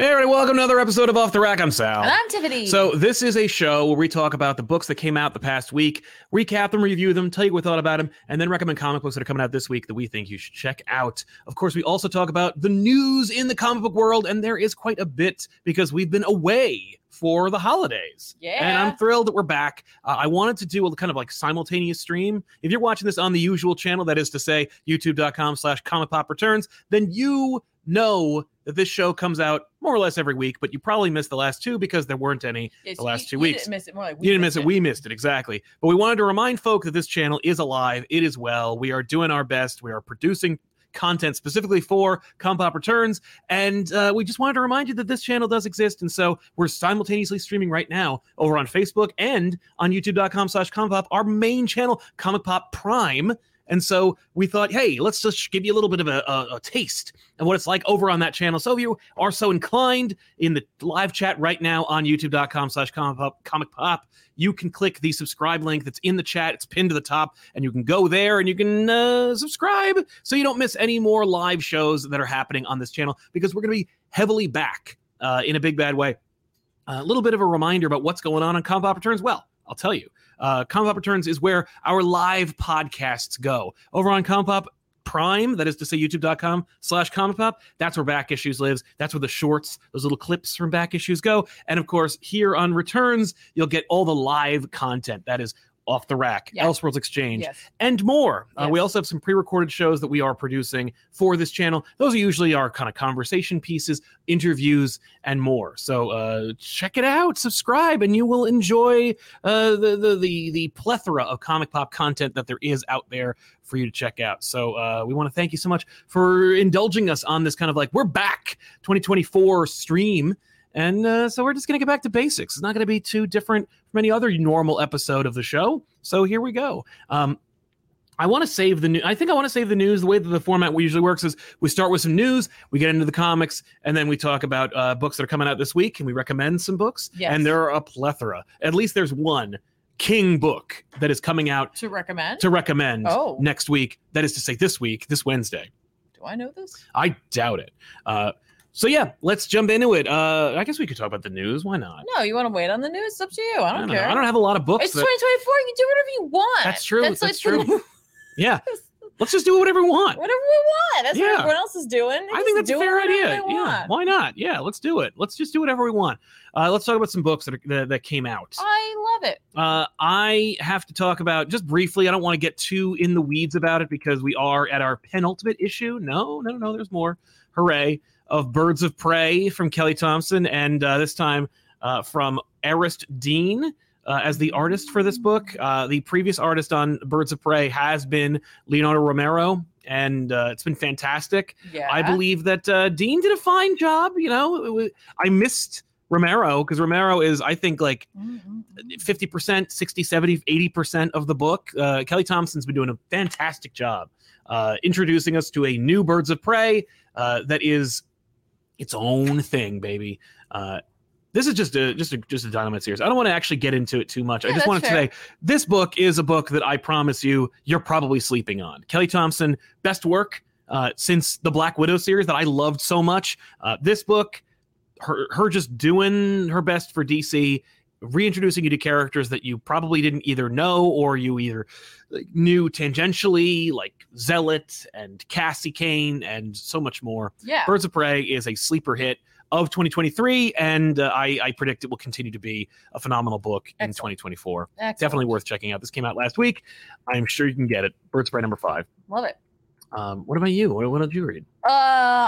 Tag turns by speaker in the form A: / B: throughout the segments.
A: Hey, everybody, welcome to another episode of Off the Rack. I'm Sal.
B: And I'm Tiffany.
A: Oh. So this is a show where we talk about the books that came out the past week, recap them, review them, tell you what we thought about them, and then recommend comic books that are coming out this week that we think you should check out. Of course, we also talk about the news in the comic book world, and there is quite a bit because we've been away for the holidays.
B: Yeah.
A: And I'm thrilled that we're back. Uh, I wanted to do a kind of like simultaneous stream. If you're watching this on the usual channel, that is to say youtube.com slash comic pop returns, then you know that this show comes out more or less every week, but you probably missed the last two because there weren't any
B: Yes,
A: the last
B: you-
A: two
B: you
A: weeks.
B: didn't miss it. More like we
A: you didn't miss
B: missed
A: it. We missed it exactly. But we wanted to remind folk that this channel is alive. It is well. We are doing our best. We are producing content specifically for Compop Returns, and uh, we just wanted to remind you that this channel does exist. And so we're simultaneously streaming right now over on Facebook and on YouTube.com/slash Compop, our main channel, Comic Pop Prime. And so we thought, hey, let's just give you a little bit of a, a, a taste of what it's like over on that channel. So if you are so inclined in the live chat right now on youtube.com slash comic pop, comic pop, you can click the subscribe link that's in the chat. It's pinned to the top, and you can go there and you can uh, subscribe so you don't miss any more live shows that are happening on this channel because we're going to be heavily back uh, in a big bad way. A little bit of a reminder about what's going on on Comic Pop Returns. Well, I'll tell you. Uh, Comic Pop Returns is where our live podcasts go. Over on Comic Pop Prime, that is to say youtube.com slash Comic Pop, that's where Back Issues lives. That's where the shorts, those little clips from Back Issues go. And of course, here on Returns, you'll get all the live content. That is off the rack,
B: Yeah.
A: Elseworlds Exchange,
B: Yes.
A: and more. Uh,
B: Yes.
A: we also have some pre-recorded shows that we are producing for this channel. Those are usually our kind of conversation pieces, interviews, and more. So uh, check it out, subscribe, and you will enjoy uh, the, the the the plethora of comic pop content that there is out there for you to check out. So uh, we want to thank you so much for indulging us on this kind of like we're back 2024 stream. And uh, so we're just going to get back to basics. It's not going to be too different from any other normal episode of the show. So here we go. Um, I want to save the new. I think I want to save the news. The way that the format usually works is we start with some news, we get into the comics, and then we talk about uh, books that are coming out this week, and we recommend some books.
B: Yes.
A: And there are a plethora. At least there's one King book that is coming out
B: To recommend?
A: to recommend
B: Oh.
A: next week. That is to say, this week, this Wednesday.
B: Do I know this?
A: I doubt it. Uh, so yeah, let's jump into it. Uh, I guess we could talk about the news. Why not?
B: No, you want to wait on the news? It's up to you. I don't,
A: know.
B: care.
A: I don't have a lot of books.
B: it's
A: that-
B: 2024. You do whatever you want.
A: That's true,
B: like
A: that's
B: the
A: true.
B: news.
A: yeah, let's just do whatever we want.
B: whatever we want. That's
A: Yeah.
B: what everyone else is doing. They're
A: I think
B: just
A: that's a
B: doing
A: fair
B: whatever
A: idea.
B: they
A: Yeah,
B: want.
A: why not? Yeah, let's do it. Let's just do whatever we want. Uh, let's talk about some books that are, that, that came out.
B: I love it.
A: Uh, I have to talk about just briefly. I don't want to get too in the weeds about it because we are at our penultimate issue. No, no, no, no. There's more. Hooray! Of Birds of Prey from Kelly Thompson, and uh, this time uh, from Arist Dean uh, as the artist for this book. Uh, the previous artist on Birds of Prey has been Leonardo Romero, and uh, it's been fantastic.
B: Yeah.
A: I believe that uh, Dean did a fine job. You know, It wa- I missed Romero because Romero is, I think, like
B: Mhm.
A: 50%, 60, 70, 80% of the book. Uh, Kelly Thompson's been doing a fantastic job uh, introducing us to a new Birds of Prey uh, that is its own thing, baby. Uh, this is just a just a just a dynamite series. I don't want to actually get into it too much. I
B: Yeah,
A: just
B: that's
A: wanted
B: fair.
A: to say this book is a book that I promise you you're probably sleeping on. Kelly Thompson, best work uh, since the Black Widow series that I loved so much. Uh, this book, her her just doing her best for DC, reintroducing you to characters that you probably didn't either know or you either like, knew tangentially, like Zealot and Cassie Kane and so much more.
B: Yeah.
A: Birds of Prey is a sleeper hit of 2023, and uh, I, I predict it will continue to be a phenomenal book in
B: Excellent.
A: 2024.
B: Excellent.
A: Definitely worth checking out. This came out last week. I'm sure you can get it. Birds of Prey number five.
B: Love it.
A: Um, what about you? What, what did you read?
B: Uh,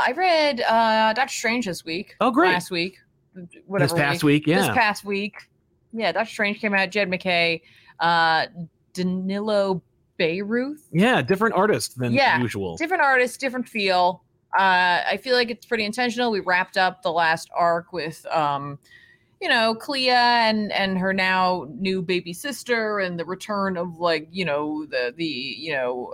B: I read uh Doctor Strange this week.
A: Oh, great.
B: Last week. Whatever.
A: this past week, yeah.
B: this past week. Yeah, Doctor Strange came out. Jed McKay, uh, Danilo Bayruth,
A: yeah, different artist than
B: Yeah,
A: usual.
B: different artists, different feel. Uh, I feel like it's pretty intentional. We wrapped up the last arc with, um, you know, Clea and and her now new baby sister, and the return of like you know the the you know.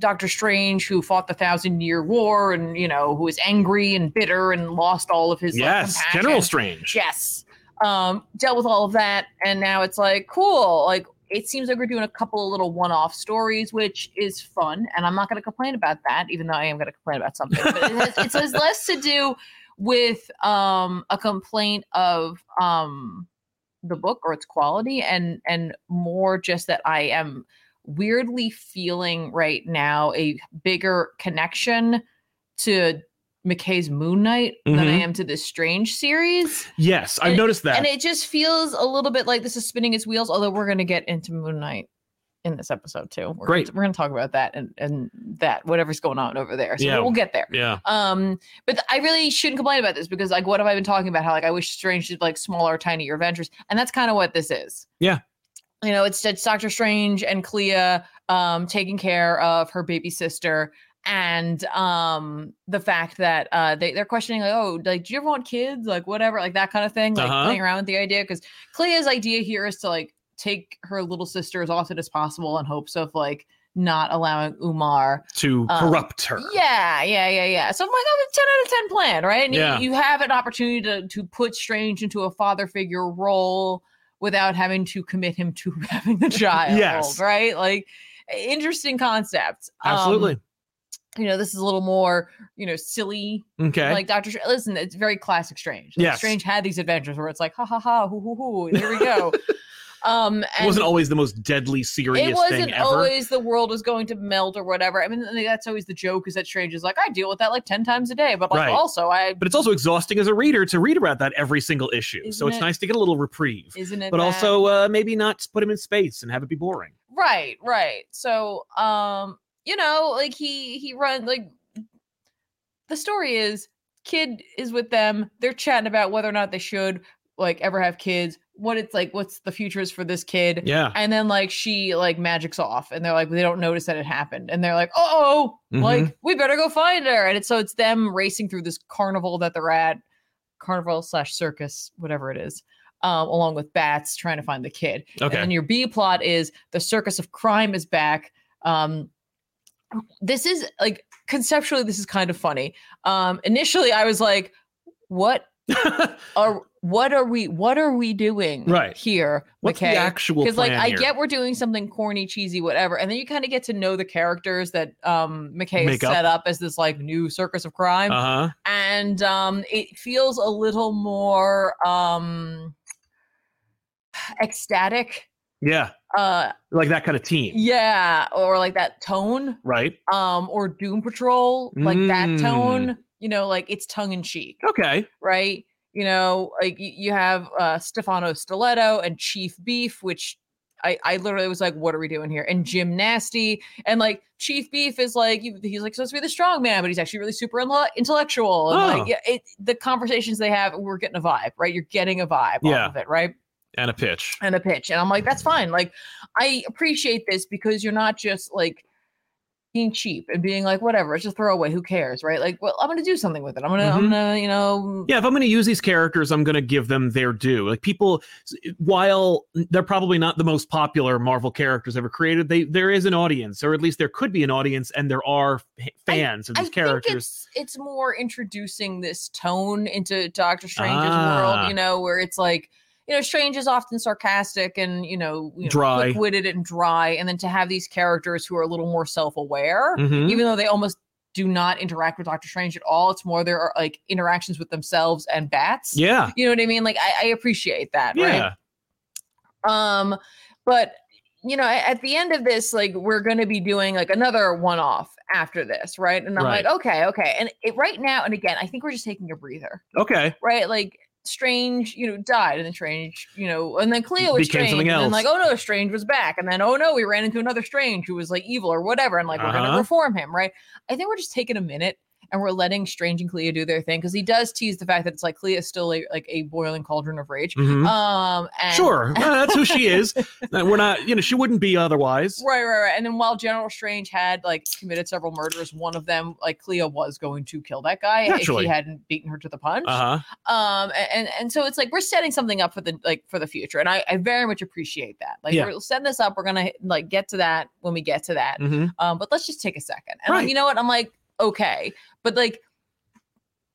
B: Doctor Strange, who fought the Thousand Year War, and you know, who is angry and bitter and lost all of his like,
A: yes,
B: compassion.
A: General Strange.
B: Yes. Um, dealt with all of that. And now it's like, cool. Like, it seems like we're doing a couple of little one off stories, which is fun. And I'm not going to complain about that, even though I am going to complain about something. But it, has, it has less to do with um a complaint of um the book or its quality and and more just that I am weirdly feeling right now a bigger connection to McKay's Moon Knight than I
A: Mhm.
B: am to this Strange series.
A: Yes, I've
B: And-
A: noticed that.
B: And it just feels a little bit like this is spinning its wheels, although we're going to get into Moon Knight in this episode too. We're
A: Great.
B: Gonna, we're going to talk about that and, and that, whatever's going on over there. So
A: Yeah.
B: we'll get there.
A: yeah.
B: Um, but th- I really shouldn't complain about this because like what have I been talking about? How like I wish Strange did like smaller, tinier adventures. And that's kind of what this is.
A: Yeah.
B: You know, it's it's Doctor Strange and Clea um taking care of her baby sister and um the fact that uh they, they're questioning like, oh, like do you ever want kids? Like whatever, like that kind of thing, like
A: Uh-huh.
B: playing around with the idea. Because Clea's idea here is to like take her little sister as often as possible in hopes of like not allowing Umar
A: To
B: um,
A: corrupt her.
B: yeah, yeah, yeah, yeah. So I'm like, oh, it's 10 out of 10 plan, right? And you-
A: Yeah.
B: you, have an opportunity to, to put Strange into a father figure role without having to commit him to having the child,
A: Yes.
B: right? Like, interesting concept. Um,
A: Absolutely.
B: you know, this is a little more, you know, silly.
A: okay.
B: Like, Dr. Strange, listen, it's very classic Strange. Like,
A: Yes.
B: Strange had these adventures where it's like, ha ha ha, hoo hoo hoo, and here we go. um,
A: it
B: and-
A: wasn't always the most deadly serious
B: it wasn't
A: thing ever.
B: always the world was going to melt or whatever. I mean, that's always the joke is that Strange is like, I deal with that like 10 times a day, but like
A: Right.
B: also, I
A: but it's also exhausting as a reader to read about that every single issue. so
B: Isn't
A: it's
B: it?
A: nice to get a little reprieve.
B: isn't it,
A: but
B: that-
A: also uh, maybe not put him in space and have it be boring.
B: right, right. So, um, you know, like he he run like the story is kid is with them, they're chatting about whether or not they should like ever have kids, what it's like, what's the future is for this kid.
A: Yeah.
B: And then like she like magics off and they're like they don't notice that it happened. And they're like, oh,
A: Mhm.
B: like we better go find her. And it's so it's them racing through this carnival that they're at, carnival slash circus, whatever it is, um, along with bats trying to find the kid.
A: Okay.
B: And then your B plot is the circus of crime is back. Um, this is like conceptually, this is kind of funny. Um, initially I was like, what are what are we what are we doing
A: Right.
B: here?
A: What's
B: McKay?
A: the actual plan
B: because like i
A: here?
B: get we're doing something corny cheesy whatever and then you kind of get to know the characters that um mckay has
A: Make up.
B: set up as this like new circus of crime
A: uh-huh.
B: and um it feels a little more um ecstatic
A: Yeah.
B: uh
A: Like that kind of team,
B: yeah or like that tone
A: right?
B: um or doom patrol like that
A: Mm.
B: tone you know like it's tongue-in-cheek
A: Okay.
B: right? You know, like y- you have uh Stefano Stiletto and Chief Beef, which I, I literally was like, what are we doing here? And Jim Nasty. And like Chief Beef is like, he- he's like supposed to be the strong man, but he's actually really super inle- intellectual. And
A: Oh.
B: like yeah, it, the conversations they have, we're getting a vibe, right? You're getting a vibe
A: Yeah.
B: off of it, right?
A: And a pitch.
B: and a pitch. And I'm like, that's fine. Like, I appreciate this because you're not just like being cheap and being like, whatever, it's a throwaway. Who cares? Right. Like, well, I'm going to do something with it. I'm going to,
A: Mhm.
B: I'm going to, you know,
A: Yeah, if I'm going to use these characters, I'm going to give them their due. Like people, while they're probably not the most popular Marvel characters ever created, they there is an audience, or at least there could be an audience, and there are f- fans of
B: I
A: these characters.
B: think it's it's more introducing this tone into Doctor Strange's
A: Ah.
B: world, you know, where it's like, you know, Strange is often sarcastic and you know, you know
A: Dry.
B: quick-witted and dry, and then to have these characters who are a little more self-aware,
A: Mhm.
B: even though they almost do not interact with Doctor Strange at all. It's more their like interactions with themselves and bats.
A: Yeah,
B: You know what I mean? Like I, I appreciate that. Right?
A: yeah,
B: Um, but you know, a- at the end of this, like we're going to be doing like another one-off after this, right? And I'm
A: Right.
B: like, okay, okay. And it, right now, and again, I think we're just taking a breather,
A: okay,
B: right? Like Strange, you know, died, and then Strange, you know, and then Cleo was
A: Became
B: Strange,
A: something
B: and then like,
A: else.
B: oh no, Strange was back, and then oh no, we ran into another Strange who was like evil or whatever, and like we're going
A: Uh-huh.
B: to reform him, right? I think we're just taking a minute. And we're letting Strange and Cleo do their thing because he does tease the fact that it's like Cleo is still a, like a boiling cauldron of rage.
A: Mhm.
B: Um, and
A: sure. Well, that's who she is. Uh, We're not, you know, she wouldn't be otherwise.
B: Right, right, right. And then while General Strange had like committed several murders, one of them, like Cleo, was going to kill that guy
A: Naturally.
B: if he hadn't beaten her to the punch.
A: Uh huh.
B: Um, a- and and so it's like we're setting something up for the like for the future, and I, I very much appreciate that. Like
A: Yeah.
B: we're setting this up. We're gonna like get to that when we get to that.
A: hmm
B: Um, but let's just take a second. And like,
A: Right.
B: you know what? I'm like okay, but like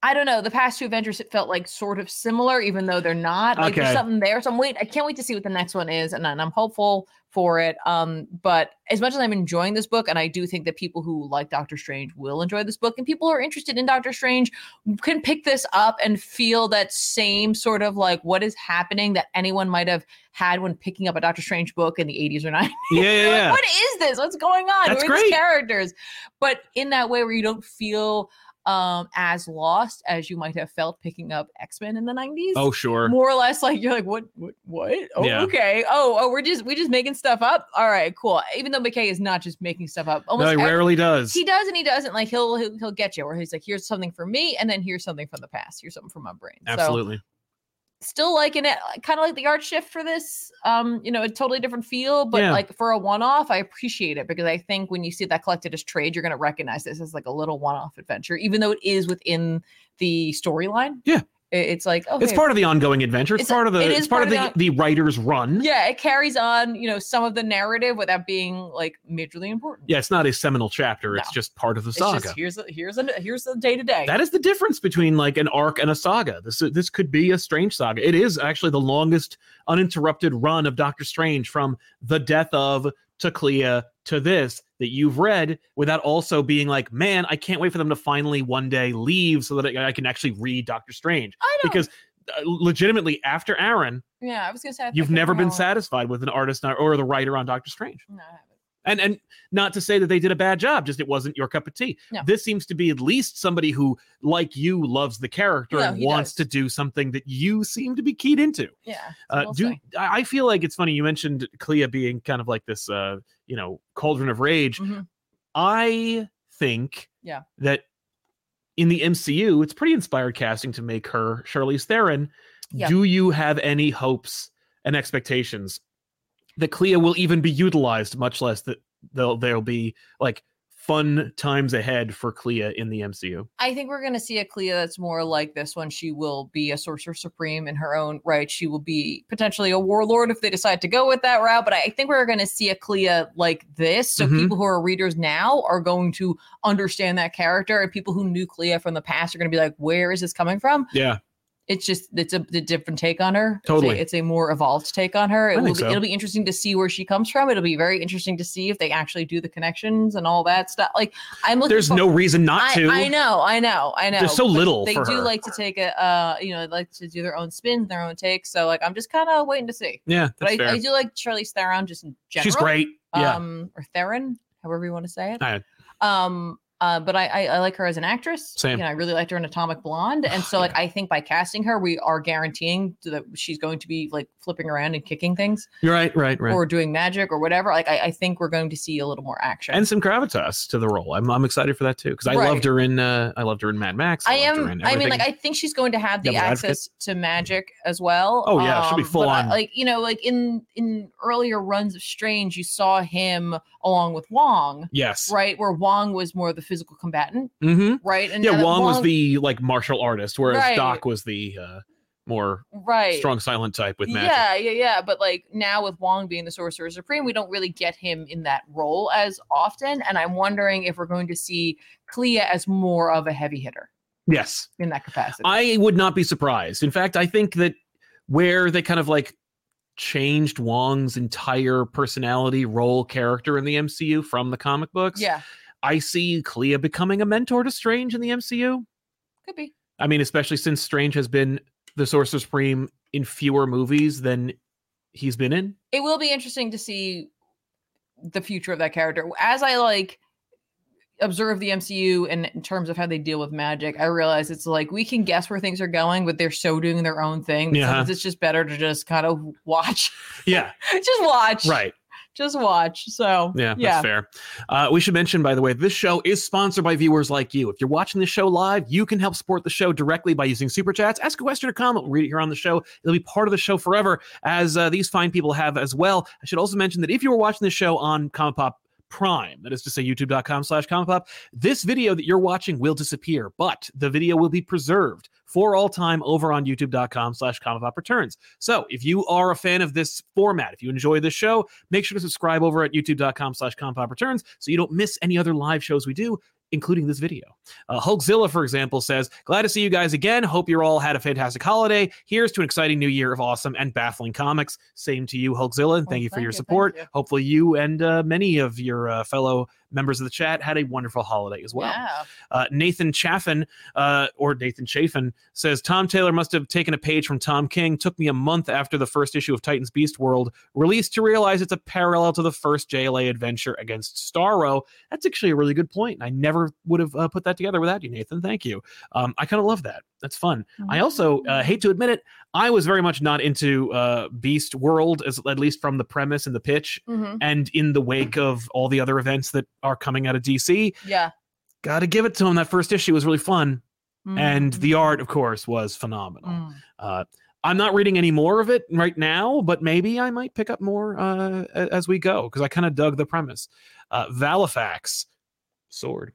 B: I don't know. The past two Avengers, it felt like sort of similar, even though they're not. Like there's
A: Okay.
B: something there. So I'm wait. I can't wait to see what the next one is, and, and I'm hopeful for it. Um, but as much as I'm enjoying this book, and I do think that people who like Doctor Strange will enjoy this book, and people who are interested in Doctor Strange can pick this up and feel that same sort of like what is happening that anyone might have had when picking up a Doctor Strange book in the 80s or 90s.
A: Yeah, yeah,
B: You're like,
A: yeah.
B: what is this? What's going on?
A: That's
B: Who are these
A: great.
B: characters? But in that way where you don't feel um as lost as you might have felt picking up X-Men in the 90s.
A: Oh, sure.
B: More or less like you're like, what what what? Oh,
A: Yeah.
B: okay. Oh, oh, we're just we're just making stuff up. All right, cool. Even though McKay is not just making stuff up.
A: No,
B: Almost
A: he
B: every-
A: rarely does.
B: he does and he doesn't. Like he'll, he'll he'll get you where he's like, here's something for me, and then here's something from the past. Here's something from my brain. So
A: Absolutely.
B: still liking it kind of like the art shift for this um you know a totally different feel but
A: Yeah.
B: like for a one-off i appreciate it because i think when you see that collected as trade you're going to recognize this as like a little one-off adventure even though it is within the storyline
A: Yeah.
B: I- it's like okay,
A: It's part of the ongoing adventure. It's,
B: It's-
A: part of the.
B: it is
A: it's part, of the, the writer's run.
B: yeah it carries on you know some of the narrative without being like majorly important
A: Yeah, it's not a seminal chapter. It's
B: No.
A: just part of the
B: it's
A: saga.
B: just here's a, here's a here's the day to day
A: that is the difference between like an arc and a saga. This this could be a strange saga. It is actually the longest uninterrupted run of Doctor Strange from the death of to Clea to this that you've read without also being like, man, I can't wait for them to finally one day leave so that I, I can actually read Doctor Strange
B: i don't
A: because uh, legitimately after Aaron,
B: yeah i was gonna say I
A: you've
B: think I
A: never been
B: know-
A: satisfied with an artist or- or the writer on Doctor Strange
B: no, I haven't.
A: and and not to say that they did a bad job just it wasn't your cup of tea
B: No.
A: this seems to be at least somebody who like you loves the character
B: No,
A: and
B: he
A: wants to
B: does.
A: do something that you seem to be keyed into
B: yeah it's a
A: uh,
B: little
A: do
B: thing.
A: i I feel like it's funny you mentioned clea being kind of like this uh you know cauldron of rage
B: Mhm.
A: i think
B: Yeah.
A: that in the mcu it's pretty inspired casting to make her Charlize theron
B: Yeah.
A: do you have any hopes and expectations that clea will even be utilized much less that there'll, there'll be like fun times ahead for clea in the mcu
B: I think we're going to see a Clea that's more like this one. She will be a sorcerer supreme in her own right. She will be potentially a warlord if they decide to go with that route. But I I think we're going to see a Clea like this. So
A: Mhm.
B: people who are readers now are going to understand that character, and people who knew Clea from the past are going to be like, "Where is this coming from?"
A: yeah
B: It's just it's a, a different take on her. It's a-
A: Totally.
B: it's a, more evolved take on her.
A: I
B: It will be,
A: think so.
B: It'll be interesting to see where she comes from. It'll be very interesting to see if they actually do the connections and all that stuff. Like I'm looking.
A: there's
B: for-
A: no reason not
B: I,
A: to
B: I know, I know, I know.
A: There's so
B: but
A: little
B: They
A: for
B: do
A: her.
B: like to take a, uh, you know, they like to do their own spins, their own takes. So like, I'm just kind of waiting to see.
A: yeah
B: But
A: that's
B: I,
A: fair
B: I do like Charlie Theron just in general.
A: she's great yeah
B: Um, or Theron, however you want to say it.
A: I-
B: um, uh, but I, I, I like her as an actress.
A: Same.
B: You know, I really liked her in Atomic Blonde, and so like, I think by casting her, we are guaranteeing that she's going to be like flipping around and kicking things
A: you're right right right
B: or doing magic or whatever. Like, I, I think we're going to see a little more action.
A: and some gravitas to the role. I'm, I'm excited for that too because I
B: Right.
A: loved her in uh, I loved her in Mad Max.
B: I
A: loved her in
B: am. I mean,
A: everything.
B: like, I think she's going to have the
A: Devil's Advocate.
B: access to magic as well. um,
A: Oh, yeah, she'll be full
B: but I-
A: on.
B: like you know, like in in earlier runs of Strange, you saw him along with Wong,
A: yes,
B: right? Where Wong was more the physical combatant,
A: hmm
B: right? And now
A: yeah.
B: that
A: Wong was the like martial artist, whereas
B: Right.
A: Doc was the uh, more
B: right.
A: strong silent type with magic.
B: Yeah, yeah, yeah. But like now with Wong being the Sorcerer Supreme, we don't really get him in that role as often. And I'm wondering if we're going to see Clea as more of a heavy hitter
A: Yes,
B: in that capacity.
A: I would not be surprised. In fact, I think that where they kind of like changed Wong's entire personality, role, character in the MCU from the comic books,
B: yeah,
A: I see Clea becoming a mentor to Strange in the MCU.
B: could be.
A: I mean, especially since Strange has been the Sorcerer Supreme in fewer movies than he's been in.
B: it will be interesting to see the future of that character as i like observe the mcu and in terms of how they deal with magic i realize it's like we can guess where things are going but they're so doing their own thing that
A: Yeah.
B: sometimes it's just better to just kind of watch
A: Yeah,
B: just watch
A: right.
B: just watch so
A: Yeah, that's
B: yeah
A: fair. Uh, we should mention, by the way, this show is sponsored by viewers like you. If you're watching this show live, you can help support the show directly by using super chats. Ask a question or comment. We'll read it here on the show. It'll be part of the show forever, as uh, these fine people have as well. I should also mention that if you were watching this show on Comic Pop Prime, that is to say youtube.com slash Comic Pop, this video that you're watching will disappear, but the video will be preserved for all time over on youtube.com slash Comic Pop Returns. So if you are a fan of this format, if you enjoy this show, make sure to subscribe over at youtube.com slash compop returns so you don't miss any other live shows we do including this video. Uh, Hulkzilla, for example, says, Glad to see you guys again. Hope you all had a fantastic holiday. Here's to an exciting new year of awesome and baffling comics. Same to you, Hulkzilla, and
B: Well,
A: thank you for
B: Oh, thank
A: your
B: you, thank
A: support.
B: you.
A: Hopefully, you and uh, many of your uh, fellow members of the chat had a wonderful holiday as well.
B: Yeah.
A: Uh, Nathan Chaffin, uh, or Nathan Chaffin, says Tom Taylor must have taken a page from Tom King. Took me a month after the first issue of Titans Beast World released to realize it's a parallel to the first JLA adventure against Starro. That's actually a really good point. I never would have uh, put that together without you, Nathan. Thank you. Um, I kind of love that. That's fun. I also uh, hate to admit it. I was very much not into uh, Beast World, as at least from the premise and the pitch,
B: Mhm.
A: and in the wake of all the other events that are coming out of DC
B: Yeah.
A: gotta give it to him. That first issue was really fun, and
B: Mhm.
A: the art, of course, was phenomenal.
B: Mm.
A: Uh, I'm not reading any more of it right now, but maybe I might pick up more uh, a- as we go because I kind of dug the premise. Uh, Valifax sword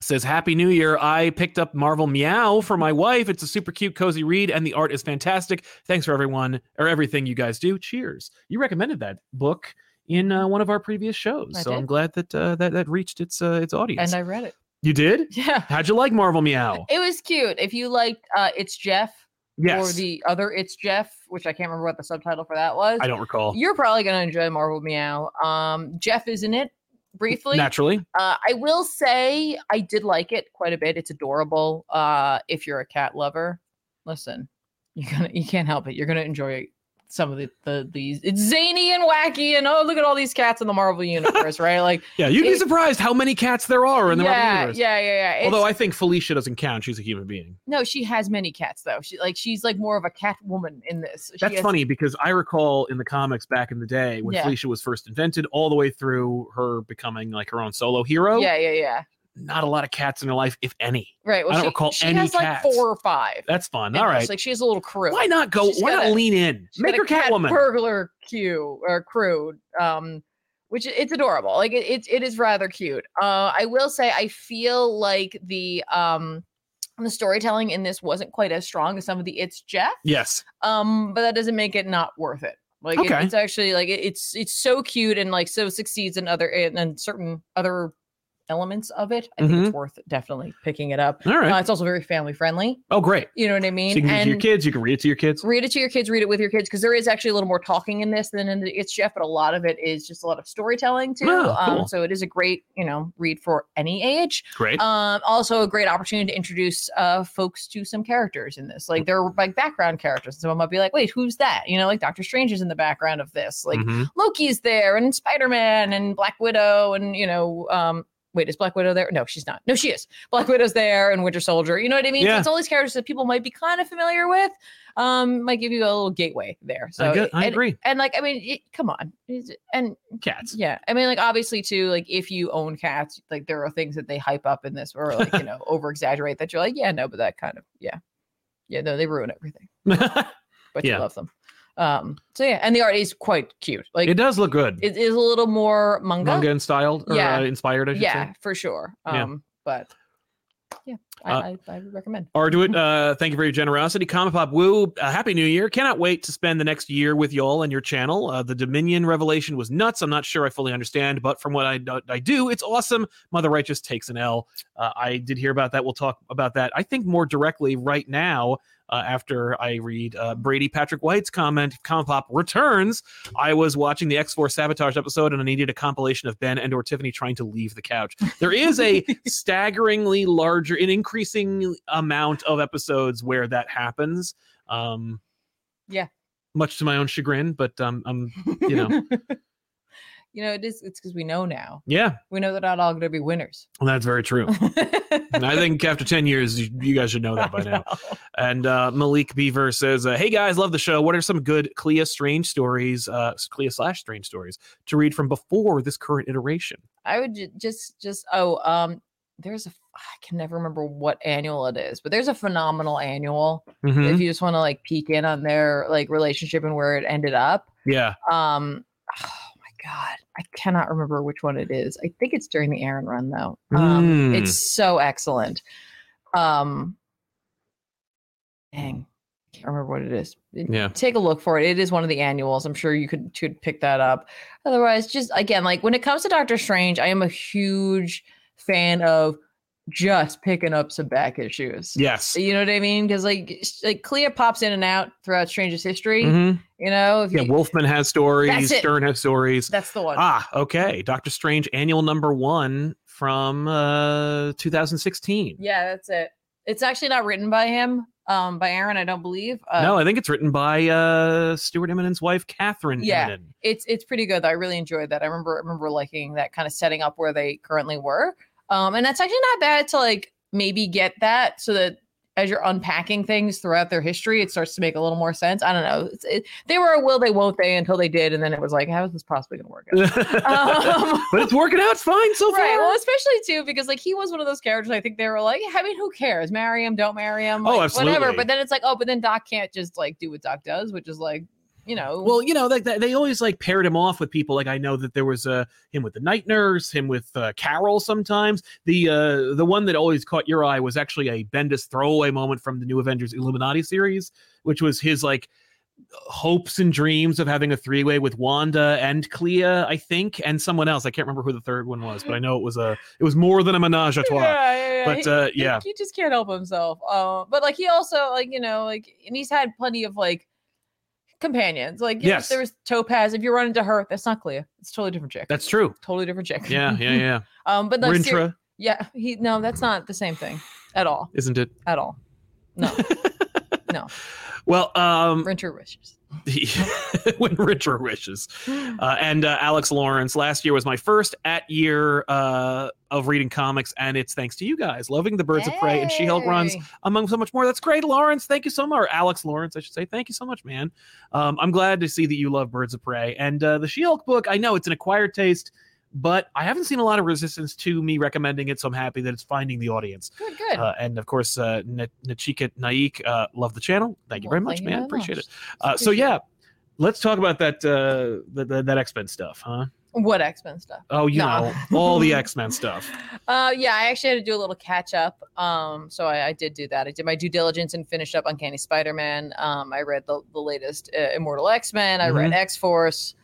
A: says happy new year i picked up marvel meow for my wife it's a super cute cozy read and the art is fantastic thanks for everyone or everything you guys do cheers you recommended that book in uh, one of our previous shows
B: I
A: so i'm
B: did.
A: glad that uh, that that reached its uh, its audience
B: And I read it.
A: you did
B: Yeah.
A: How'd you like Marvel Meow?
B: It was cute. If you liked uh It's Jeff or
A: Yes.
B: the other It's Jeff, which I can't remember what the subtitle for that was.
A: I don't recall.
B: You're probably going to enjoy Marvel Meow. Um, Jeff is in it briefly.
A: Naturally.
B: Uh, I will say I did like it quite a bit. It's adorable. Uh, if you're a cat lover, listen, you gonna you can't help it. You're gonna enjoy some of the, the these. It's zany and wacky, and oh look at all these cats in the Marvel universe, right? Like
A: Yeah, you'd be
B: It-
A: surprised how many cats there are in the
B: yeah,
A: Marvel universe.
B: yeah, yeah, yeah.
A: Although
B: Although
A: I think Felicia doesn't count. She's a human being.
B: no, she has many cats though. She like she's like more of a cat woman in this. She
A: That's
B: has-
A: funny because I recall in the comics back in the day when
B: Yeah.
A: Felicia was first invented, all the way through her becoming like her own solo hero.
B: Yeah, yeah, yeah.
A: Not a lot of cats in her life, if any.
B: Right. Well,
A: I don't
B: she,
A: recall
B: she
A: any
B: has
A: cats.
B: like four or five.
A: That's fun.
B: in
A: All
B: this.
A: right.
B: Like she has a little crew.
A: why not go?
B: She's
A: Why
B: got
A: not
B: a-
A: lean in?
B: She's
A: Make
B: got
A: her
B: a cat
A: Catwoman.
B: burglar queue or crew um which i- it's adorable like it, it, it is rather cute uh i will say i feel like the um the storytelling in this wasn't quite as strong as some of the it's jeff
A: yes.
B: um but that doesn't make it not worth it like it-
A: Okay.
B: it's actually like it, it's it's so cute and like so succeeds in other and, and certain other elements of it i think it's worth definitely picking it up
A: All Mm-hmm. right.
B: uh, it's also very family friendly
A: oh, great.
B: you know what i
A: So
B: mean
A: you can give it to your kids. You can read it to your kids.
B: read it to your kids read it with your kids because there is actually a little more talking in this than in the it's jeff but a lot of it is just a lot of storytelling too
A: Oh, cool.
B: um, so it is a great you know read for any age
A: Great.
B: um also a great opportunity to introduce uh folks to some characters in this like they're like background characters so i might be like wait who's that you know like dr strange is in the background of this like
A: Mhm.
B: loki's there and spider-man and black widow and you know um Wait, is Black Widow there? No, she's not. No, she is. Black Widow's there and Winter Soldier. You know what I mean?
A: Yeah.
B: So it's all these characters that people might be kind of familiar with. Um, might give you a little gateway there. So
A: I, get, I
B: and,
A: agree.
B: and like, I mean, it, come on. Is it- And
A: Cats.
B: yeah, I mean, like obviously too, like if you own cats, like there are things that they hype up in this or like, you know, over exaggerate that you're like, yeah, no, but that kind of yeah. Yeah, no, they ruin everything. But
A: Yeah.
B: you love them. Um, so yeah, and the art is quite cute. Like
A: it does look good.
B: it is a little more manga.
A: manga and styled or
B: Yeah.
A: uh, inspired, I should
B: yeah,
A: say.
B: for sure.
A: Yeah.
B: Um, but yeah, I,
A: Uh,
B: I, I would recommend.
A: Arduit, uh, thank you for your generosity. Comic Pop Woo, uh, Happy New Year. Cannot wait to spend the next year with y'all and your channel. Uh, the Dominion revelation was nuts. I'm not sure I fully understand, but from what I, do- I do, it's awesome. Mother Righteous takes an L. Uh, I did hear about that. We'll talk about that, I think, more directly right now uh, after I read uh, Brady Patrick White's comment. Comic Pop returns. I was watching the X-Force Sabotage episode and I needed a compilation of Ben and or Tiffany trying to leave the couch. There is a staggeringly larger an increasing amount of episodes where that happens um
B: Yeah.
A: much to my own chagrin but um um you know.
B: you know, it is it's because we know now.
A: yeah
B: We know they're not all gonna be winners.
A: well, that's very true And I think after 10 years, you, you guys should know that by
B: I
A: now.
B: know.
A: And uh, Malik Beaver says, uh, Hey guys, love the show. What are some good Clea Strange stories, uh, Clea slash Strange stories to read from before this current iteration?
B: I would ju- just just oh um there's a f- I can never remember what annual it is, but there's a phenomenal annual
A: Mhm.
B: if you just want to like peek in on their like relationship and where it ended up.
A: Yeah.
B: Um oh my god, I cannot remember which one it is. I think it's during the Aaron run though. Um it's
A: Mm.
B: so excellent. Um dang. Can't remember what it is. It-
A: Yeah.
B: take a look for it. It is one of the annuals. I'm sure you could could pick that up. Otherwise, just again, like when it comes to Doctor Strange, I am a huge fan of just picking up some back issues.
A: Yes.
B: You know what I mean? Because like sh- like Clea pops in and out throughout Stranger's history.
A: Mhm.
B: You know, if
A: Yeah.
B: you-
A: Wolfman has stories.
B: That's it.
A: Stern has stories.
B: that's the one.
A: Ah, okay. Doctor Strange annual number one from uh 2016.
B: Yeah, that's it. It's actually not written by him, um, by Aaron, I don't believe. Uh,
A: no, I think it's written by uh Stuart Eminem's wife, Catherine
B: Yeah.
A: Eminem.
B: it's it's pretty good. Though. I really enjoyed that. I remember remember liking that kind of setting up where they currently were. Um, and that's actually not bad to like maybe get that so that as you're unpacking things throughout their history, it starts to make a little more sense. I don't know. It's, it, they were a will they won't they until they did, and then it was like, how is this possibly going to work? out? Um,
A: but it's working out fine so
B: Right.
A: far.
B: Well, especially too because like he was one of those characters. I think they were like, I mean, who cares? Marry him, don't marry him.
A: Oh,
B: like, Whatever.
A: absolutely.
B: But then it's like, oh, but then Doc can't just like do what Doc does, which is like, you know,
A: Well, you know, like they, they always like paired him off with people. Like I know that there was uh, him with the night nurse, him with uh, Carol. Sometimes the uh, the one that always caught your eye was actually a Bendis throwaway moment from the New Avengers Illuminati series, which was his like hopes and dreams of having a three way with Wanda and Clea, I think, and someone else. I can't remember who the third one was, but I know it was a it was more than a menage a
B: yeah,
A: trois.
B: yeah, yeah.
A: But
B: He-
A: uh,
B: he-
A: yeah,
B: he just can't help himself. Um, but like he also like you know like and he's had plenty of like companions. Like yes,
A: Yes.
B: there was Topaz. If you run into her, that's not Clea. It's a totally different chick.
A: that's true.
B: totally different chick.
A: Yeah, yeah, yeah.
B: Um, but like, ser-
A: Rintra,
B: yeah, he no, that's not the same thing at all.
A: isn't it?
B: At all. No,
A: Well, um,
B: Rinter wishes.
A: he- when Rintra wishes. Uh, and uh, Alex Lawrence, last year was my first at year uh, of reading comics, and it's thanks to you guys. Loving the Birds of Prey and She Hulk runs,
B: Hey.
A: among so much more. That's great, Lawrence. Thank you so much. Or Alex Lawrence, I should say. Thank you so much, man. Um, I'm glad to see that you love Birds of Prey. And uh, the She Hulk book, I know it's an acquired taste, but I haven't seen a lot of resistance to me recommending it, so I'm happy that it's finding the audience.
B: Good, good.
A: Uh, and of course, uh, Na- Nachika Naik, uh, love the channel. Thank you very
B: Well,
A: much,
B: thank you
A: man.
B: very
A: Appreciate
B: much.
A: it. Uh, so
B: Appreciate
A: yeah, let's talk about that uh, the, the, that X Men stuff, huh?
B: What X Men stuff?
A: Oh, you
B: No.
A: know all the X Men stuff.
B: Uh, yeah, I actually had to do a little catch up. Um, so I, I did do that. I did my due diligence and finished up Uncanny Spider Man. Um, I read the, the latest uh, Immortal X Men. I
A: Mm-hmm.
B: read X Force,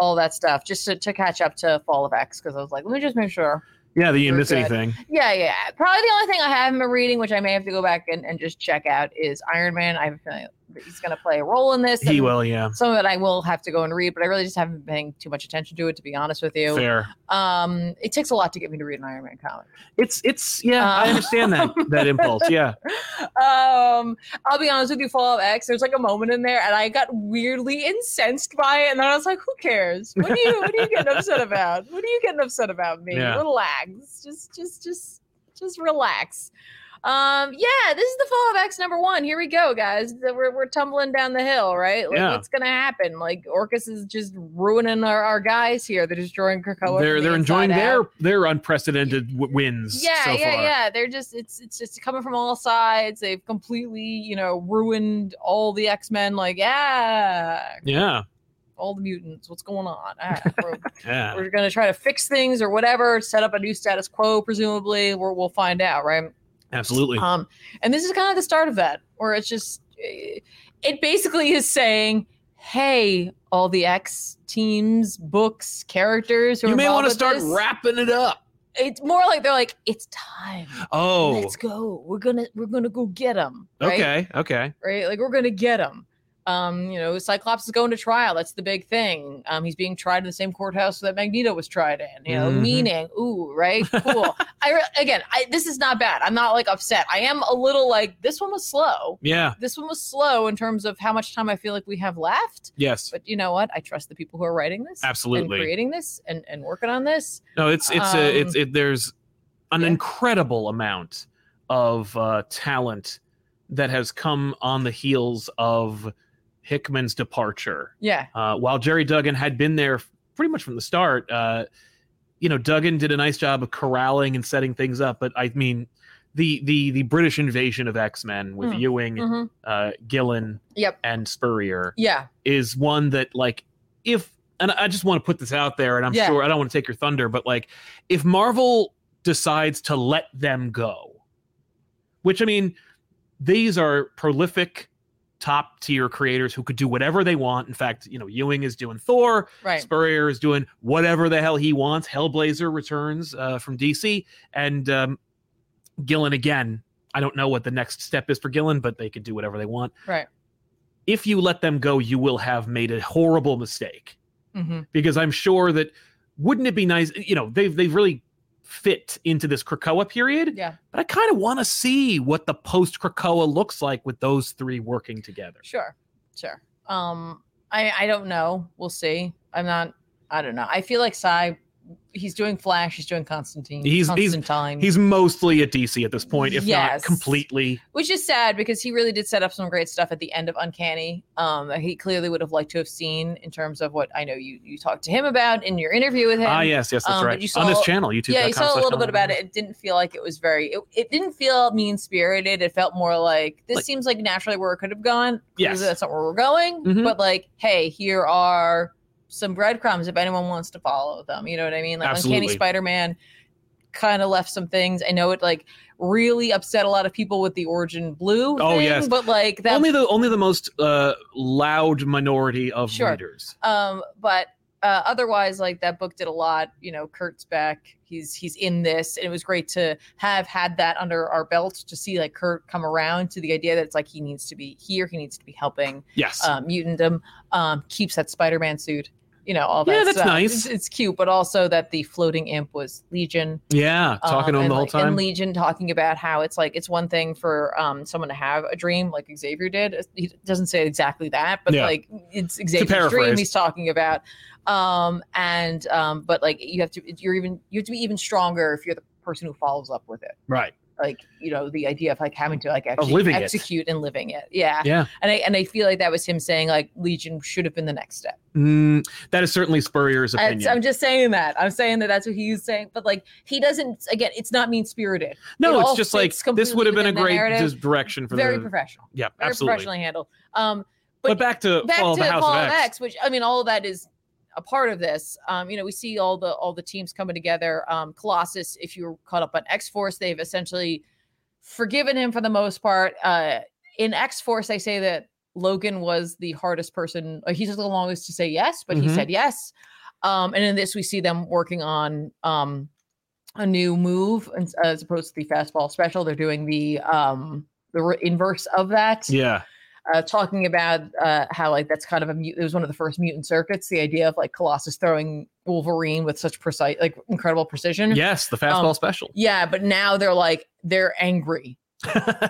B: all that stuff, just to, to catch up to Fall of X because I was like, let me just make sure.
A: Yeah, that you didn't
B: We're
A: miss
B: good.
A: anything.
B: Yeah, yeah. Probably the only thing I haven't been reading, which I may have to go back and, and just check out, is Iron Man. I have a feeling that he's going to play a role in this.
A: He
B: and
A: will, yeah.
B: Some of it I will have to go and read, but I really just haven't been paying too much attention to it, to be honest with you.
A: Fair.
B: Um, it takes a lot to get me to read an Iron Man comic.
A: It's it's yeah. I
B: Uh,
A: understand that that impulse. Yeah.
B: Um, I'll be honest with you, Fallout X. There's like a moment in there, and I got weirdly incensed by it, and then I was like, "Who cares? What are you? What are you getting upset about? What are you getting upset about me?
A: Yeah.
B: Relax. Just, just, just, just relax." Um, yeah, this is the Fallout X number one. Here we go, guys. We're we're tumbling down the hill, right? Like,
A: Yeah.
B: what's gonna happen? Like, Orcus is just ruining our, our guys here. They're destroying Krakoa.
A: They're
B: from the
A: they're enjoying
B: inside out.
A: their their unprecedented w- wins.
B: Yeah,
A: so
B: yeah,
A: far.
B: yeah. They're just it's it's just coming from all sides. They've completely, you know, ruined all the X-Men. Like, yeah,
A: Yeah,
B: all the mutants. What's going on? Ah, we're,
A: yeah.
B: we're gonna try to fix things or whatever, set up a new status quo, presumably. We're, we'll find out, right?
A: absolutely.
B: Um, and this is kind of the start of that, where it's just eh, it basically is saying, Hey, all the X teams, books, characters who are
A: you may want
B: involved
A: to
B: with
A: start
B: this,
A: wrapping it up.
B: It's more like they're like, it's time
A: Oh,
B: let's go. We're gonna we're gonna go get him. Right?
A: okay, okay.
B: Right. Like we're gonna get him. Um, you know, Cyclops is going to trial. That's the big thing. Um, he's being tried in the same courthouse that Magneto was tried in. You know,
A: Mhm.
B: meaning, ooh, right, cool. I re- again, I, this is not bad. I'm not like upset. I am a little like this one was slow.
A: Yeah.
B: This one was slow in terms of how much time I feel like we have left.
A: Yes.
B: But you know what? I trust the people who are writing this,
A: Absolutely.
B: and creating this, and and working on this.
A: No, it's it's
B: Um,
A: a, it's it, there's an
B: yeah.
A: incredible amount of uh, talent that has come on the heels of Hickman's departure.
B: Yeah,
A: Uh, while Jerry Duggan had been there f- pretty much from the start, uh, you know, Duggan did a nice job of corralling and setting things up. But I mean, the the the British invasion of X Men with
B: Mm.
A: Ewing,
B: hmm
A: uh, Gillen,
B: Yep.
A: and Spurrier
B: yeah,
A: is one that like if and I just want to put this out there and I'm
B: Yeah.
A: sure I don't want to take your thunder but like if Marvel decides to let them go which I mean these are prolific top tier creators who could do whatever they want in fact you know Ewing is doing Thor
B: right.
A: Spurrier is doing whatever the hell he wants Hellblazer returns uh, from DC and um Gillen again. I don't know what the next step is for Gillen, but they could do whatever they want.
B: Right.
A: If you let them go, you will have made a horrible mistake
B: Mm-hmm.
A: because I'm sure that wouldn't it be nice? You know, they've they've really fit into this Krakoa period,
B: Yeah.
A: but I kind of want to see what the post Krakoa looks like with those three working together.
B: Sure. Sure. Um, I I don't know. We'll see. I'm not. I don't know. I feel like Cy. He's doing Flash. He's doing Constantine.
A: He's- he's-
B: Constantine.
A: He's mostly at DC at this point, if not
B: Yes.
A: completely.
B: which is sad because he really did set up some great stuff at the end of Uncanny. Um, that he clearly would have liked to have seen in terms of what I know you you talked to him about in your interview with him.
A: Ah, yes, yes, that's
B: Um, but
A: right.
B: you
A: On this
B: saw-
A: channel, YouTube.
B: yeah, you saw a little bit about it. It didn't feel like it was very. It, it didn't feel mean spirited. It felt more like this
A: Like-
B: seems like naturally where it could have gone.
A: Yes.
B: that's not where we're going.
A: Mhm.
B: But like, hey, here are some breadcrumbs if anyone wants to follow them. You know what I mean? Like
A: Absolutely.
B: Uncanny Spider Man kind of left some things. I know it like really upset a lot of people with the origin blue.
A: Oh,
B: thing,
A: yes.
B: but like that.
A: only the only the most uh, loud minority of
B: Sure.
A: readers.
B: um, but. Uh, otherwise, like that book did a lot. You know, Kurt's back. He's he's in this, and it was great to have had that under our belt to see like Kurt come around to the idea that it's like he needs to be here, he needs to be helping.
A: Yes.
B: uh, mutantdom um, keeps that Spider-Man suit. You know, all that.
A: Yeah, that's
B: stuff.
A: nice.
B: It's, it's cute, but also that the floating imp was Legion
A: yeah,
B: um,
A: talking to him
B: and
A: the whole
B: like- And
A: time.
B: Legion talking about how it's like it's one thing for um, someone to have a dream like Xavier did. He doesn't say exactly that, but
A: Yeah.
B: like it's Xavier's dream
A: paraphrase.
B: he's talking about. Um, and um, but like you have to, you're even you have to be even stronger if you're the person who follows up with it.
A: right.
B: Like you know the idea of like having to like actually
A: living it.
B: execute and living it. Yeah.
A: Yeah.
B: And I and I feel like that was him saying like Legion should have been the next step.
A: Mm, that is certainly Spurrier's
B: I-
A: opinion.
B: I'm just saying that. I'm saying that that's what he's saying. But like he doesn't. Again, it's not mean spirited. it
A: no, it's
B: all
A: just like
B: fits
A: this
B: completely
A: would have been a
B: within the
A: great
B: narrative.
A: dis- direction for
B: Very
A: the
B: professional.
A: yeah,
B: Very
A: absolutely.
B: professionally handled. Um,
A: But,
B: But
A: back to
B: back
A: Fall of
B: to
A: the House
B: Fall
A: of X.
B: which I mean, all of that is a part of this. Um, you know, we see all the all the teams coming together. Um, Colossus, if you're caught up on X Force, they've essentially forgiven him for the most part. Uh, in X Force, they say that Logan was the hardest person. uh, He took the longest to say yes, but he
A: Mhm.
B: said yes. Um, and in this, we see them working on um, a new move and- as opposed to the fastball special. They're doing the um, the re- inverse of that
A: Yeah.
B: uh, talking about uh, how like that's kind of a mu- it was one of the first mutant circuits. The idea of like Colossus throwing Wolverine with such precise, like incredible precision.
A: Yes, the fastball
B: Um,
A: special.
B: Yeah, but now they're like they're angry.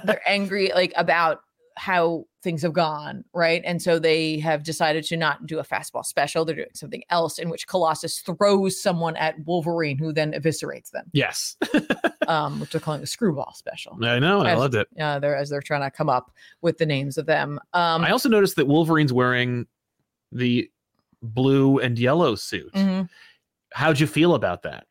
B: they're angry like about how things have gone, right? And so they have decided to not do a fastball special. They're doing something else in which Colossus throws someone at Wolverine, who then eviscerates them,
A: yes.
B: um, which they're calling a screwball special.
A: I know. I
B: Yes.
A: loved it.
B: Uh, they're as they're trying to come up with the names of them. Um,
A: I also noticed that Wolverine's wearing the blue and yellow suit.
B: mhm.
A: How'd you feel about that?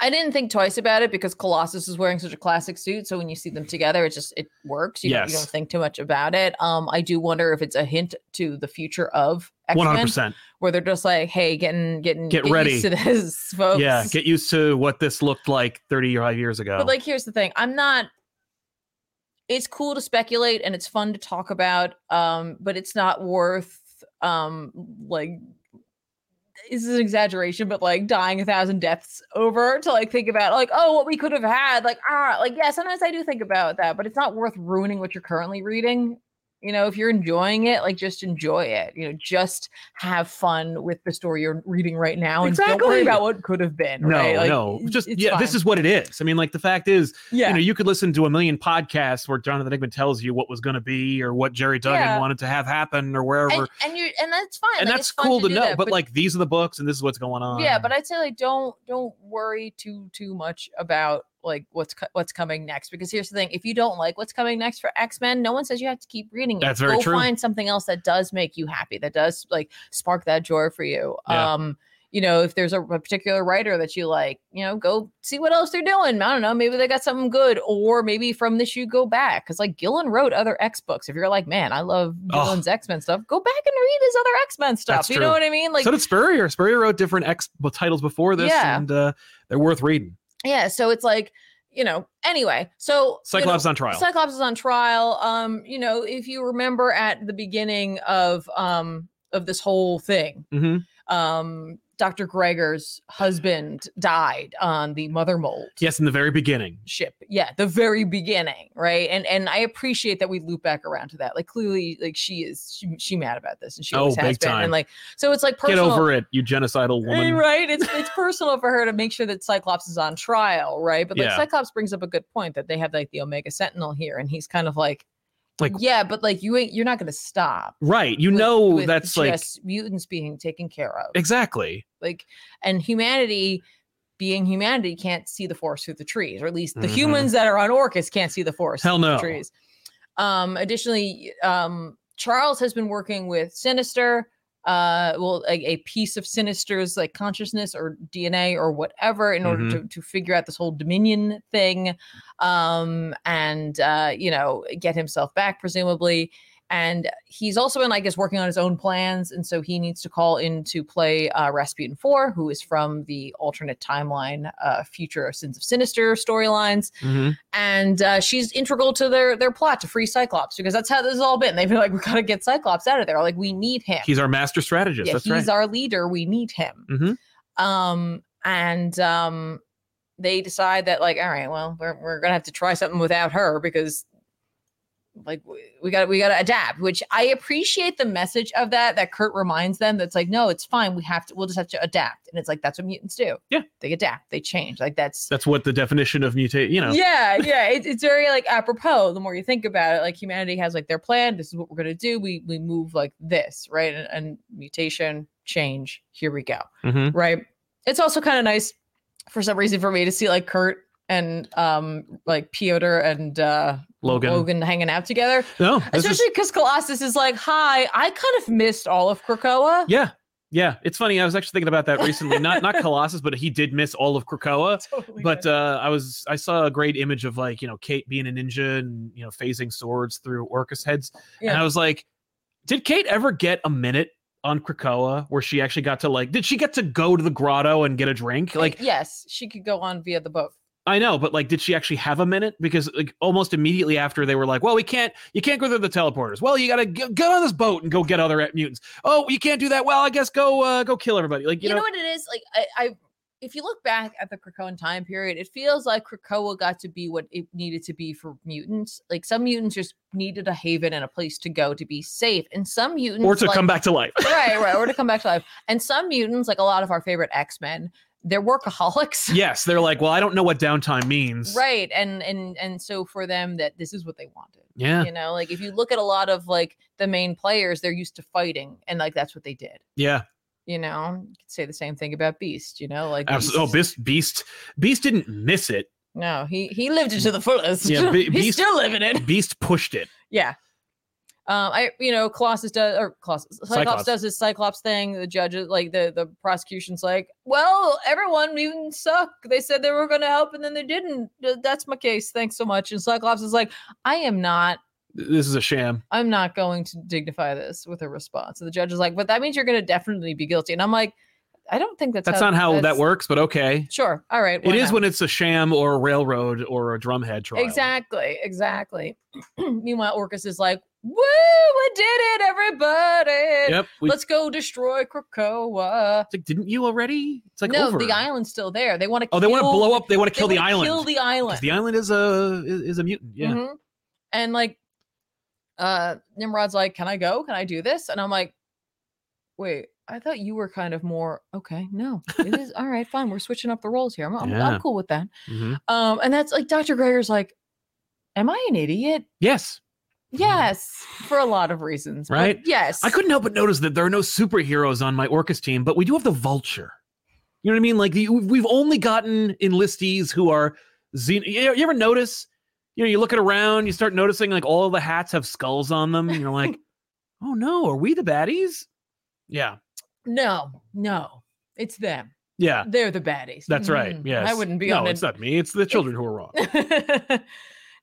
B: I didn't think twice about it because Colossus is wearing such a classic suit. So when you see them together, it just it works. You, don't, you
A: Yes.
B: don't think too much about it. Um, I do wonder if it's a hint to the future of X
A: One hundred
B: Men,
A: percent.
B: where they're just like, "Hey, getting getting
A: Get
B: used
A: ready.
B: to this, folks."
A: Yeah. Get used to what this looked like thirty or five years ago.
B: but like, here's the thing: I'm not. It's cool to speculate and it's fun to talk about, um, but it's not worth um like this is an exaggeration, but like dying a thousand deaths over to like think about like, oh, what we could have had. Like, ah, like, yeah, sometimes I do think about that, but it's not worth ruining what you're currently reading. You know, if you're enjoying it, like just enjoy it. You know, just have fun with the story you're reading right now and don't
A: Exactly.
B: worry about what could have been.
A: no,
B: right? Like,
A: no.
B: it-
A: Just
B: it's
A: yeah, this
B: fine.
A: is what it is. I mean, like the fact is,
B: yeah.
A: you know, you could listen to a million podcasts where Jonathan Hickman tells you what was going to be or what Jerry Duggan
B: Yeah.
A: wanted to have happen or wherever,
B: and,
A: and,
B: and you and that's fine. like,
A: that's
B: it's fun
A: cool to,
B: do
A: know.
B: that,
A: but, like, these are the books, and this is what's going on.
B: yeah but i'd say like don't don't worry too too much about like what's co- what's coming next because here's the thing if you don't like what's coming next for x-men no one says you have to keep reading it
A: That's very
B: Go
A: true.
B: find something else that does make you happy that does like spark that joy for you
A: Yeah.
B: um you know if there's a, a particular writer that you like you know go see what else they're doing i don't know maybe they got something good or maybe from this you go back because like gillen wrote other x books if you're like man i love
A: Oh.
B: gillen's x-men stuff go back and read his other x-men stuff
A: That's
B: you
A: true.
B: know what i mean like
A: so did Spurrier. Spurrier wrote different X titles before this,
B: Yeah.
A: and uh, they're worth reading.
B: yeah so it's like you know anyway so you know,
A: Cyclops on trial.
B: cyclops is on trial um you know if you remember at the beginning of um of this whole thing
A: hmm
B: um Dr. Gregor's husband died on the mother mold
A: Yes, in the very beginning.
B: ship. Yeah, the very beginning, right? And and I appreciate that we loop back around to that. Like clearly, like she is she, she mad about this, and she
A: Oh,
B: always
A: big
B: has been.
A: time.
B: And like so, it's like personal.
A: Get over it, you genocidal woman.
B: Right, it's it's personal for her to make sure that Cyclops is on trial, right? But like
A: Yeah.
B: Cyclops brings up a good point that they have like the Omega Sentinel here, and he's kind of like,
A: Like-
B: yeah, but like you ain't, you're not gonna stop.
A: Right. You
B: with-
A: know
B: with
A: Oh, that's like
B: just mutants being taken care of,
A: exactly.
B: like, and humanity being humanity can't see the forest through the trees, or at least the
A: Mhm.
B: humans that are on Orcus can't see the forest
A: Hell
B: through
A: no.
B: the trees. Um, additionally, um, Charles has been working with Sinister, uh, well, a, a piece of Sinister's like consciousness or DNA or whatever in order
A: Mm-hmm.
B: to, to figure out this whole Dominion thing, um, and uh, you know, get himself back presumably. And he's also been, I guess, working on his own plans, and so he needs to call in to play uh, Rasputin Four, who is from the alternate timeline, uh, future of Sins of Sinister storylines
A: Mhm.
B: and uh, she's integral to their their plot to free Cyclops because that's how this has all been. They've been like, we gotta get Cyclops out of there. Like, we need him.
A: He's our master strategist.
B: yeah,
A: that's
B: he's
A: right.
B: our leader. We need him.
A: Mhm.
B: Um, and um, they decide that like, all right, well, we're we're gonna have to try something without her because like we- we got to we got to adapt which i appreciate the message of that that kurt reminds them that's like no it's fine we have to we'll just have to adapt and it's like that's what mutants do
A: Yeah.
B: they adapt they change like that's
A: That's what the definition of mutate, you know.
B: yeah yeah it, it's very like apropos the more you think about it like humanity has like their plan this is what we're going to do we we move like this right and, and mutation change here we go
A: Mhm.
B: right it's also kind of nice for some reason for me to see like kurt and um like piotr and uh
A: Logan.
B: logan hanging out together
A: No. this is-
B: especially because colossus is like hi i kind of missed all of krakoa
A: yeah. Yeah. It's funny. I was actually thinking about that recently. not not Colossus, but he did miss all of Krakoa.
B: Totally
A: But uh, I was I saw a great image of like, you know, Kate being a ninja and you know, phasing swords through Orcus heads. And
B: Yeah.
A: I was like, did Kate ever get a minute on Krakoa where she actually got to like did she get to go to the grotto and get a drink? Like
B: yes she could go on via the boat
A: I know, but like, did she actually have a minute? Because like almost immediately after they were like, "Well, we can't, you can't go through the teleporters. Well, you gotta g- get on this boat and go get other at- mutants. Oh, you can't do that. Well, I guess go, uh, go kill everybody. Like, you, know,
B: what it is like I, I if you look back at the Krakoan time period, it feels like Krakoa got to be what it needed to be for mutants. Like some mutants just needed a haven and a place to go to be safe, and some mutants
A: or to
B: like,
A: come back to life.
B: right, right, or to come back to life. And some mutants, like a lot of our favorite X Men, they're workaholics.
A: yes, they're like, well, I don't know what downtime means.
B: Right, and and and so for them, that this is what they wanted.
A: Yeah,
B: You know, like if you look at a lot of like the main players, they're used to fighting, and like that's what they did.
A: yeah.
B: You know, you could say the same thing about Beast. You know, like
A: Absolutely. Oh,
B: Beast-
A: Beast, Beast, Beast didn't miss it.
B: No, he he lived it to the fullest.
A: Yeah, Be-
B: he's
A: Beast-
B: still living it.
A: Beast pushed it.
B: Yeah. Um, I you know Colossus does or Colossus Cyclops,
A: Cyclops.
B: does his Cyclops thing. The judges like the the prosecution's like, well, everyone mutants suck. They said they were going to help and then they didn't. Th- That's my case. Thanks so much. And Cyclops is like, I am not.
A: This is a sham.
B: I'm not going to dignify this with a response. And the judge is like, but that means you're going to definitely be guilty. And I'm like, I don't think that's
A: That's not how that
B: that's-
A: works, but okay.
B: Sure. All right.
A: It
B: why
A: is
B: not?
A: when it's a sham or a railroad or a drumhead trial.
B: Exactly, exactly. Meanwhile, Orcus is like, "Woo, we did it, everybody!
A: Yep. We,
B: Let's go destroy Krakoa."
A: it's like, didn't you already? It's like
B: no,
A: over.
B: the island's still there. They want to.
A: Oh, they want to blow up. They want to kill the island.
B: Kill the
A: 'Cause
B: island.
A: the island is a is, is a mutant. Yeah.
B: Mhm. And like, uh, Nimrod's like, "Can I go? Can I do this?" And I'm like, "Wait." I thought you were kind of more okay. No, it is all right. Fine, we're switching up the roles here. I'm, I'm,
A: Yeah.
B: I'm cool with that.
A: Mhm.
B: Um, and that's like Dr. Greger's like, "Am I an idiot?"
A: Yes, Mhm.
B: Yes, for a lot of reasons. but
A: Right?
B: yes.
A: I couldn't help but notice that there are no superheroes on my Orcus team, but we do have the Vulture. You know what I mean? Like the, we've only gotten enlistees who are Xen- You you ever notice? You know, you look it around, you start noticing like all the hats have skulls on them, and you're like, "Oh no, are we the baddies?" Yeah,
B: No, no. It's them.
A: yeah,
B: They're the baddies.
A: Uh, that's right.
B: Mhm.
A: Yes,
B: I wouldn't be
A: No,
B: on
A: it's not me. It's the children who are wrong.
B: it.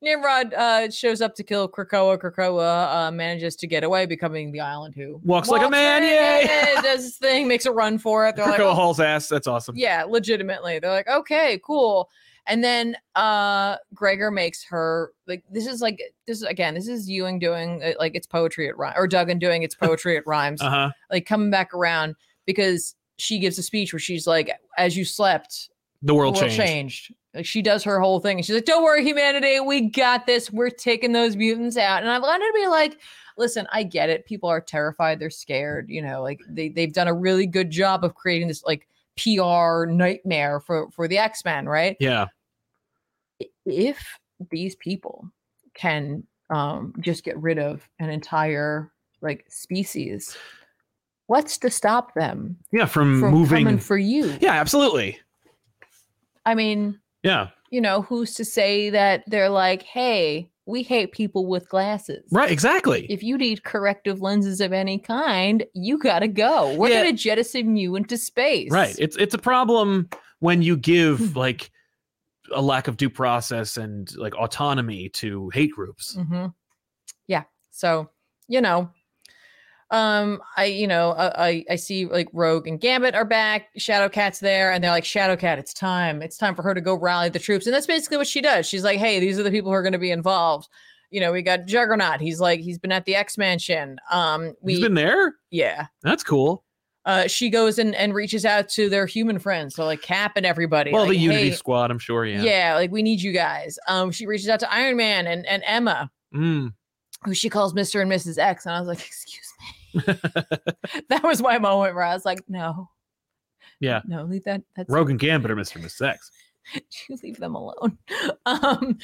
B: Nimrod uh, shows up to kill Krakoa. Krakoa uh, manages to get away, becoming the island who
A: Walks like a man,
B: like
A: yay!
B: a man, does his thing, makes a run for it. They're like,
A: Krakoa
B: "Oh,
A: hauls ass. That's awesome.
B: yeah, legitimately. They're like, okay, cool. And then uh Gregor makes her like this is like this is again this is Ewing doing uh, like it's poetry at rhyme or Duggan doing it's poetry at rhymes.
A: Uh huh.
B: like coming back around because she gives a speech where she's like, "As you slept,
A: The world,
B: the world
A: changed.
B: changed. Like she does her whole thing, and she's like, "Don't worry, humanity, we got this. We're taking those mutants out." And I wanted to be like, "Listen, I get it. People are terrified. They're scared. You know, like they they've done a really good job of creating this like PR nightmare for for the X Men, right?
A: Yeah.
B: If these people can um just get rid of an entire like species, what's to stop them
A: Yeah. From,
B: from
A: moving.
B: coming for you?
A: yeah, absolutely.
B: I mean."
A: Yeah.
B: you know, who's to say that they're like, hey, we hate people with glasses.
A: Right. Exactly.
B: If you need corrective lenses of any kind, you gotta go. We're
A: Yeah.
B: gonna jettison you Hmm. into space.
A: Right. It's it's a problem when you give like a lack of due process and like autonomy to hate groups.
B: hmm Yeah. So, you know, um, I, you know, I, I, I see like Rogue and Gambit are back. Shadowcat's there, and they're like, Shadowcat, it's time. It's time for her to go rally the troops. And that's basically what she does. She's like, hey, these are the people who are going to be involved. You know, we got Juggernaut. He's like, he's been at the X Mansion. Um, we,
A: He's been there.
B: yeah.
A: That's cool.
B: Uh, she goes and, and reaches out to their human friends, so like Cap and everybody.
A: Well,
B: like,
A: the Unity
B: "Hey,
A: Squad, I'm sure.
B: yeah.
A: Yeah.
B: like we need you guys. Um, she reaches out to Iron Man and, and Emma,
A: Mm.
B: who she calls Mister and Mrs X, and I was like, excuse me. that was my moment where I was like, no,
A: Yeah.
B: no, leave that. That's
A: Rogue and Gambit are Mr. Mrs.
B: you leave them alone. Um,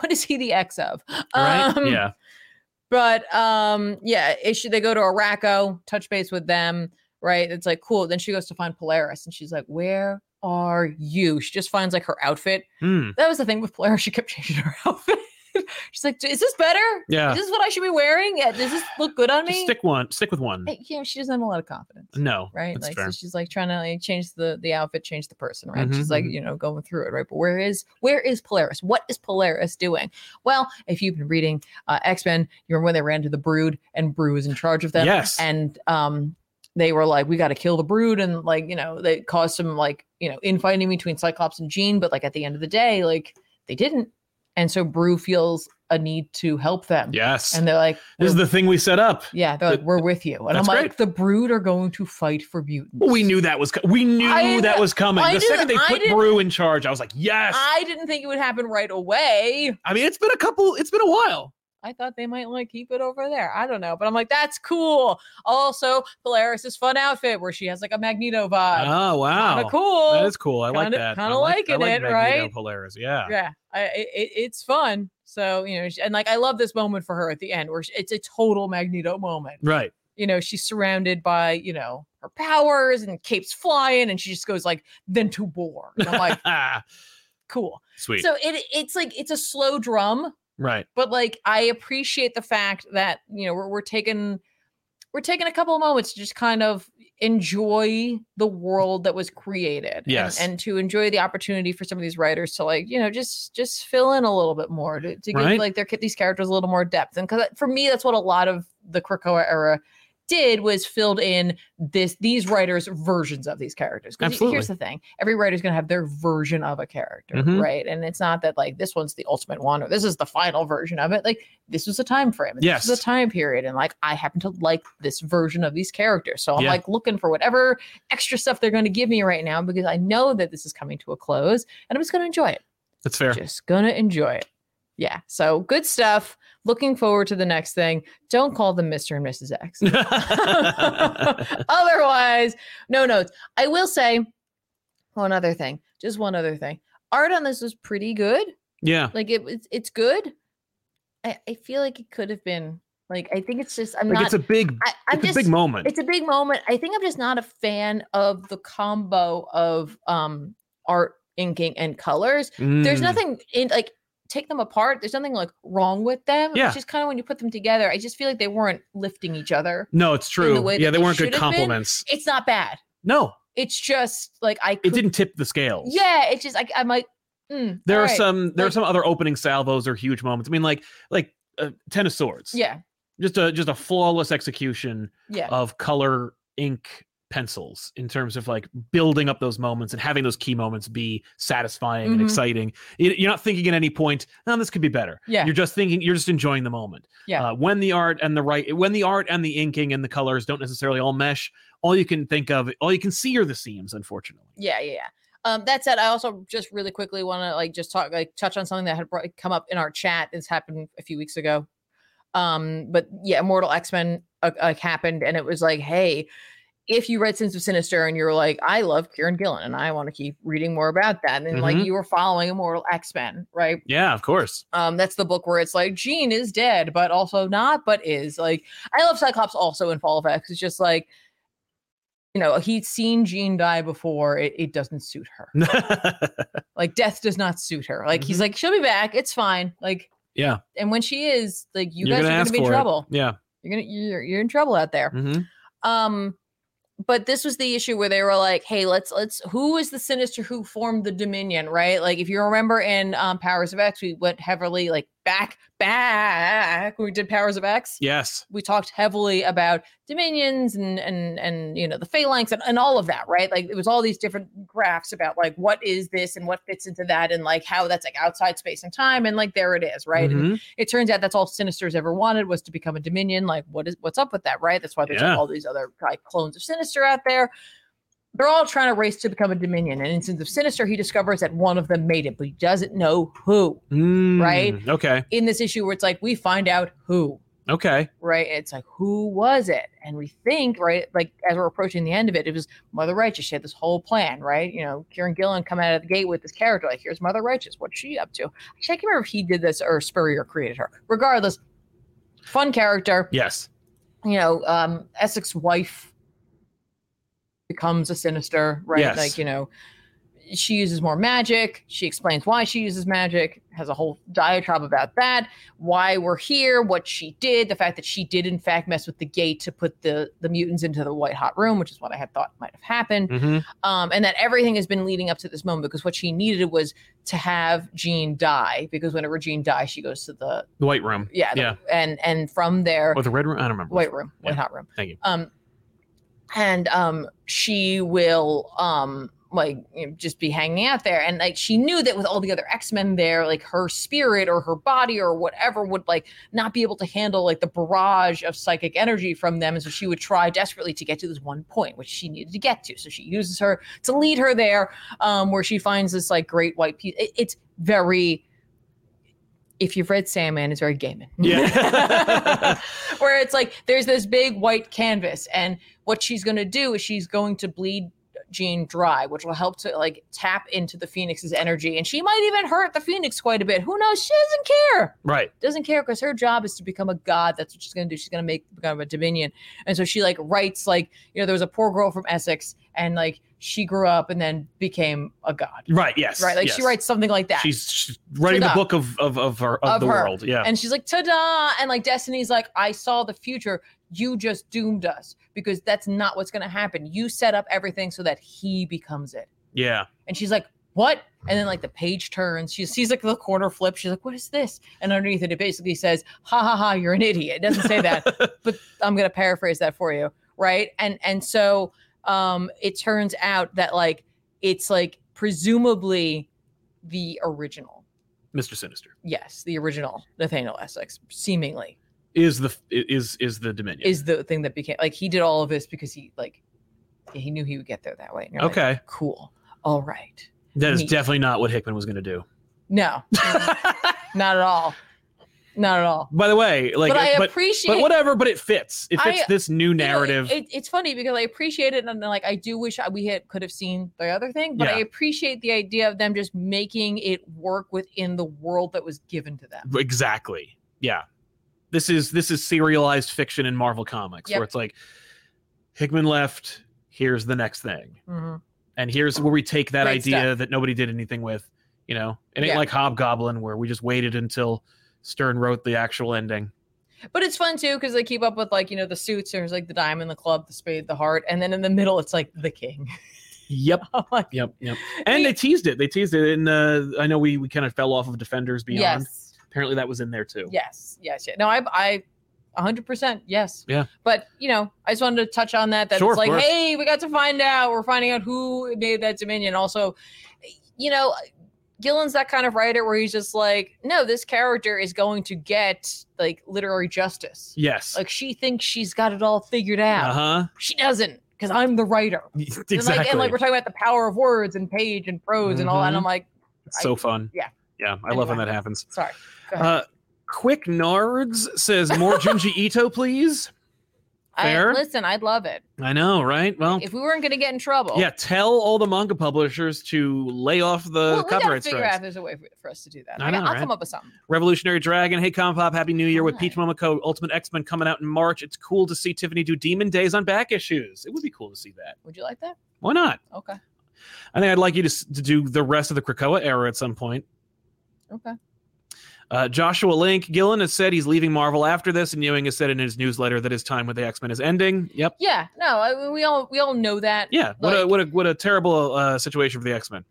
B: what is he the X of?
A: Right.
B: Um,
A: yeah.
B: But um, yeah, issue they go to Araco, touch base with them, right? It's like cool. Then she goes to find Polaris, and she's like, "Where are you?" She just finds like her outfit.
A: Mm.
B: That was the thing with Polaris; she kept changing her outfit. she's like, "Is this better?
A: Yeah.
B: Is this what I should be wearing? Yeah, does this look good on
A: Just
B: me?"
A: stick one. Stick with one.
B: Like, Eh, you know, she doesn't have a lot of confidence.
A: No. Mm,
B: Right,
A: That's
B: like so
A: fair.
B: she's like trying to like change the the outfit, change the person, right?
A: Mhm,
B: She's like
A: mhm.
B: you know going through it, right? But where is where is Polaris? What is Polaris doing? Well, if you've been reading uh, X Men, you remember when they ran to the Brood and Brew was in charge of them,
A: Yes.
B: and um they were like we got to kill the Brood, and like you know they caused some like you know infighting between Cyclops and Jean, but like at the end of the day, like they didn't, and so Brew feels a need to help them,
A: yes.
B: and they're like
A: this is
B: "We're-
A: the thing we set up.
B: yeah, they're like, we're with you. And I'm
A: That's
B: like,
A: great.
B: the brood are going to fight for mutants.
A: Well, we knew that was co- we knew
B: I-
A: that was coming.
B: I
A: the
B: knew
A: second
B: that- I
A: they put
B: didn't-
A: Brew in charge, I was like, yes. I,
B: I didn't think it would happen right away.
A: mean, it's been a couple. It's been a while.
B: I thought they might like keep it over there. I don't know. But I'm like, that's cool. Also, Polaris's fun outfit where she has like a Magneto vibe.
A: oh wow.
B: Uh, Kinda cool.
A: That is cool. I like
B: Kinda-
A: that.
B: kinda
A: I like, I
B: liking
A: like
B: it, right?
A: Magneto Polaris. Yeah.
B: yeah, I, it, it- it's fun. So, you know, she- and like, I love this moment for her at the end where she, it's a total Magneto moment.
A: Right.
B: you know she's surrounded by you know her powers and capes flying and she just goes like then to war and i'm like cool
A: Sweet.
B: so it it's like it's a slow drum
A: right.
B: but like i appreciate the fact that you know we're, we're taking we're taking a couple of moments to just kind of enjoy the world that was created and-
A: Yes.
B: and, to enjoy the opportunity for some of these writers to like you know just just fill in a little bit more to, to give
A: Right.
B: like their ca- these characters a little more depth and because for me that's what a lot of the Krakoa era did was filled in this these writers versions of these characters 'Cause he- here's
A: Absolutely.
B: the thing every writer's going to have their version of a character
A: Mhm.
B: right and it's not that like this one's the ultimate one or this is the final version of it like this was a time frame. and This was
A: Yes.
B: a time period. And like I happen to like this version of these characters. So I'm
A: Yeah.
B: like looking for whatever extra stuff they're going to give me right now because I know that this is coming to a close and I'm just going to enjoy it.
A: That's fair.
B: Just going to enjoy it. Yeah. So good stuff. Looking forward to the next thing. Don't call them Mr. and Mrs. X. Otherwise, no notes. I will say one other thing. Just one other thing. Art on this was pretty good
A: yeah.
B: like it was it's good i, I feel like it could have been like i think it's just i'm
A: Like
B: not
A: it's a big
B: I, i'm
A: it's
B: just
A: a big moment.
B: it's a big moment i think i'm just not a fan of the combo of um art inking and colors there's
A: Mm.
B: nothing in like take them apart there's nothing like wrong with them
A: Yeah.
B: it's just kind of when you put them together i just feel like they weren't lifting each other
A: No, it's true.
B: way
A: yeah,
B: that
A: they
B: it
A: weren't
B: should
A: good
B: have been.
A: compliments.
B: it's not bad
A: No,
B: it's just like i
A: it
B: could,
A: didn't tip the scales.
B: yeah it's just like i'm like mm,
A: There
B: all
A: are
B: right.
A: some there are
B: Like-
A: some other opening salvos or huge moments. I mean, like like uh, Ten of Swords.
B: yeah
A: Just a just a flawless execution
B: yeah
A: of color, ink, pencils in terms of like building up those moments and having those key moments be satisfying and
B: Mhm.
A: exciting. You- You're not thinking at any point, "Oh, this could be better."
B: Yeah.
A: You're just thinking, you're just enjoying the moment.
B: Yeah.
A: Uh, when the art and the right, when the art and the inking and the colors don't necessarily all mesh, all you can think of, all you can see are the seams. Unfortunately.
B: Yeah, yeah, yeah. Um, that said, I also just really quickly want to like just talk like touch on something that had brought, come up in our chat. This happened a few weeks ago. Um, but yeah, Immortal X Men uh, like happened, and it was like, hey, if you read Sins of Sinister and you're like, I love Kieran Gillen, and I want to keep reading more about that, and like
A: Mhm.
B: you were following Immortal X Men, right?
A: Yeah, of course.
B: Um, that's the book where it's like Jean is dead, but also not, but is like I love Cyclops also in Fall of X. It's just like, you know, he's seen Jean die before. It, it doesn't suit her. Like death does not suit her. Like he's
A: Mhm.
B: like she'll be back. It's fine. Like
A: yeah,
B: and when she is, like you
A: You're
B: guys
A: gonna
B: are
A: ask
B: gonna be in
A: for it.
B: trouble.
A: yeah.
B: You're gonna you're you're in trouble out there.
A: hmm
B: Um, but this was the issue where they were like, "Hey, let's let's who is the sinister who formed the Dominion?" Right? Like if you remember in um, Powers of X, we went heavily like back back when we did Powers of X.
A: Yes.
B: We talked heavily about dominions and and and you know the phalanx and, and all of that, right? Like it was all these different graphs about like what is this and what fits into that and like how that's like outside space and time and like there it is, right? And
A: Mhm.
B: it turns out that's all Sinister's ever wanted was to become a Dominion. Like, what is what's up with that, right? That's why there's like,
A: Yeah.
B: all these other like clones of Sinister out there. They're all trying to race to become a Dominion. And in Sins of Sinister, he discovers that one of them made it, but he doesn't know who. Right?
A: Mm, Okay.
B: In this issue, where it's like we find out who,
A: Okay.
B: right? It's like who was it, and we think, right? Like as we're approaching the end of it, it was Mother Righteous. She had this whole plan, right? You know, Kieran Gillen come out of the gate with this character, like here's Mother Righteous. What's she up to? Actually, I can't remember if he did this or Spurrier created her. Regardless, fun character.
A: Yes.
B: You know, um, Essex wife becomes a sinister, right?
A: Yes.
B: Like you know. She uses more magic. She explains why she uses magic, has a whole diatribe about that why we're here, what she did, the fact that she did in fact mess with the gate to put the the mutants into the white hot room, which is what I had thought might have happened,
A: hmm
B: um, and that everything has been leading up to this moment because what she needed was to have Jean die because whenever Jean dies, she goes to the
A: The white room
B: yeah, the-
A: Yeah.
B: and and from there
A: or the red room. I don't remember.
B: white room, white
A: Yeah.
B: hot room.
A: Thank you.
B: Um, and um, she will um like you know, just be hanging out there, and like she knew that with all the other X Men there, like her spirit or her body or whatever would like not be able to handle like the barrage of psychic energy from them, and so she would try desperately to get to this one point which she needed to get to. So she uses her to lead her there, um, where she finds this like great white piece. It, it's very. If you've read Sandman, it's very Gaiman.
A: Yeah.
B: where it's like there's this big white canvas and what she's going to do is she's going to bleed Jean dry which will help to like tap into the phoenix's energy and she might even hurt the phoenix quite a bit who knows she doesn't care
A: Right.
B: doesn't care because her job is to become a god that's what she's going to do she's going to make become a dominion and so she like writes like you know there was a poor girl from essex and like she grew up and then became a god
A: Right. Yes.
B: right like she
A: yes.
B: writes something like that
A: She's, she's writing the
B: Ta-da.
A: book of of of, her, of,
B: Of
A: the
B: her.
A: world. Yeah.
B: And she's like, ta-da! And like Destiny's like, I saw the future. You just doomed us because that's not what's gonna happen. You set up everything so that he becomes it.
A: yeah.
B: And she's like, what? And then like the page turns. She sees like the corner flip. She's like, what is this? And underneath it, it basically says, ha ha ha, you're an idiot. It doesn't say that, but I'm gonna paraphrase that for you, right? And and so um it turns out that like it's like presumably the original.
A: Mr. Sinister
B: Yes, the original Nathaniel Essex, seemingly.
A: is the is is the Dominion.
B: is the thing that became like he did all of this because he like he knew he would get there that way. And you're like,
A: okay.
B: cool. All right.
A: That is
B: neat.
A: definitely not what Hickman was going to do.
B: No, not at all. Not at all.
A: By the way, like,
B: but I
A: but,
B: appreciate
A: but whatever. But it fits. It
B: I-
A: fits this new
B: you know,
A: narrative.
B: it, it's funny because I appreciate it, and like I do wish I, we had could have seen the other thing, but I
A: Yeah.
B: appreciate the idea of them just making it work within the world that was given to them.
A: exactly. Yeah. This is this is serialized fiction in Marvel Comics,
B: Yep.
A: where it's like Hickman left. Here's the next thing.
B: Mhm.
A: and here's where we take that
B: Great
A: idea that nobody did anything with you know it ain't
B: Yeah.
A: like hobgoblin where we just waited until stern wrote the actual ending
B: But it's fun too because they keep up with like you know the suits. There's like the diamond, the club, the spade, the heart, and then in the middle it's like the king.
A: yep
B: I'm like,
A: yep yep and they teased it they teased it in uh i know we we kind of fell off of defenders beyond
B: Yes.
A: apparently that was in there too
B: Yes, yes, yeah. No, I, I, 100% yes
A: Yeah.
B: but you know i just wanted to touch on that that
A: Sure,
B: it's
A: of
B: like
A: course.
B: hey we got to find out we're finding out who made that dominion also you know gillen's that kind of writer where he's just like no this character is going to get like literary justice
A: Yes.
B: like she thinks she's got it all figured out
A: Uh huh.
B: she doesn't because i'm the writer
A: Exactly.
B: and, like, and like we're talking about the power of words and page and prose and all and
A: Mhm.
B: i'm like
A: It's so fun.
B: yeah.
A: Yeah. I love when
B: Anyway.
A: that happens.
B: sorry Go ahead.
A: Uh, Quick Nards says more Junji Ito, please. fair.
B: I, listen i'd love it
A: I know, right? Well,
B: if we weren't going to get in trouble
A: yeah. Tell all the manga publishers to lay off the
B: well, we gotta
A: copyright
B: figure
A: strikes.
B: out if there's a way for, for us to do that.
A: I
B: I
A: know,
B: will
A: right?
B: come up with something.
A: Revolutionary Dragon. Hey, Compop. Happy New Year with
B: Hi.
A: Peach Momoko. Ultimate X Men coming out in March. It's cool to see Tiffany do Demon Days on back issues. It would be cool to see that.
B: Would you like that?
A: Why not?
B: Okay.
A: I think I'd like you to, s- to do the rest of the Krakoa era at some point.
B: Okay.
A: Uh, Joshua Link Gillen has said he's leaving Marvel after this, and Ewing has said in his newsletter that his time with the X Men is ending. Yep.
B: Yeah. No, I mean, we all we all know that.
A: Yeah. What a
B: Like-
A: what a what a terrible uh, situation for the X Men.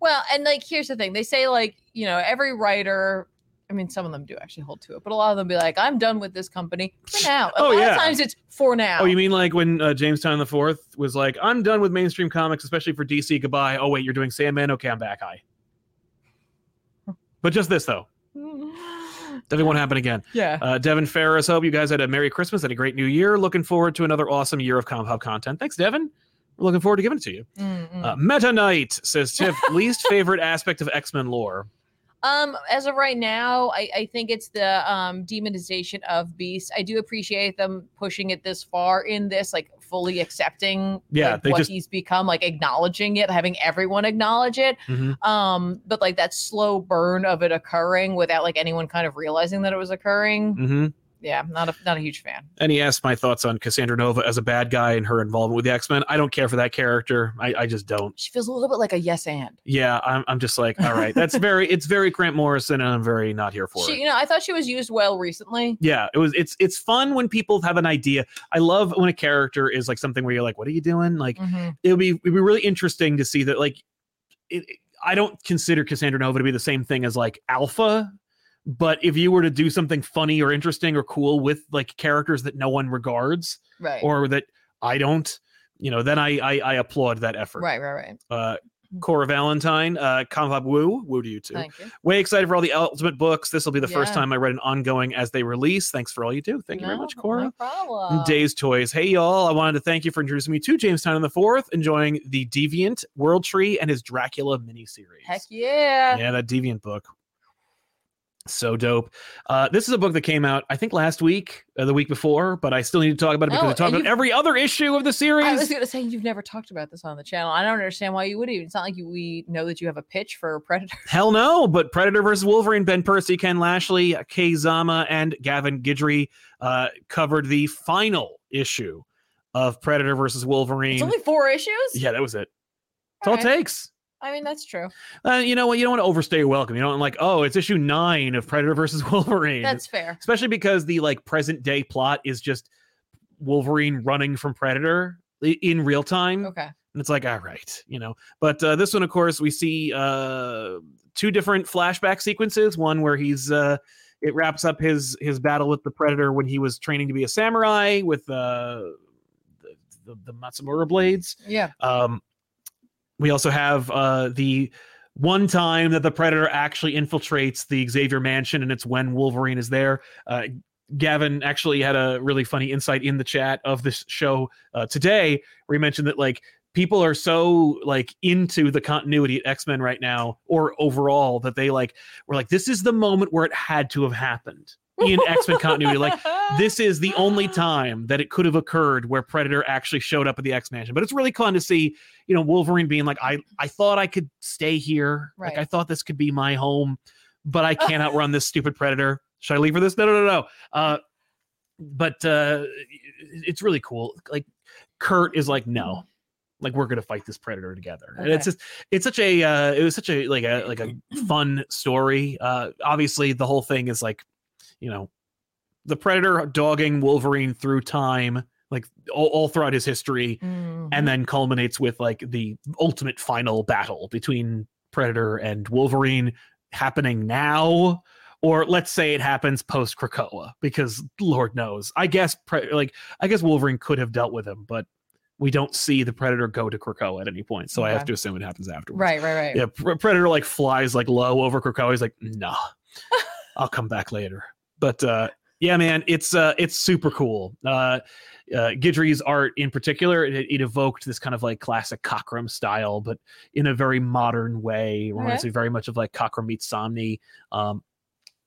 B: Well, and like here's the thing. They say like, you know, every writer I mean, some of them do actually hold to it, but a lot of them be like, "I'm done with this company for now." A
A: Oh,
B: lot
A: yeah.
B: of times it's for now.
A: Oh, you mean like when uh, Jamestown the Fourth was like, "I'm done with mainstream comics, especially for DC. Goodbye." Oh wait, you're doing Sandman. Okay, I'm back. Hi. But just this though, that won't happen again.
B: yeah.
A: Uh, Devin Ferris, hope you guys had a Merry Christmas and a great New Year. Looking forward to another awesome year of Comp Hub content. Thanks, Devin. We're looking forward to giving it to you.
B: Mm, mm.
A: Uh, Meta Knight says Tiff, least favorite aspect of X Men lore.
B: Um, as of right now, I, I think it's the um demonization of Beast. I do appreciate them pushing it this far in this, like fully accepting
A: Yeah,
B: like,
A: they
B: what
A: just-
B: he's become, like acknowledging it, having everyone acknowledge it.
A: Mhm.
B: Um, but like that slow burn of it occurring without like anyone kind of realizing that it was occurring.
A: Mm-hmm.
B: Yeah, I'm not a not a huge fan.
A: And he asked my thoughts on Cassandra Nova as a bad guy and her involvement with the X Men. I don't care for that character. I, I just don't.
B: She feels a little bit like a yes and.
A: Yeah, I'm, I'm just like, all right, that's very, it's very Grant Morrison, and I'm very not here for
B: She,
A: it.
B: you know, I thought she was used well recently.
A: Yeah, it was. It's it's fun when people have an idea. I love when a character is like something where you're like, what are you doing? Like,
B: Mhm.
A: it would be it'd be really interesting to see that like it, it- i don't consider cassandra nova to be the same thing as like alpha but if you were to do something funny or interesting or cool with like characters that no one regards
B: Right.
A: or that i don't you know then i i, I applaud that effort
B: right, Mm. right, right.
A: uh cora valentine uh Kanvab woo woo to you too
B: Thank you.
A: way excited for all the ultimate books this will be the first
B: Yeah.
A: time i read an ongoing as they release thanks for all you do thank you very
B: No,
A: much cora
B: No problem.
A: and Days Toys. Hey, y'all. I wanted to thank you for introducing me to Jamestown on the 4th, enjoying the Deviant World Tree and his Dracula miniseries.
B: Heck yeah.
A: Yeah, that Deviant book. So dope. Uh, this is a book that came out, I think, last week, uh, the week before, but I still need to talk about it because
B: Oh,
A: I talked
B: and
A: about
B: you've-
A: every other issue of the series.
B: I was going to say you've never talked about this on the channel. I don't understand why you would even. It's not like you, we know that you have a pitch for Predator.
A: Hell no, but Predator versus Wolverine, Ben Percy, Ken Lashley, Kay Zama, and Gavin Guidry uh, covered the final issue of Predator versus Wolverine.
B: It's only four issues.
A: yeah, that was it. That's all,
B: All
A: it
B: right.
A: takes.
B: I mean that's true.
A: Uh, you know what? You don't want to overstay your welcome. You don't like, oh, it's issue nine of Predator versus Wolverine.
B: That's fair.
A: Especially because the like present day plot is just Wolverine running from Predator i- in real time.
B: Okay.
A: And it's like, all right, you know. But uh, this one, of course, we see uh, two different flashback sequences. One where he's uh, it wraps up his his battle with the Predator when he was training to be a samurai with uh, the, the the Matsumura blades.
B: Yeah.
A: Um, we also have uh, the one time that the Predator actually infiltrates the Xavier Mansion, and it's when Wolverine is there. Uh, Gavin actually had a really funny insight in the chat of this show uh, today, where he mentioned that like people are so like into the continuity at X Men right now, or overall, that they like were like this is the moment where it had to have happened in X Men continuity. Like this is the only time that it could have occurred where Predator actually showed up at the X Mansion. But it's really fun to see, you know, Wolverine being like, I, I thought I could stay here. Like,
B: Right.
A: I thought this could be my home, but I can't outrun this stupid Predator. Should I leave for this? No, no, no, no. Uh, but uh, it's really cool. Like, Kurt is like, no. Like we're gonna fight this predator together, and it's
B: Okay.
A: just it's such a uh, it was such a like a like a fun story. Uh, obviously, the whole thing is like, you know, the predator dogging wolverine through time like all, all throughout his history
B: Mm.
A: and then culminates with like the ultimate final battle between predator and wolverine happening now or let's say it happens post Krakoa, because Lord knows. I guess pre- like I guess Wolverine could have dealt with him, but we don't see the Predator go to Krakoa at any point, so I have
B: Okay.
A: to assume it happens afterwards.
B: Right, right, right.
A: Yeah, Pre- Predator like flies like low over Krakoa. He's like, nah, I'll come back later. But uh, yeah, man, it's uh, it's super cool. Uh, uh, Guidry's art in particular, it, it evoked this kind of like classic Cockrum style, but in a very modern way. It Reminds me very much of like Cockrum meets Somni. Um,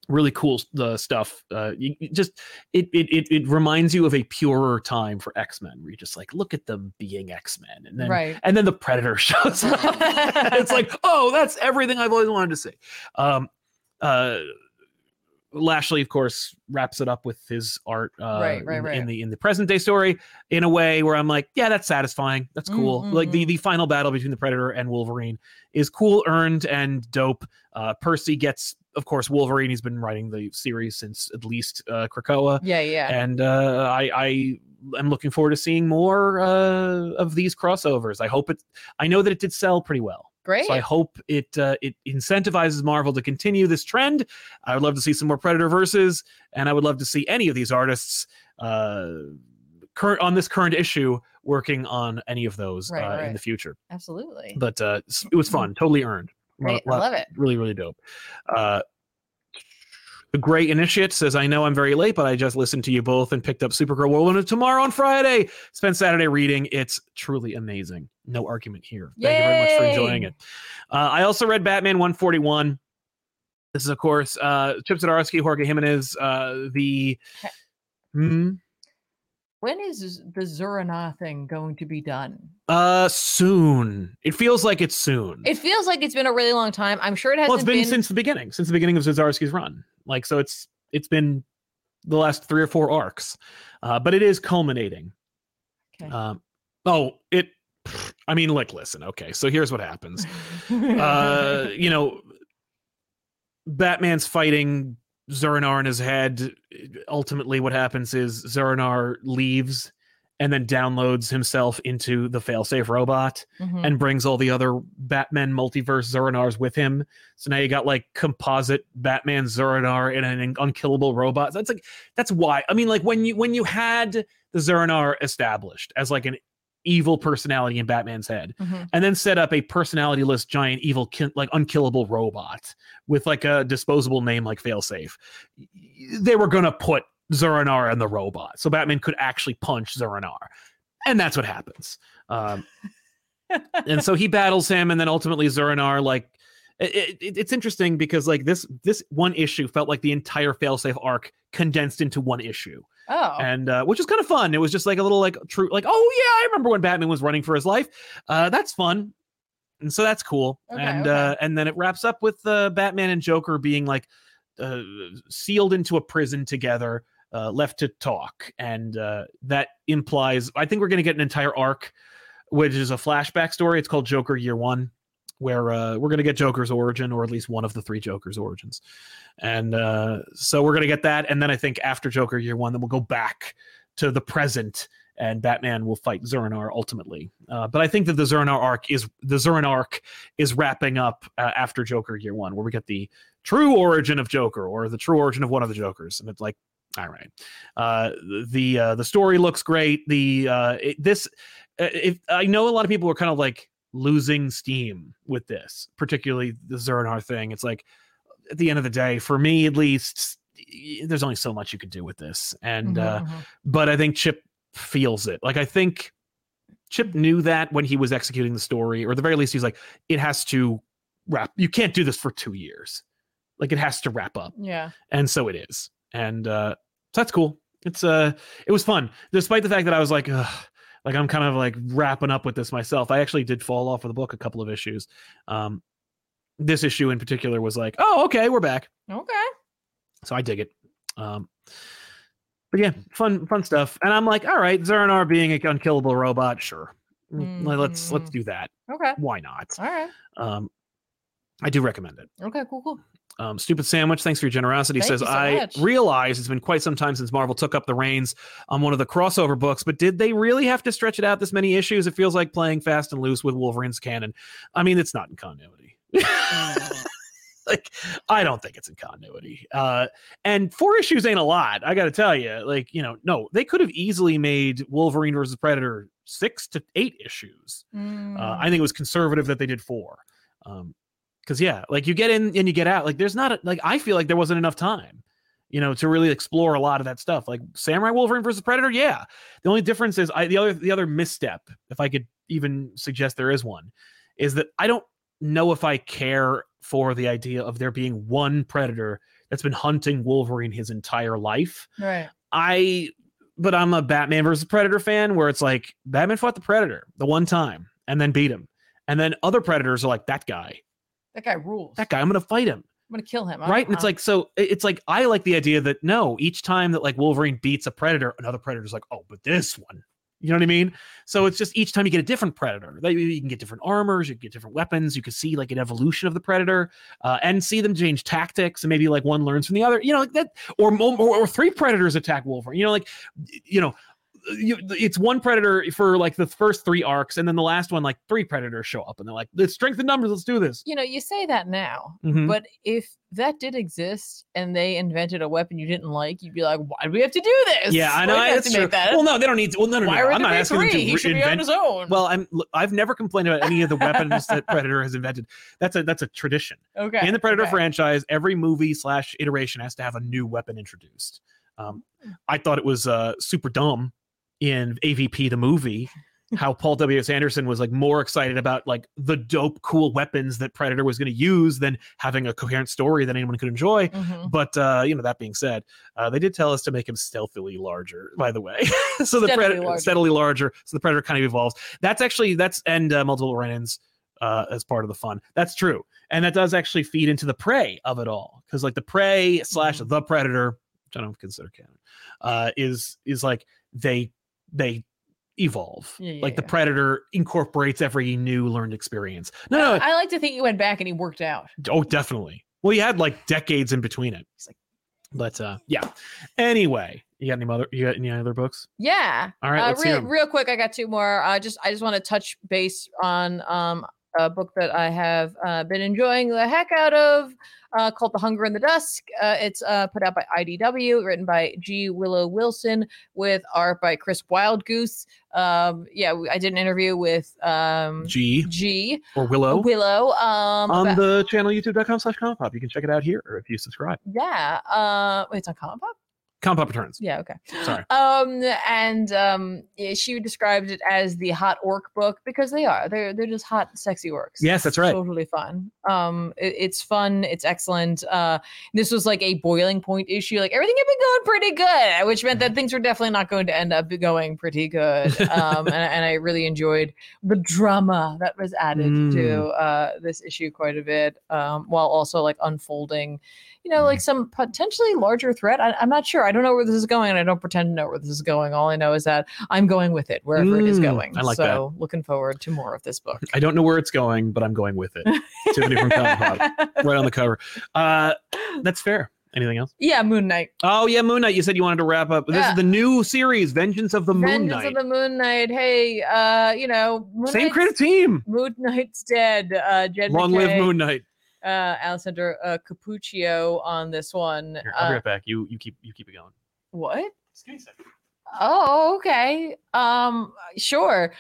A: really cool uh, stuff. Uh, you, you just it, it it it reminds you of a purer time for X Men, where you're just like, look at them being X Men, and then
B: right.
A: and then the predator shows up And it's like oh that's everything i've always wanted to see um uh lashley of course wraps it up with his art uh
B: Right, right,
A: in,
B: right.
A: in the in the present day story in a way where i'm like yeah that's satisfying that's
B: Mm,
A: cool
B: mm,
A: like the the final battle between the predator and wolverine is cool earned and dope uh percy gets of course wolverine he's been writing the series since at least uh krakoa
B: Yeah, yeah.
A: and uh, I, I am looking forward to seeing more uh, of these crossovers. I hope it. I know that it did sell pretty well,
B: Great.
A: so I hope it uh, it incentivizes Marvel to continue this trend. I would love to see some more Predator verses, and I would love to see any of these artists uh, current on this current issue working on any of those
B: Right,
A: uh, in
B: right.
A: the future.
B: Absolutely.
A: But uh, s- it was fun, totally earned. Lo-
B: Great. I
A: lo-
B: love it.
A: really really dope uh the great initiate says i know i'm very late but i just listened to you both and picked up supergirl World Woman tomorrow on friday spent saturday reading it's truly amazing no argument here thank you very much for
B: Yay!
A: enjoying it uh, i also read batman 141 this is of course uh chip zdarsky jorge jimenez uh the
B: Okay.
A: Hmm?
B: When is the Zurana thing going to be done?
A: uh soon it feels like it's soon
B: It feels like it's been a really long time. I'm sure it hasn't
A: well, it's been, since the beginning, since the beginning of Zdarsky's run. Like, so it's it's been the last three or four arcs, uh, but it is culminating.
B: Okay.
A: Um, oh, it. I mean, like, listen. Okay, so here's what happens. Uh, you know, Batman's fighting Zurinar in his head. Ultimately, what happens is Zurinar leaves and then downloads himself into the failsafe robot
B: Mhm.
A: and brings all the other Batman multiverse Zurinars with him. So now you got like composite Batman Zurinar and an unkillable robot. That's like that's why. I mean, like when you when you had the Zurinar established as like an evil personality in Batman's head,
B: Mhm.
A: and then set up a personality-less giant evil ki- like unkillable robot with like a disposable name like Failsafe, they were gonna put Zurinar in the robot so Batman could actually punch Zurinar, and that's what happens. Um, and so he battles him, and then ultimately Zurinar like it, it, it's interesting because like this this one issue felt like the entire Failsafe arc condensed into one issue
B: Oh,
A: and uh, which is kind of fun. It was just like a little like true, like oh yeah, I remember when Batman was running for his life. Uh, that's fun, and so that's cool.
B: Okay,
A: and
B: okay.
A: Uh, and then it wraps up with uh, Batman and Joker being like uh, sealed into a prison together, uh, left to talk, and uh, that implies I think we're going to get an entire arc, which is a flashback story. It's called Joker Year One. Where uh, we're gonna get Joker's origin, or at least one of the three Joker's origins, and uh, so we're gonna get that. And then I think after Joker Year One, then we'll go back to the present, and Batman will fight Zurinar ultimately. Uh, but I think that the Zurinar arc is the Zurinar arc is wrapping up uh, after Joker Year One, where we get the true origin of Joker or the true origin of one of the Jokers, and it's like. All right, uh, the uh, the story looks great. The uh, it, this, uh, if I know a lot of people are kind of like losing steam with this, particularly the Zurinar thing. It's like at the end of the day, for me at least, y- there's only so much you could do with this, and
B: Mhm,
A: uh,
B: mhm.
A: but I think Chip feels it. Like I think Chip knew that when he was executing the story, or at the very least, he's like, it has to wrap. You can't do this for two years. Like it has to wrap up,
B: yeah,
A: and so it is. And uh, so that's cool. It's uh, it was fun, despite the fact that I was like, Ugh, like I'm kind of like wrapping up with this myself. I actually did fall off of the book a couple of issues. Um, this issue in particular was like, oh, okay, we're back.
B: okay,
A: So I dig it. Um, but yeah, fun fun stuff. And I'm like, all right, Zernar being an unkillable robot, sure. Mm, like, Let's let's
B: Mhm.
A: do that.
B: okay,
A: Why not?
B: all right,
A: Um, I do recommend it.
B: okay, cool, cool.
A: Um, Stupid Sandwich, thanks for your generosity.
B: Thank
A: says
B: you so
A: I
B: much."
A: realize it's been quite some time since Marvel took up the reins on one of the crossover books, but did they really have to stretch it out this many issues? It feels Uh, like playing fast and loose with Wolverine's canon. I mean, it's not in continuity. like I don't think it's in continuity. Uh, and four issues ain't a lot. I got to tell you, like you know, no, they could have easily made Wolverine versus Predator six to eight issues.
B: Mm,
A: Uh, I think it was conservative that they did four. Um, cause yeah, like you get in and you get out. Like there's not, a, like, I feel like there wasn't enough time, you know, to really explore a lot of that stuff. Like Samurai Wolverine versus Predator. Yeah. The only difference is I, the other, the other misstep, if I could even suggest there is one, is that I don't know if I care for the idea of there being one Predator that's been hunting Wolverine his entire life.
B: right.
A: I but I'm a Batman versus Predator fan where it's like Batman fought the Predator the one time and then beat him. And then other predators are like that guy.
B: That guy rules.
A: That guy, I'm going to fight him.
B: I'm gonna kill him. I
A: Right?
B: don't
A: And it's
B: know.
A: like so it- it's like I like the idea that no, each time that like Wolverine beats a predator, another predator's like, "Oh, but this one." You know what I mean? So it's just each time you get a different predator. That you can get different armors, you can get different weapons, you can see like an evolution of the predator, uh, and see them change tactics, and maybe like one learns from the other. You know, like that, or mo- or, or three predators attack Wolverine. You know, like you know, you, it's one predator for like the first three arcs, and then the last one, like three predators show up, and they're like, "Let's strength in numbers, let's do this."
B: you know, you say that now,
A: Mhm.
B: but if that did exist and they invented a weapon you didn't like, you'd be like, why do we have to do this?
A: Yeah, I
B: Why
A: know.
B: do we have
A: That's
B: to
A: true.
B: make that?
A: Well, no, they don't need. To, well, no, no, no.
B: why were
A: I'm
B: there
A: not
B: be
A: asking
B: three?
A: them
B: he
A: to
B: should be on
A: reinvent.
B: his own.
A: Well, I'm. look, I've never complained about any of the weapons that Predator has invented. That's a that's a tradition
B: okay.
A: in the Predator
B: okay.
A: franchise. Every movie slash iteration has to have a new weapon introduced. Um, I thought it was uh, super dumb in AVP the movie. How Paul W. S. Anderson was like more excited about like the dope, cool weapons that Predator was going to use than having a coherent story that anyone could enjoy.
B: Mhm.
A: But uh, you know, that being said, uh, they did tell us to make him stealthily larger. By the way, so the
B: Steadily
A: predator
B: larger.
A: steadily larger, so the predator kind of evolves. That's actually that's and uh, multiple run-ins uh, as part of the fun. That's true, and that does actually feed into the prey of it all because like the prey slash
B: Mhm.
A: the predator, which I don't consider canon, uh, is is like they they evolve.
B: Yeah, yeah,
A: like the
B: yeah.
A: predator incorporates every new learned experience. No, no,
B: I like to think he went back and he worked out.
A: Oh, definitely. Well, he had like decades in between it.
B: It's like-
A: But uh, yeah. Anyway, you got any other you got any other books?
B: Yeah.
A: All right,
B: uh,
A: let's um,
B: real,
A: hear 'em.
B: real quick, I got two more. I just I just want to touch base on um a book that I have uh, been enjoying the heck out of uh, called The Hunger in the Dusk. Uh, it's uh, put out by IDW, written by G. Willow Wilson, with art by Chris Wildgoose. Um, yeah, we- I did an interview with um, G.
A: G or Willow
B: Willow. Um,
A: on
B: about-
A: the channel youtube.com slash comic pop. You can check it out here or if you subscribe.
B: yeah. Uh, wait, it's on Comic Pop?
A: Comic pop returns.
B: Yeah, okay.
A: Sorry.
B: Um, and um, yeah, she described it as the hot orc book because they are. They're they're just hot, sexy orcs.
A: Yes, that's right.
B: Totally fun. Um, it- it's fun. It's excellent. Uh, this was like a boiling point issue. Like everything had been going pretty good, which meant that things were definitely not going to end up going pretty good. Um, and, and I really enjoyed the drama that was added to
A: Mm.
B: uh this issue quite a bit. Um, while also like unfolding you know,
A: Mm.
B: like some potentially larger threat. I, I'm not sure. I don't know where this is going, and I don't pretend to know where this is going. All I know is that I'm going with it wherever it is
A: Mm,
B: going.
A: I like that.
B: so, looking forward to more of this book.
A: I don't know where it's going, but I'm going with it. Tiffany from Comic Pop. Right on the cover. Uh that's fair. Anything else?
B: yeah, Moon Knight.
A: Oh yeah, Moon Knight. You said you wanted to wrap up. This
B: Yeah.
A: is the new series, Vengeance of the Moon
B: Vengeance
A: Knight.
B: of the Moon Knight. Hey, uh, you know, Moon
A: Same
B: Knight's-
A: creative team.
B: Moon Knight's dead. Uh, Jed
A: Long live
B: McKay,
A: Moon Knight.
B: Uh, Alessandro uh, Capuccio on this one.
A: Here, I'll be
B: Uh,
A: right back. You you keep you keep it going.
B: what?
A: Skinny section.
B: Oh, okay. Um, sure.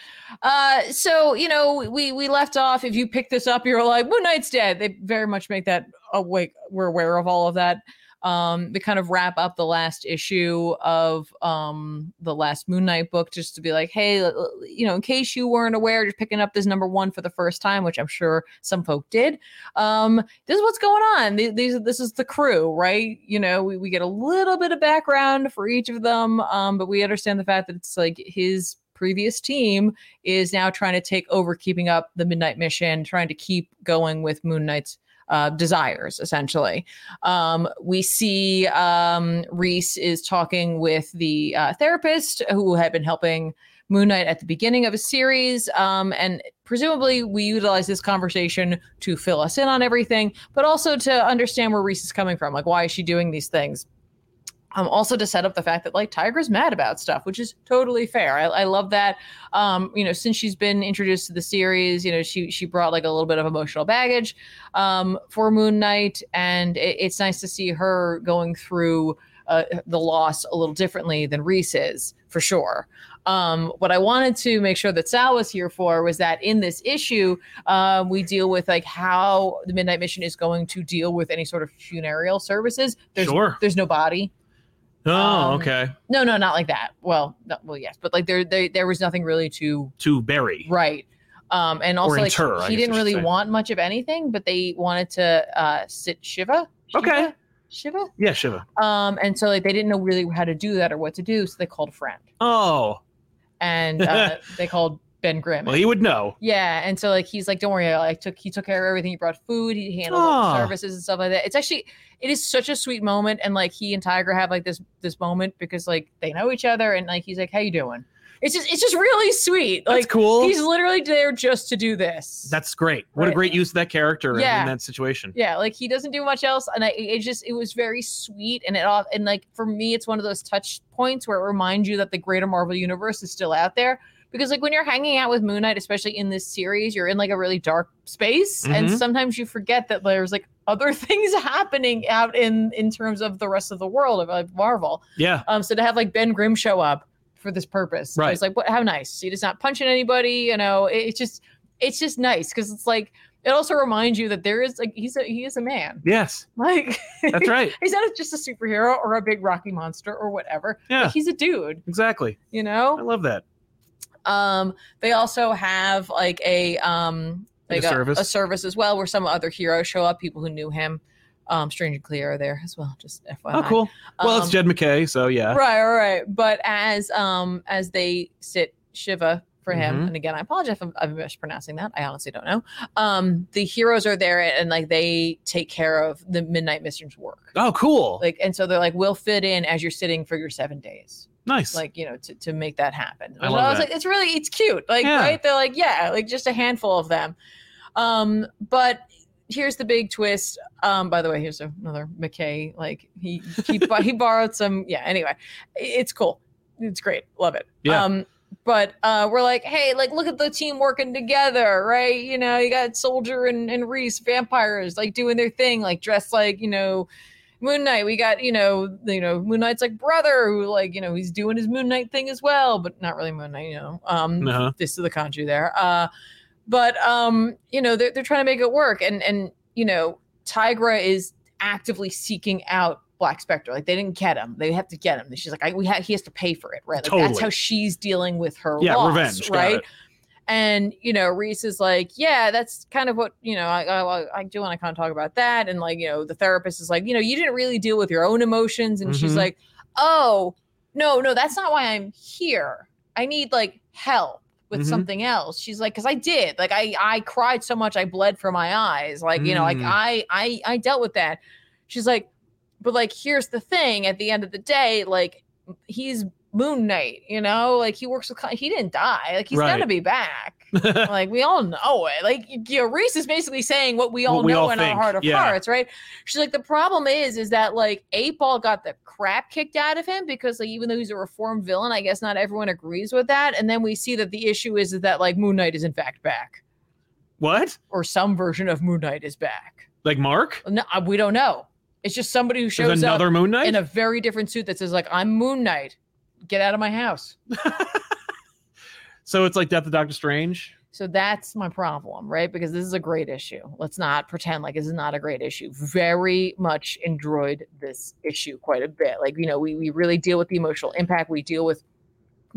B: Uh, so you know, we we left off. If you pick this up, you're like Moon Knight's dead. They very much make that awake. We're aware of all of that. Um, they kind of wrap up the last issue of um the last Moon Knight book just to be like, hey, l- l- you know, in case you weren't aware, just picking up this number one for the first time, which I'm sure some folk did. Um, this is what's going on. Th- These, this is the crew, right? You know, we, we get a little bit of background for each of them, um, but we understand the fact that it's like his previous team is now trying to take over, keeping up the Midnight Mission, trying to keep going with Moon Knight's. Uh, desires essentially. Um, we see um, Reese is talking with the uh, therapist who had been helping Moon Knight at the beginning of a series, um, and presumably we utilize this conversation to fill us in on everything, but also to understand where Reese is coming from. Like, why is she doing these things? um, also to set up the fact that like Tiger's mad about stuff, which is totally fair. I, I love that. Um, you know, since she's been introduced to the series, you know, she she brought like a little bit of emotional baggage um, for Moon Knight, and it, it's nice to see her going through uh, the loss a little differently than Reese is for sure. Um, what I wanted to make sure that Sal was here for was that in this issue, um, we deal with like how the Midnight Mission is going to deal with any sort of funereal services. There's,
A: Sure.
B: There's no body.
A: Oh,
B: Um,
A: okay.
B: No, no, not like that. Well, no, well, yes, but like there, there, there was nothing really to
A: To bury.
B: write. Um, and also, like,
A: inter, I
B: he
A: guess I
B: didn't
A: should
B: really
A: say.
B: want much of anything, but they wanted to uh, sit Shiva.
A: Okay.
B: Shiva.
A: Yeah, Shiva.
B: Shiva? Um, and so like they didn't know really how to do that or what to do, so they called a friend
A: Oh,
B: and uh, they called Ben Grimm.
A: well, he would know.
B: Yeah, and so like he's like, don't worry, I like, took he took care of everything. He brought food, he handled all
A: Aw.
B: the services and stuff like that. It's actually it is such a sweet moment, and like he and Tiger have like this this moment because like they know each other, and like he's like, how you doing? It's just it's just really sweet.
A: That's
B: Like
A: cool.
B: he's literally there just to do this.
A: That's great. What a
B: Right.
A: great use of that character in-
B: Yeah.
A: in that situation.
B: yeah, like he doesn't do much else, and I it just it was very sweet, and it all and like for me, it's one of those touch points where it reminds you that the greater Marvel universe is still out there. Because like when you're hanging out with Moon Knight, especially in this series, you're in like a really dark space, and
A: Mhm.
B: sometimes you forget that there's like other things happening out in in terms of the rest of the world of like Marvel.
A: Yeah.
B: Um, so to have like Ben Grimm show up for this purpose,
A: Right.
B: It's like what? How nice. He just not punching anybody. You know, it, it's just it's just nice because it's like it also reminds you that there is like he's a he is a man.
A: Yes.
B: Like
A: That's right.
B: he's not just a superhero or a big Rocky monster or whatever.
A: Yeah.
B: Like, he's a dude.
A: Exactly.
B: You
A: I
B: know.
A: love that.
B: Um, they also have like a um
A: Like
B: like
A: a service?
B: a service as well where some other heroes show up, people who knew him. Um, Strange and Clea are there as well. Just FYI.
A: Oh, cool. Well, it's
B: Um,
A: Jed McKay, so yeah.
B: right all right but as um as they sit shiva for him
A: Mhm.
B: and again i apologize if I'm, I'm mispronouncing that i honestly don't know um the heroes are there and like they take care of the midnight mission's work
A: Oh, cool.
B: like and so they're like we'll fit in as you're sitting for your seven days
A: nice.
B: like you know to, to make that happen
A: I
B: And
A: love
B: was
A: that.
B: like it's really it's cute like
A: Yeah.
B: right they're like yeah like just a handful of them um but here's the big twist um by the way here's another mckay like he he, bo- he borrowed some yeah anyway I- it's cool it's great love it
A: Yeah.
B: um but uh, we're like, hey, like look at the team working together, right? You know, you got Soldier and, and Reese, vampires, like doing their thing, like dressed like you know, Moon Knight. We got you know, you know, Moon Knight's like brother, who like you know, he's doing his Moon Knight thing as well, but not really Moon Knight, you know. Um,
A: Uh-huh.
B: this is the Kanju there. Uh, but um, you know, they're they're trying to make it work, and and you know, Tigra is actively seeking out. Black Spectre, like they didn't get him. They have to get him. She's like, I, we ha- he has to pay for it, right? Like that's
A: Totally.
B: how she's dealing with her
A: yeah,
B: loss,
A: revenge. got
B: right?
A: it.
B: And you know, Reese is like, yeah, that's kind of what you know. I I, I- I do want to kind of talk about that, and like you know, the therapist is like, you know, you didn't really deal with your own emotions, and she's
A: Mhm.
B: like, oh, no, no, that's not why I'm here. I need like help with
A: Mhm.
B: something else. She's like, because I did, like I I cried so much, I bled from my eyes, like you know, like
A: Mm.
B: I I I dealt with that. She's like, but like here's the thing: at the end of the day, like he's Moon Knight, you know, like he works with. con- He didn't die. Like he's
A: Right.
B: gonna be back. like we all know it. Like you know, Reese is basically saying what we all
A: What we
B: know
A: all
B: in
A: think,
B: our heart of
A: yeah.
B: hearts, right? She's like, the problem is, is that like Eight Ball got the crap kicked out of him because like even though he's a reformed villain, I guess not everyone agrees with that. And then we see that the issue is that like Moon Knight is in fact back,
A: What?
B: or some version of Moon Knight is back.
A: Like Mark?
B: No, uh, we don't know. It's just somebody who
A: There's
B: shows up
A: another Moon Knight?
B: in a very different suit that says like I'm Moon Knight. Get out of my house.
A: so it's like Death of Doctor Strange?
B: So that's my problem, right? Because this is a great issue. Let's not pretend like this is not a great issue. Very much enjoyed this issue quite a bit. Like, you know, we, we really deal with the emotional impact. We deal with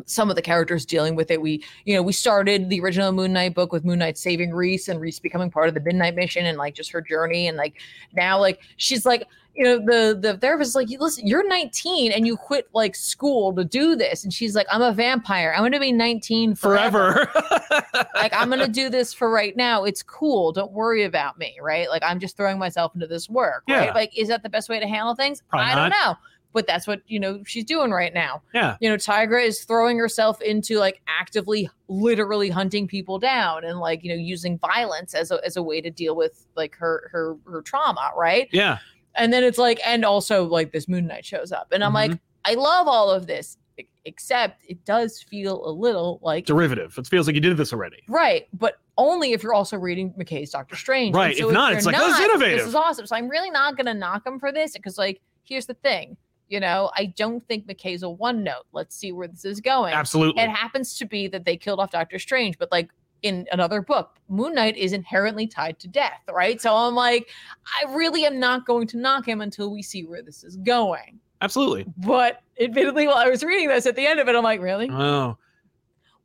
B: some of the characters dealing with it. We, you know, we started the original Moon Knight book with Moon Knight saving Reese and Reese becoming part of the Midnight Mission and like just her journey. And like now, like she's like, you know, the the therapist is like, "You- listen, you're 19 and you quit like school to do this. And she's like, I'm a vampire. I'm gonna be 19 forever
A: Forever.
B: like i'm gonna do this for right now it's cool don't worry about me right like i'm just throwing myself into this work
A: Yeah.
B: right like is that the best way to handle things
A: Probably
B: i don't know but that's what you know she's doing right now
A: yeah.
B: you know tigra is throwing herself into like actively literally hunting people down and like you know using violence as a, as a way to deal with like her her her trauma right
A: Yeah.
B: and then it's like, and also like this Moon Knight shows up, and I'm
A: Mm-hmm.
B: like, I love all of this, e- except it does feel a little like
A: derivative. It feels like you did this already.
B: right, but only if you're also reading McKay's Doctor Strange. And
A: Right, if not,
B: you're
A: it's like, "Oh, this is innovative."
B: This is awesome. So I'm really not gonna knock him for this because, like, here's the thing. You know, I don't think McKay's a one note. Let's see where this is going.
A: Absolutely.
B: It happens to be that they killed off Doctor Strange, but like in another book, Moon Knight is inherently tied to death, right? So I'm like, I really am not going to knock him until we see where this is going.
A: Absolutely.
B: But admittedly, while I was reading this at the end of it, I'm like, really?
A: Oh,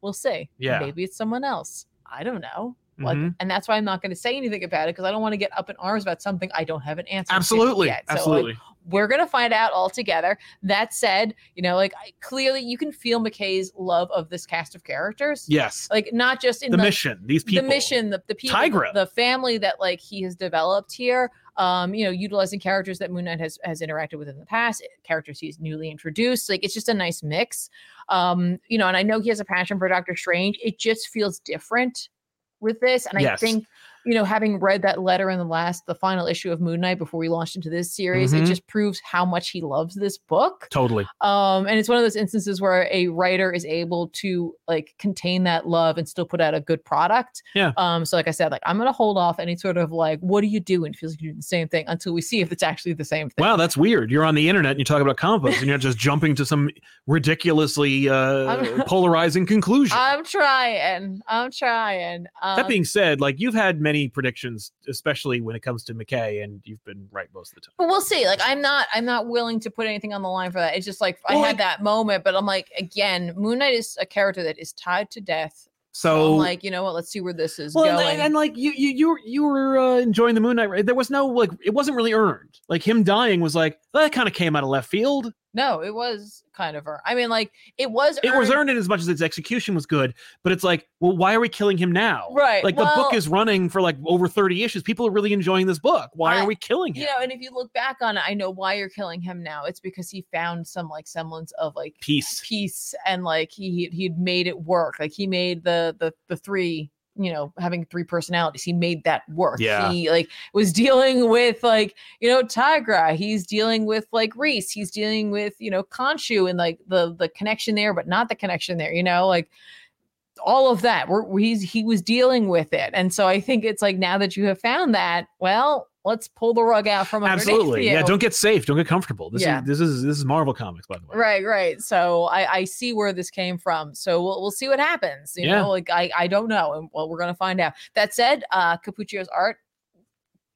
B: We'll see.
A: Yeah.
B: Maybe it's someone else. I don't know. Like,
A: mhm.
B: and that's why I'm not going to say anything about it because I don't want to get up in arms about something I don't have an answer. to
A: absolutely.
B: yet. So, like,
A: absolutely.
B: we're going to find out all together. That said, you know, like I, clearly you can feel McKay's love of this cast of characters.
A: yes.
B: Like not just in
A: The mission. These people.
B: the mission, the, the people,
A: Tigra.
B: the family that like he has developed here. Um, you know, utilizing characters that Moon Knight has has interacted with in the past, characters he's newly introduced. Like it's just a nice mix. Um, you know, and I know he has a passion for Doctor Strange. It just feels different with this, and I
A: Yes.
B: think you know, having read that letter in the last, the final issue of Moon Knight before we launched into this series,
A: Mhm.
B: it just proves how much he loves this book
A: Totally.
B: um and it's one of those instances where a writer is able to like contain that love and still put out a good product
A: Yeah.
B: um so like i said like i'm gonna hold off any sort of like what do you do and feels like you're doing the same thing until we see if it's actually the same thing
A: Wow, that's weird. You're on the internet and you talk about comic books and you're just jumping to some ridiculously uh,
B: I'm-
A: polarizing conclusion.
B: i'm trying i'm trying um,
A: that being said, like you've had many predictions, especially when it comes to McKay, and you've been right most of the time.
B: but we'll see like i'm not i'm not willing to put anything on the line for that it's just like
A: Well,
B: i had
A: I-
B: that moment but i'm like again moon knight is a character that is tied to death so
A: So,
B: i'm like you know what let's see where this is
A: Oh. well, and-
B: going
A: and, like you, you, you were, you were uh, enjoying the Moon Knight. right? There was no like, it wasn't really earned. Like him dying was like that kind of came out of left field.
B: no it was kind of earned. i mean like it was
A: It was earned in as much as its execution was good, but it's like, well, why are we killing him now?
B: right
A: Like the
B: well,
A: book is running for like over thirty issues. People are really enjoying this book. Why
B: I-
A: are we killing him?
B: you know and if you look back on it i know why you're killing him now it's because he found some like semblance of like
A: Peace.
B: peace and like he he'd made it work like he made the the the three you know having three personalities he made that work
A: Yeah.
B: he like was dealing with like you know tigra he's dealing with like reese he's dealing with you know Khonshu and like the the connection there but not the connection there you know like all of that we're, he's he was dealing with it and so i think it's like now that you have found that well let's pull the rug out from underneath
A: Absolutely. Yeah.
B: you.
A: Don't get safe. Don't get comfortable. This
B: Yeah.
A: is this is this is Marvel comics, by the way.
B: Right, right. So I, I see where this came from. So we'll, we'll see what happens. You
A: Yeah.
B: know, like I, I don't know. And well, we're going to find out. That said, uh, Capuccio's art,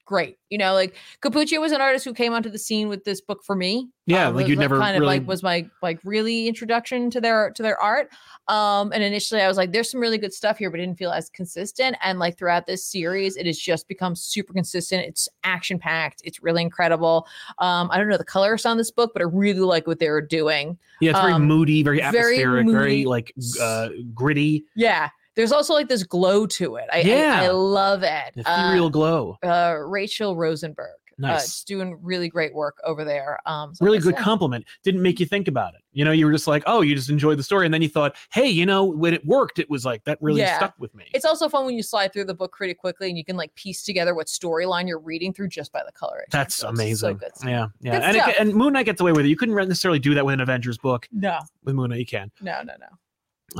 B: great. You know, like Capuccio was an artist who came onto the scene with this book for me.
A: Yeah,
B: um,
A: like
B: was
A: you'd
B: like-
A: never
B: kind
A: really-
B: of like was my like really introduction to their to their art. Um, and initially I was like, there's some really good stuff here, but it didn't feel as consistent. And like throughout this series, it has just become super consistent. It's action packed. It's really incredible. Um, I don't know the colorist on this book, but I really like what they were doing.
A: Yeah, it's very
B: Um,
A: moody, very
B: very
A: atmospheric, very,
B: moody.
A: like uh, gritty,
B: Yeah. There's also like this glow to it. I I-
A: Yeah.
B: I, love it.
A: ethereal glow.
B: Uh, uh, Rachel Rosenberg. Uh,
A: Nice.
B: it's doing really great work over there. Um, so
A: Really
B: like I
A: good
B: said-
A: compliment. Didn't make you think about it. You know, you were just like, oh, you just enjoyed the story, and then you thought, hey, you know, when it worked, it was like that really
B: Yeah.
A: stuck with me.
B: It's also fun when you slide through the book pretty quickly and you can like piece together what storyline you're reading through just by the color.
A: That's amazing.
B: good stuff.
A: yeah, yeah,
B: Good
A: and it,
B: stuff.
A: and Moon Knight gets away with it. You couldn't re- necessarily do that with an Avengers book.
B: No,
A: With Moon Knight, you can.
B: no, no, no.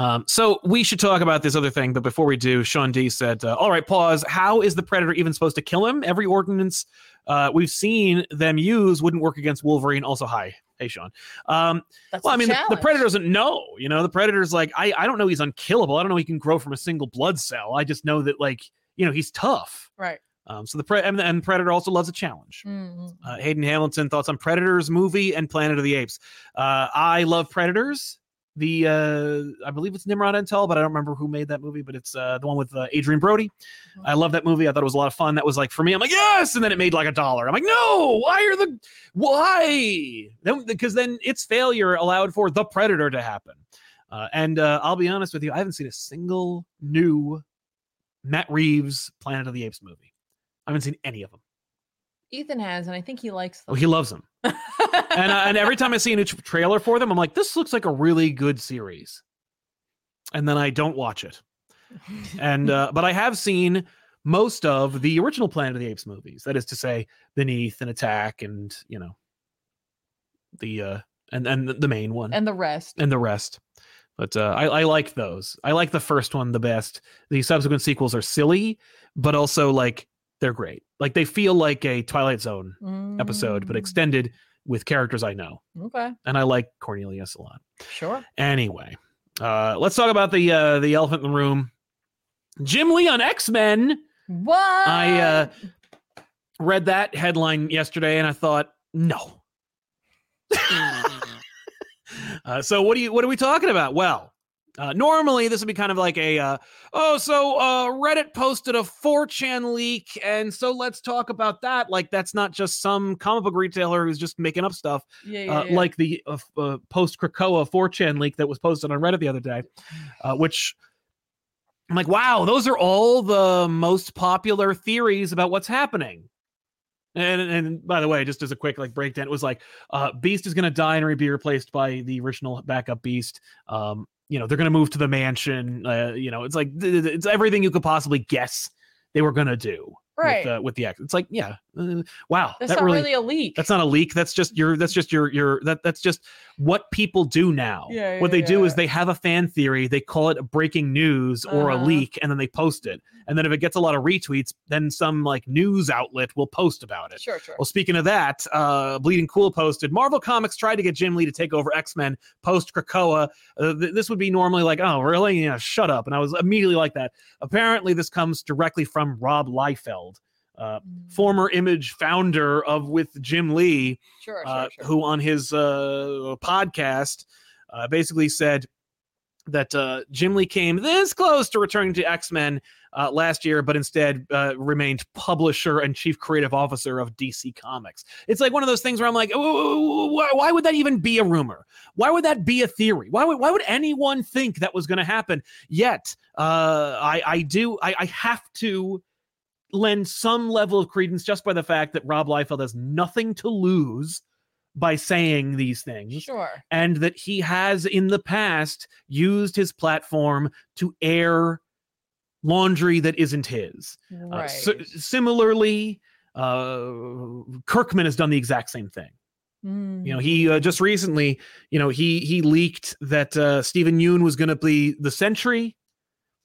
A: Um, so we should talk about this other thing, but before we do, Sean D said, uh, "All right, pause. How is the Predator even supposed to kill him? Every ordinance uh, we've seen them use wouldn't work against Wolverine." Also, hi, hey, Sean. Um,
B: That's
A: well, I
B: the
A: mean, the, the
B: challenge.
A: Predator doesn't know. You know, the Predator's like, I, I don't know he's unkillable. I don't know he can grow from a single blood cell. I just know that, like, you know, he's tough.
B: Right.
A: Um, so the pre- and, and Predator also loves a challenge.
B: Mm,
A: Uh, Hayden Hamilton thoughts on Predators movie and Planet of the Apes. Uh, I love Predators. The uh, I believe it's Nimrod Entel, but I don't remember who made that movie. But it's uh, the one with uh, Adrian Brody.
B: Mhm.
A: I love that movie. I thought it was a lot of fun. That was like for me, I'm like yes, and then it made like a dollar. I'm like no, why are the why? Then because then its failure allowed for the Predator to happen. Uh, and uh, I'll be honest with you, I haven't seen a single new Matt Reeves Planet of the Apes movie. I haven't seen any of them.
B: Ethan has, and I think he likes
A: Oh,
B: them.
A: he loves them and uh, and every time I see a new tr trailer for them, I'm like, this looks like a really good series. And then I don't watch it. And uh, but I have seen most of the original Planet of the Apes movies. That is to say, Beneath and Attack, and you know, the uh, and and the main one
B: and the rest.
A: and the rest. But uh, I, I like those. I like the first one the best. The subsequent sequels are silly, but also like they're great. Like they feel like a Twilight Zone episode, but
B: Mm,
A: extended with characters I know,
B: Mm-hmm. okay,
A: and I like Cornelius a lot.
B: sure.
A: Anyway, uh, let's talk about the uh, the elephant in the room. Jim Lee on X Men.
B: What
A: I uh, read that headline yesterday and I thought, no. uh, so what do you what are we talking about? Well, uh, normally this would be kind of like a uh, oh so uh, Reddit posted a 4chan leak and so let's talk about that. Like that's not just some comic book retailer who's just making up stuff
B: yeah, yeah,
A: uh,
B: yeah.
A: like the uh, f- uh, post Krakoa 4chan leak that was posted on Reddit the other day, uh, which I'm like, wow, those are all the most popular theories about what's happening. And, and by the way, just as a quick like breakdown, it was like uh, Beast is going to die and be replaced by the original backup Beast. Um, you know, they're going to move to the mansion. Uh, you know, it's like th- th- it's everything you could possibly guess they were going to do
B: right.
A: with, uh, with the X. It's like, yeah, uh, wow,
B: that's
A: that
B: not really,
A: really,
B: a leak.
A: that's not a leak. That's just your. That's just your. Your. That. That's just what people do now.
B: Yeah,
A: what they
B: yeah,
A: do is
B: yeah.
A: they have a fan theory. They call it a breaking news or a
B: Uh-huh.
A: leak, and then they post it. And then if it gets a lot of retweets, then some like news outlet will post about it.
B: sure, sure.
A: Well, speaking of that, uh, Bleeding Cool posted Marvel Comics tried to get Jim Lee to take over X Men post Krakoa. Uh, th- this would be normally like, oh, really? Yeah, shut up. And I was immediately like that. Apparently, this comes directly from Rob Liefeld, uh,
B: Mm,
A: former Image founder of with Jim Lee,
B: sure, sure,
A: uh,
B: sure.
A: who on his uh, podcast uh, basically said that uh, Jim Lee came this close to returning to X Men uh, last year, but instead uh, remained publisher and chief creative officer of DC Comics. It's like one of those things where I'm like, "Oh, why, why would that even be a rumor? Why would that be a theory? Why would why would anyone think that was going to happen? Yet, uh, I I do I, I have to lend some level of credence just by the fact that Rob Liefeld has nothing to lose by saying these things
B: sure.
A: and that he has in the past used his platform to air laundry that isn't his. Uh,
B: Right.
A: si- similarly, uh, Kirkman has done the exact same thing.
B: Mm-hmm.
A: You know,
B: Mm.
A: he uh, just recently, you know, he he leaked that uh, Stephen Yoon was going to be the Sentry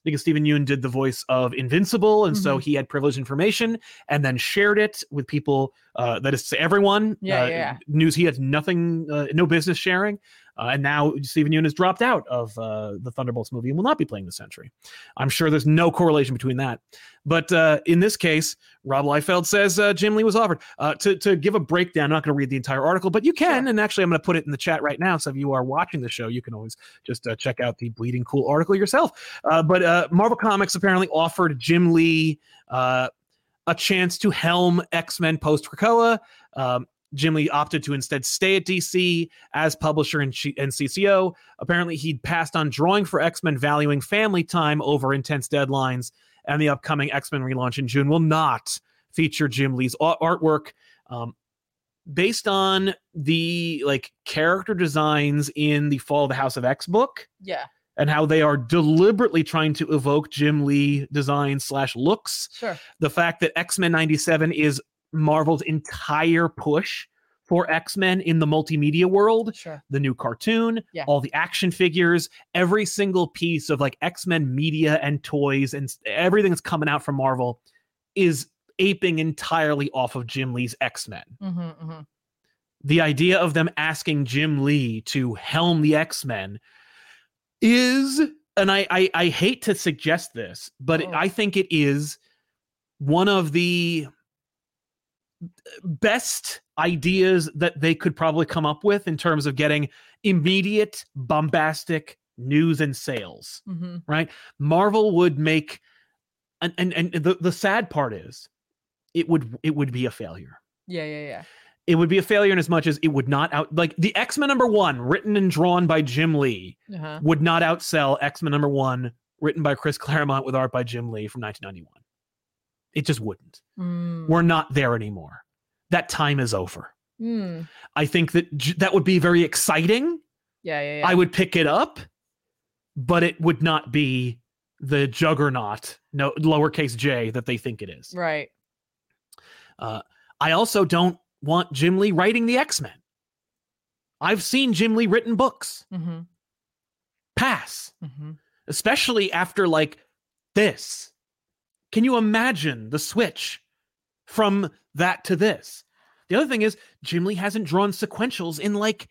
A: because Stephen Yoon did the voice of Invincible, and so
B: Mhm.
A: he had privileged information and then shared it with people. Uh, that is to say, everyone.
B: Yeah,
A: uh,
B: yeah, yeah.
A: News he had nothing, uh, no business sharing, uh, and now Stephen Yoon has dropped out of uh, the Thunderbolts movie and will not be playing the Sentry. I'm sure there's no correlation between that, but uh, in this case, Rob Liefeld says uh, Jim Lee was offered. Uh, to, to give a breakdown, I'm not going to read the entire article, but you can.
B: Sure.
A: And actually, I'm going to put it in the chat right now. So if you are watching the show, you can always just uh, check out the Bleeding Cool article yourself. Uh, but uh, Marvel Comics apparently offered Jim Lee uh, a chance to helm X Men post Krakoa. Um, Jim Lee opted to instead stay at DC as publisher and, chi- and CCO. Apparently, he'd passed on drawing for X Men, valuing family time over intense deadlines. And the upcoming X Men relaunch in June will not feature Jim Lee's a- artwork. Um, based on the like character designs in the Fall of the House of X book
B: yeah,
A: and how they are deliberately trying to evoke Jim Lee design slash looks,
B: sure.
A: the fact that X Men '97 is Marvel's entire push for X Men in the multimedia world,
B: Sure.
A: the new cartoon,
B: Yeah.
A: all the action figures, every single piece of like X Men media and toys and s- everything that's coming out from Marvel is aping entirely off of Jim Lee's X Men.
B: Mm-hmm, mm-hmm.
A: The idea of them asking Jim Lee to helm the X Men is, and I, I I hate to suggest this, but
B: Oh.
A: I think it is one of the best ideas that they could probably come up with in terms of getting immediate bombastic news and sales.
B: Mm-hmm.
A: Marvel would make and and, and the, the sad part is it would it would be a failure.
B: Yeah, yeah, yeah.
A: It would be a failure in as much as it would not out like the X-Men number one, written and drawn by Jim Lee,
B: Uh-huh.
A: would not outsell X-Men number one, written by Chris Claremont with art by Jim Lee from 1991. It just wouldn't.
B: Mm.
A: We're not there anymore. That time is over.
B: Mm.
A: I think that j- that would be very exciting.
B: Yeah, yeah, yeah.
A: I would pick it up, but it would not be the juggernaut, no lowercase j that they think it is.
B: Right.
A: Uh, I also don't want Jim Lee writing the X Men. I've seen Jim Lee written books
B: Mm-hmm.
A: pass,
B: Mm-hmm.
A: especially after like this. Can you imagine the switch from that to this? The other thing is, Jim Lee hasn't drawn sequentials in like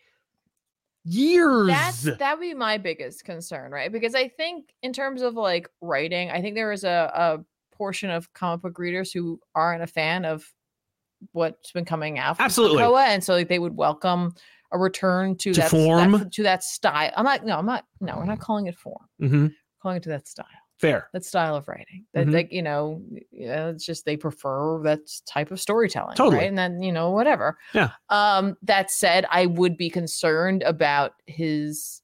A: years.
B: That's that would be my biggest concern, right? Because I think in terms of like writing, I think there is a, a portion of comic book readers who aren't a fan of what's been coming out from
A: Absolutely.
B: Krakoa, and so like they would welcome a return to,
A: To
B: that,
A: form?
B: that to that style. I'm not no, I'm not no, we're not calling it form.
A: Mhm.
B: We're calling it to that style.
A: Fair.
B: That style of writing. That
A: Mhm.
B: like, you know, yeah, it's just they prefer that type of storytelling.
A: Totally.
B: Right. And then, you know, whatever.
A: Yeah.
B: Um, that said, I would be concerned about his uh,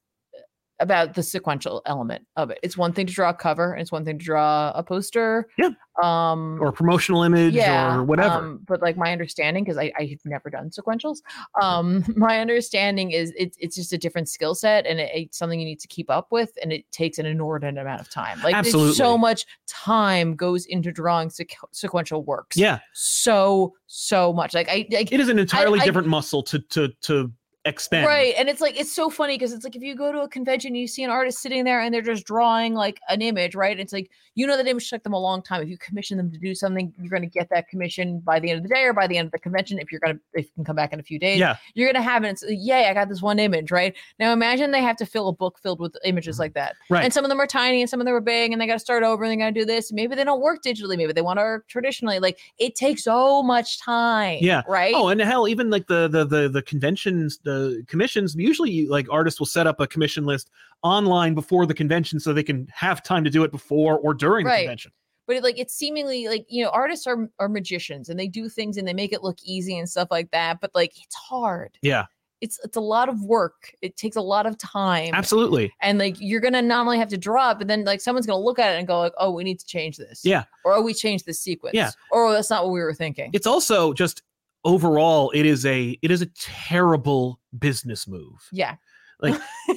B: about the sequential element of it. It's one thing to draw a cover, and it's one thing to draw a poster.
A: Yeah.
B: Um
A: Or a promotional image
B: yeah,
A: or whatever.
B: um, but like my understanding, because I, I've never done sequentials. Um, my understanding is it's it's just a different skill set and it, it's something you need to keep up with, and it takes an inordinate amount of time. Like there's
A: Absolutely.
B: so much time goes into drawing sequ- sequential works.
A: yeah.
B: so so much. Like I like
A: It is an entirely
B: I-
A: different muscle to to to expend.
B: Right. And it's like, it's so funny because it's like if you go to a convention and you see an artist sitting there and they're just drawing like an image, right? It's like, you know, that image took them a long time. If you commission them to do something, you're going to get that commission by the end of the day or by the end of the convention. If you're going to, if you can come back in a few days,
A: Yeah.
B: you're going to have it. It's like, yay, I got this one image, right? Now imagine they have to fill a book filled with images like that.
A: Right.
B: And some of them are tiny and some of them are big and they got to start over and they got to do this. Maybe they don't work digitally. Maybe they want to work traditionally. Like it takes so much time.
A: Yeah.
B: Right.
A: Oh, and hell, even like the the the the conventions, the commissions. Usually, like artists will set up a commission list online before the convention, so they can have time to do it before or during the
B: Right.
A: convention.
B: but it, like it's seemingly like you know artists are are magicians and they do things and they make it look easy and stuff like that but like it's hard
A: Yeah.
B: it's it's a lot of work it takes a lot of time
A: Absolutely.
B: and like you're gonna not only have to draw it but then like someone's gonna look at it and go like oh we need to change this
A: Yeah.
B: or oh we changed the sequence
A: Yeah.
B: or oh, that's not what we were thinking
A: It's also just overall, it is a it is a terrible business move.
B: yeah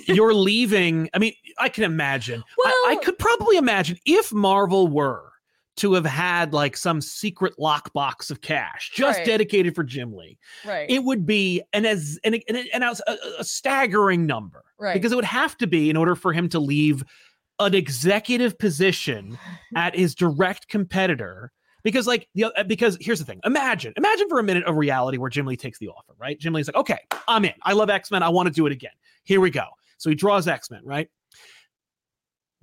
A: You're leaving. I mean, I can imagine. I, I
B: Well-
A: could probably imagine if Marvel were to have had like some secret lockbox of cash just
B: Right.
A: dedicated for Jim Lee.
B: right
A: it would be an as an, an, an outs- a, a staggering number
B: right
A: because it would have to be in order for him to leave an executive position at his direct competitor because like the oth- because here's the thing imagine imagine for a minute a reality where jim lee takes the offer right jim lee's like okay i'm in i love x-men i want to do it again here we go so he draws x-men right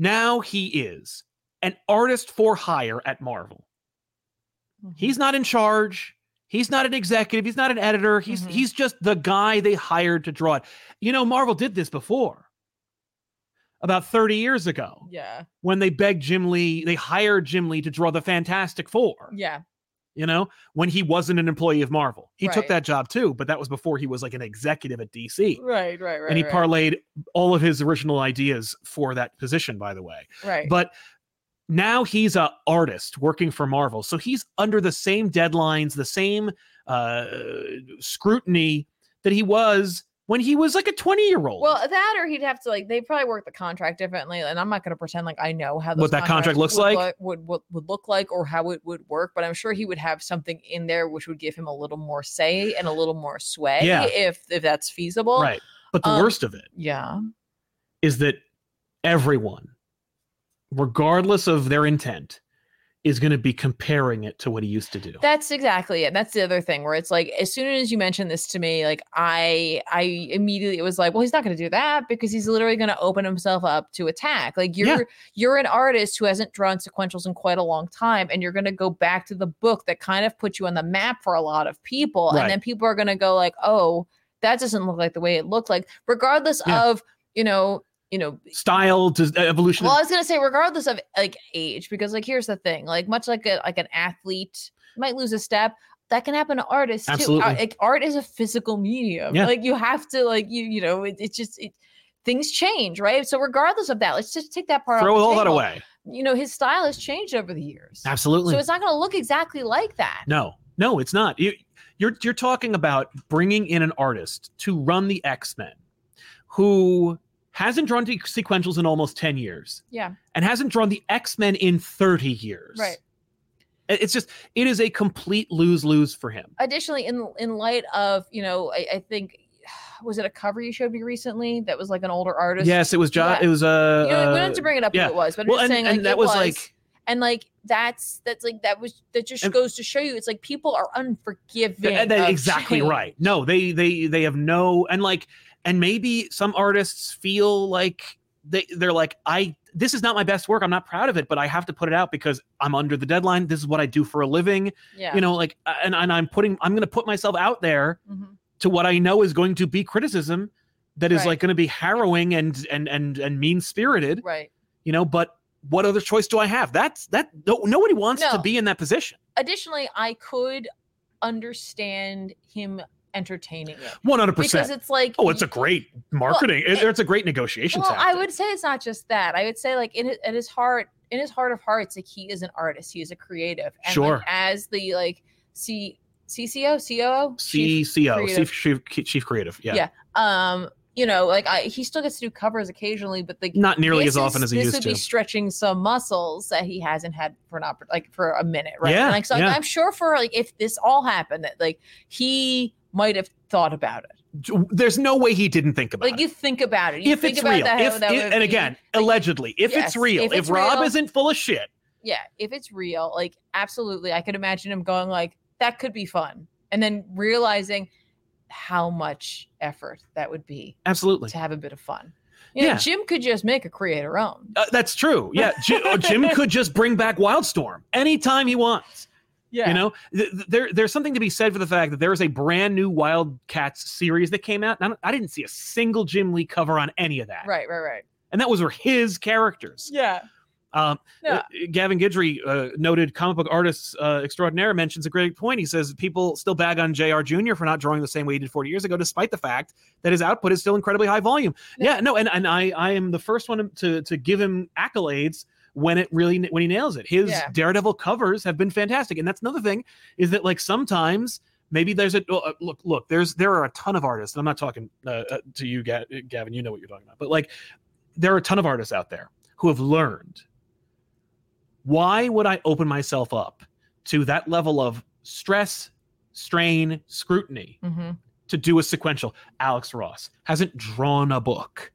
A: now he is an artist for hire at marvel
B: Mhm.
A: He's not in charge. He's not an executive. He's not an editor. He's
B: Mhm.
A: he's just the guy they hired to draw it. You know, Marvel did this before. About 30 years ago,
B: yeah
A: when they begged Jim Lee, they hired Jim Lee to draw the Fantastic Four,
B: yeah
A: you know, when he wasn't an employee of Marvel. He took
B: Right.
A: that job too, but that was before he was like an executive at DC.
B: right right right
A: and he
B: right,
A: parlayed all of his original ideas for that position, by the way
B: right
A: but now he's a artist working for marvel so he's under the same deadlines the same uh scrutiny that he was when he was like a 20 year old
B: Well, that or he'd have to like they probably work the contract differently, and I'm not going to pretend like I know how
A: What
B: those
A: that contract
B: contracts
A: looks
B: would
A: like?
B: look- would, would would look like or how it would work. But I'm sure he would have something in there which would give him a little more say and a little more sway
A: Yeah.
B: if if that's feasible.
A: right but the
B: um,
A: worst of it
B: Yeah.
A: is that everyone regardless of their intent is going to be comparing it to what he used to do
B: That's exactly it. That's the other thing where it's like as soon as you mentioned this to me, like I I immediately was like, well, he's not going to do that because he's literally going to open himself up to attack. Like you're
A: Yeah.
B: you're an artist who hasn't drawn sequentials in quite a long time and you're going to go back to the book that kind of put you on the map for a lot of people
A: Right.
B: and then people are going to go like, "Oh, that doesn't look like the way it looked like." Regardless
A: Yeah.
B: of, you know, you know,
A: style does evolution
B: well, I was gonna say, regardless of like age, because like here's the thing, like much like a like an athlete might lose a step, that can happen to artists too.
A: Absolutely.
B: Art, like art is a physical medium.
A: Yeah.
B: Like you have to like you you know it, it's just it, things change, right? So regardless of that, let's just take that part.
A: throw
B: off the
A: all that
B: table.
A: away
B: You know, his style has changed over the years,
A: absolutely
B: so it's not gonna look exactly like that.
A: No, no, it's not. You, you're you're talking about bringing in an artist to run the X Men, who hasn't drawn de- sequentials in almost 10 years
B: Yeah.
A: and hasn't drawn the X-Men in 30 years.
B: Right.
A: It- It's just it is a complete lose-lose for him.
B: Additionally, in in light of you know, I, I think was it a cover you showed me recently that was like an older artist.
A: Yes, it was John
B: Yeah.
A: it was uh,
B: You know, we don't
A: uh,
B: have to bring it up
A: yeah.
B: who it was, but I'm
A: well and,
B: just saying
A: and
B: like
A: that
B: it
A: was, like
B: and like that's that's like that was that just
A: And-
B: goes to show you it's like people are unforgiving.
A: and that's
B: of
A: exactly
B: change.
A: right. No, they they they have no and like and maybe some artists feel like they they're like I this is not my best work. I'm not proud of it, but I have to put it out because I'm under the deadline. This is what I do for a living.
B: Yeah.
A: You know, like uh, and and I'm putting I'm going to put myself out there
B: Mhm.
A: to what I know is going to be criticism that is
B: Right.
A: like going to be harrowing and and and and mean spirited,
B: Right.
A: you know. But what other choice do I have? That's that. No, nobody wants to
B: No.
A: be in that position.
B: Additionally, I could understand him entertaining it
A: One hundred
B: because
A: percent.
B: it's like
A: Oh, it's a great marketing. it-
B: it-
A: it's a great negotiation.
B: Well, I
A: tactic.
B: would say it's not just that. I would say like in his, at his heart, in his heart of hearts, like he is an artist. He is a creative. And
A: Sure.
B: Like, as the like C CCO COO chief,
A: CCO,
B: creative.
A: E chief, chief, chief creative. Yeah.
B: Yeah. um, you know, like I, he still gets to do covers occasionally, but like
A: Not nearly
B: this
A: as often
B: is-
A: as he
B: this
A: used
B: would
A: to.
B: be stretching some muscles that he hasn't had for an oppor- like for a minute, right?
A: Yeah,
B: And, like so, like,
A: yeah.
B: I'm sure for like if this all happened, that like he might have thought about it.
A: There's no way he didn't think about
B: Like
A: it.
B: you think about it, you
A: if
B: think
A: it's
B: about
A: real,
B: that, how
A: if,
B: that
A: it-
B: would
A: and
B: be-
A: again, allegedly, if
B: yes,
A: it's real,
B: if
A: if,
B: it's
A: Rob
B: real-
A: isn't full of shit,
B: yeah, if it's real, like absolutely, I could imagine him going like that could be fun, and then realizing how much effort that would be
A: absolutely.
B: to have a bit of fun. You know,
A: Yeah.
B: Jim could just make a creator own.
A: Uh, that's true. Yeah, Jim, Jim could just bring back Wildstorm anytime he wants.
B: Yeah,
A: You know, Th- th- there there's something to be said for the fact that there is a brand new Wildcats series that came out. And I, don't- I didn't see a single Jim Lee cover on any of that,
B: right, right, right.
A: and that was were his characters.
B: Yeah,
A: Um,
B: Yeah.
A: uh, Gavin Guidry, uh, noted comic book artist uh, extraordinaire, mentions a great point. He says people still bag on Jr. Jr. for not drawing the same way he did 40 years ago, despite the fact that his output is still incredibly high volume.
B: Yeah.
A: Yeah, no, and, and I I am the first one to to give him accolades when it really when he nails it. His
B: Yeah.
A: Daredevil covers have been fantastic, and that's another thing is that like sometimes. Maybe there's a well, uh, look. Look, there's there are a ton of artists, and I'm not talking uh, uh, to you, Ga- Gavin. You know what you're talking about, but like, there are a ton of artists out there who have learned why would I open myself up to that level of stress, strain, scrutiny
B: hmm
A: to do a sequential? Alex Ross hasn't drawn a book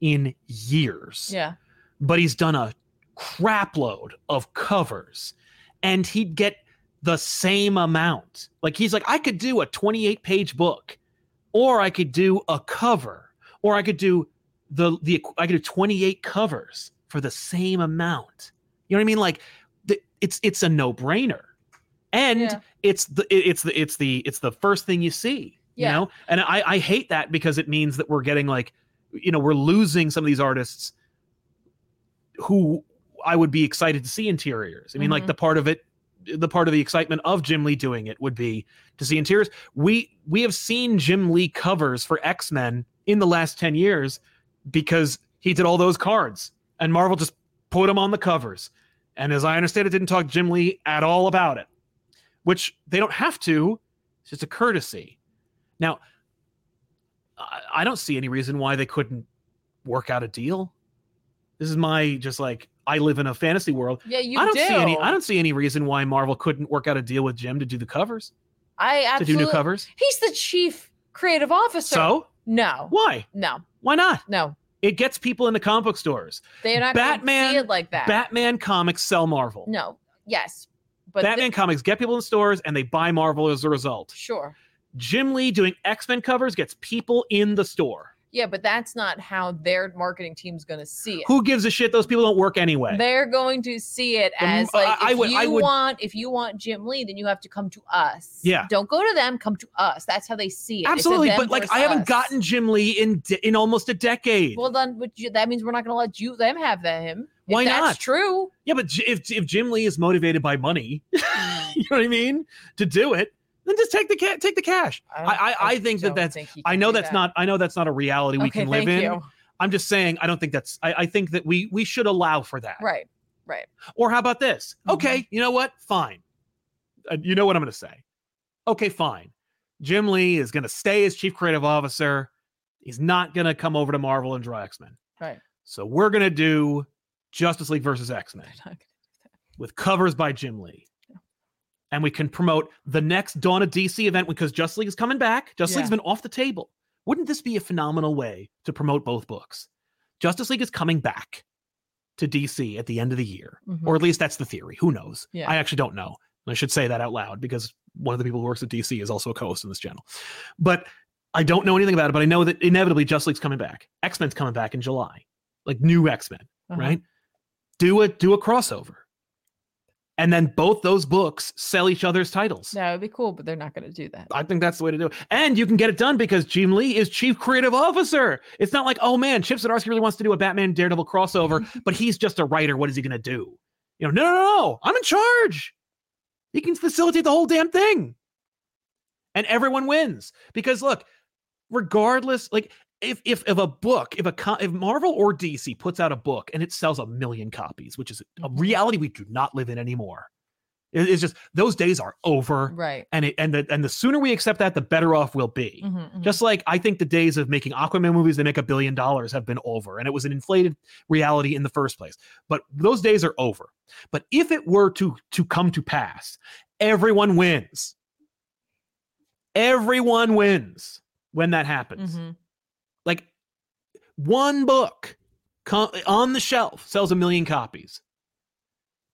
A: in years,
B: yeah,
A: but he's done a crapload of covers and he'd get the same amount. Like he's like, I could do a 28 page book, or I could do a cover, or I could do the the I could do 28 covers for the same amount. You know what I mean? Like the, it's it's a no brainer, and
B: Yeah.
A: it's the it- it's the it's the it's the first thing you see.
B: Yeah.
A: You know, and I I hate that because it means that we're getting like, you know, we're losing some of these artists who I would be excited to see interiors. I mean,
B: Mhm.
A: like the part of it, the part of the excitement of Jim Lee doing it would be to see interiors. We we have seen Jim Lee covers for X Men in the last ten years because he did all those cards and Marvel just put them on the covers. And as I understand it, didn't talk to Jim Lee at all about it, which they don't have to. It's just a courtesy. Now, I- I don't see any reason why they couldn't work out a deal. This is my just like I live in a fantasy world.
B: yeah. You
A: I don't
B: do.
A: see any. I don't see any reason why Marvel couldn't work out a deal with Jim to do the covers,
B: I
A: to do
B: absolutely.
A: new covers.
B: He's the chief creative officer.
A: So
B: no,
A: why?
B: no,
A: Why not?
B: no.
A: It gets people into comic book stores.
B: They're not gonna
A: Batman-
B: see it like that.
A: Batman comics sell Marvel.
B: no, yes, but thi-
A: Batman comics get people in stores and they buy Marvel as a result.
B: sure.
A: Jim Lee doing X Men covers gets people in the store.
B: Yeah, but that's not how their marketing team's going to see it.
A: Who gives a shit? Those people don't work anyway.
B: They're going to see it
A: The m-
B: as like
A: I- I
B: if
A: would-
B: you
A: I would-
B: want if you want Jim Lee, then you have to come to us.
A: Yeah.
B: don't go to them. Come to us. That's how they see it. It's a
A: Absolutely,
B: them
A: but like
B: versus
A: I haven't
B: us.
A: gotten Jim Lee in de- in almost a decade.
B: Well, then, but you, that means we're not going to let you them have that him. If
A: Why
B: that's
A: not?
B: True.
A: Yeah, but J- if if Jim Lee is motivated by money, you know what I mean, to do it, then just take the ca- take the cash.
B: don't-
A: I- I- I think that
B: don't
A: that's-
B: think he
A: I
B: can
A: know
B: do
A: that's
B: that.
A: not I know that's not a reality we
B: Okay,
A: can live
B: thank
A: in.
B: you.
A: I'm just saying I don't think that's I, I think that we we should allow for that.
B: Right.
A: Or how about this?
B: Mhm.
A: Okay, you know what? Fine. Uh, you know what I'm going to say. Okay, fine. Jim Lee is going to stay as chief creative officer. He's not going to come over to Marvel and draw X Men.
B: Right.
A: So we're going to do Justice League versus X Men
B: They're not gonna-
A: with covers by Jim Lee. And we can promote the next Dawn of DC event because Just League is coming back. Just League's
B: Yeah.
A: been off the table. Wouldn't this be a phenomenal way to promote both books? Justice League is coming back to DC at the end of the year,
B: Mhm.
A: or at least that's the theory. Who knows?
B: Yeah.
A: I actually don't know. And I should say that out loud because one of the people who works at DC is also a co-host on this channel. But I don't know anything about it, but I know that inevitably Just League's coming back. X-Men's coming back in July. Like new X-Men
B: Uh-huh.
A: right? Do a do a crossover, and then both those books sell each other's titles.
B: That would be cool, but they're not going to do that.
A: I think that's the way to do it, and you can get it done because Jim Lee is chief creative officer. It's not like oh man, Chip Zdarsky really wants to do a Batman Daredevil crossover, but he's just a writer. What is he going to do? You know, no, no, no, no, I'm in charge. He can facilitate the whole damn thing, and everyone wins because look, regardless, like. If, if if a book if a co- if Marvel or DC puts out a book and it sells a million copies, which is a
B: Mhm.
A: reality we do not live in anymore, It- it's just those days are over
B: Right.
A: and it and the and the sooner we accept that, the better off we'll be.
B: Mhm, mhm.
A: Just like I think the days of making Aquaman movies that make a billion dollars have been over, and it was an inflated reality in the first place. But those days are over. But if it were to to come to pass, everyone wins. Everyone wins when that happens.
B: Mhm.
A: Like one book co- on the shelf sells a million copies.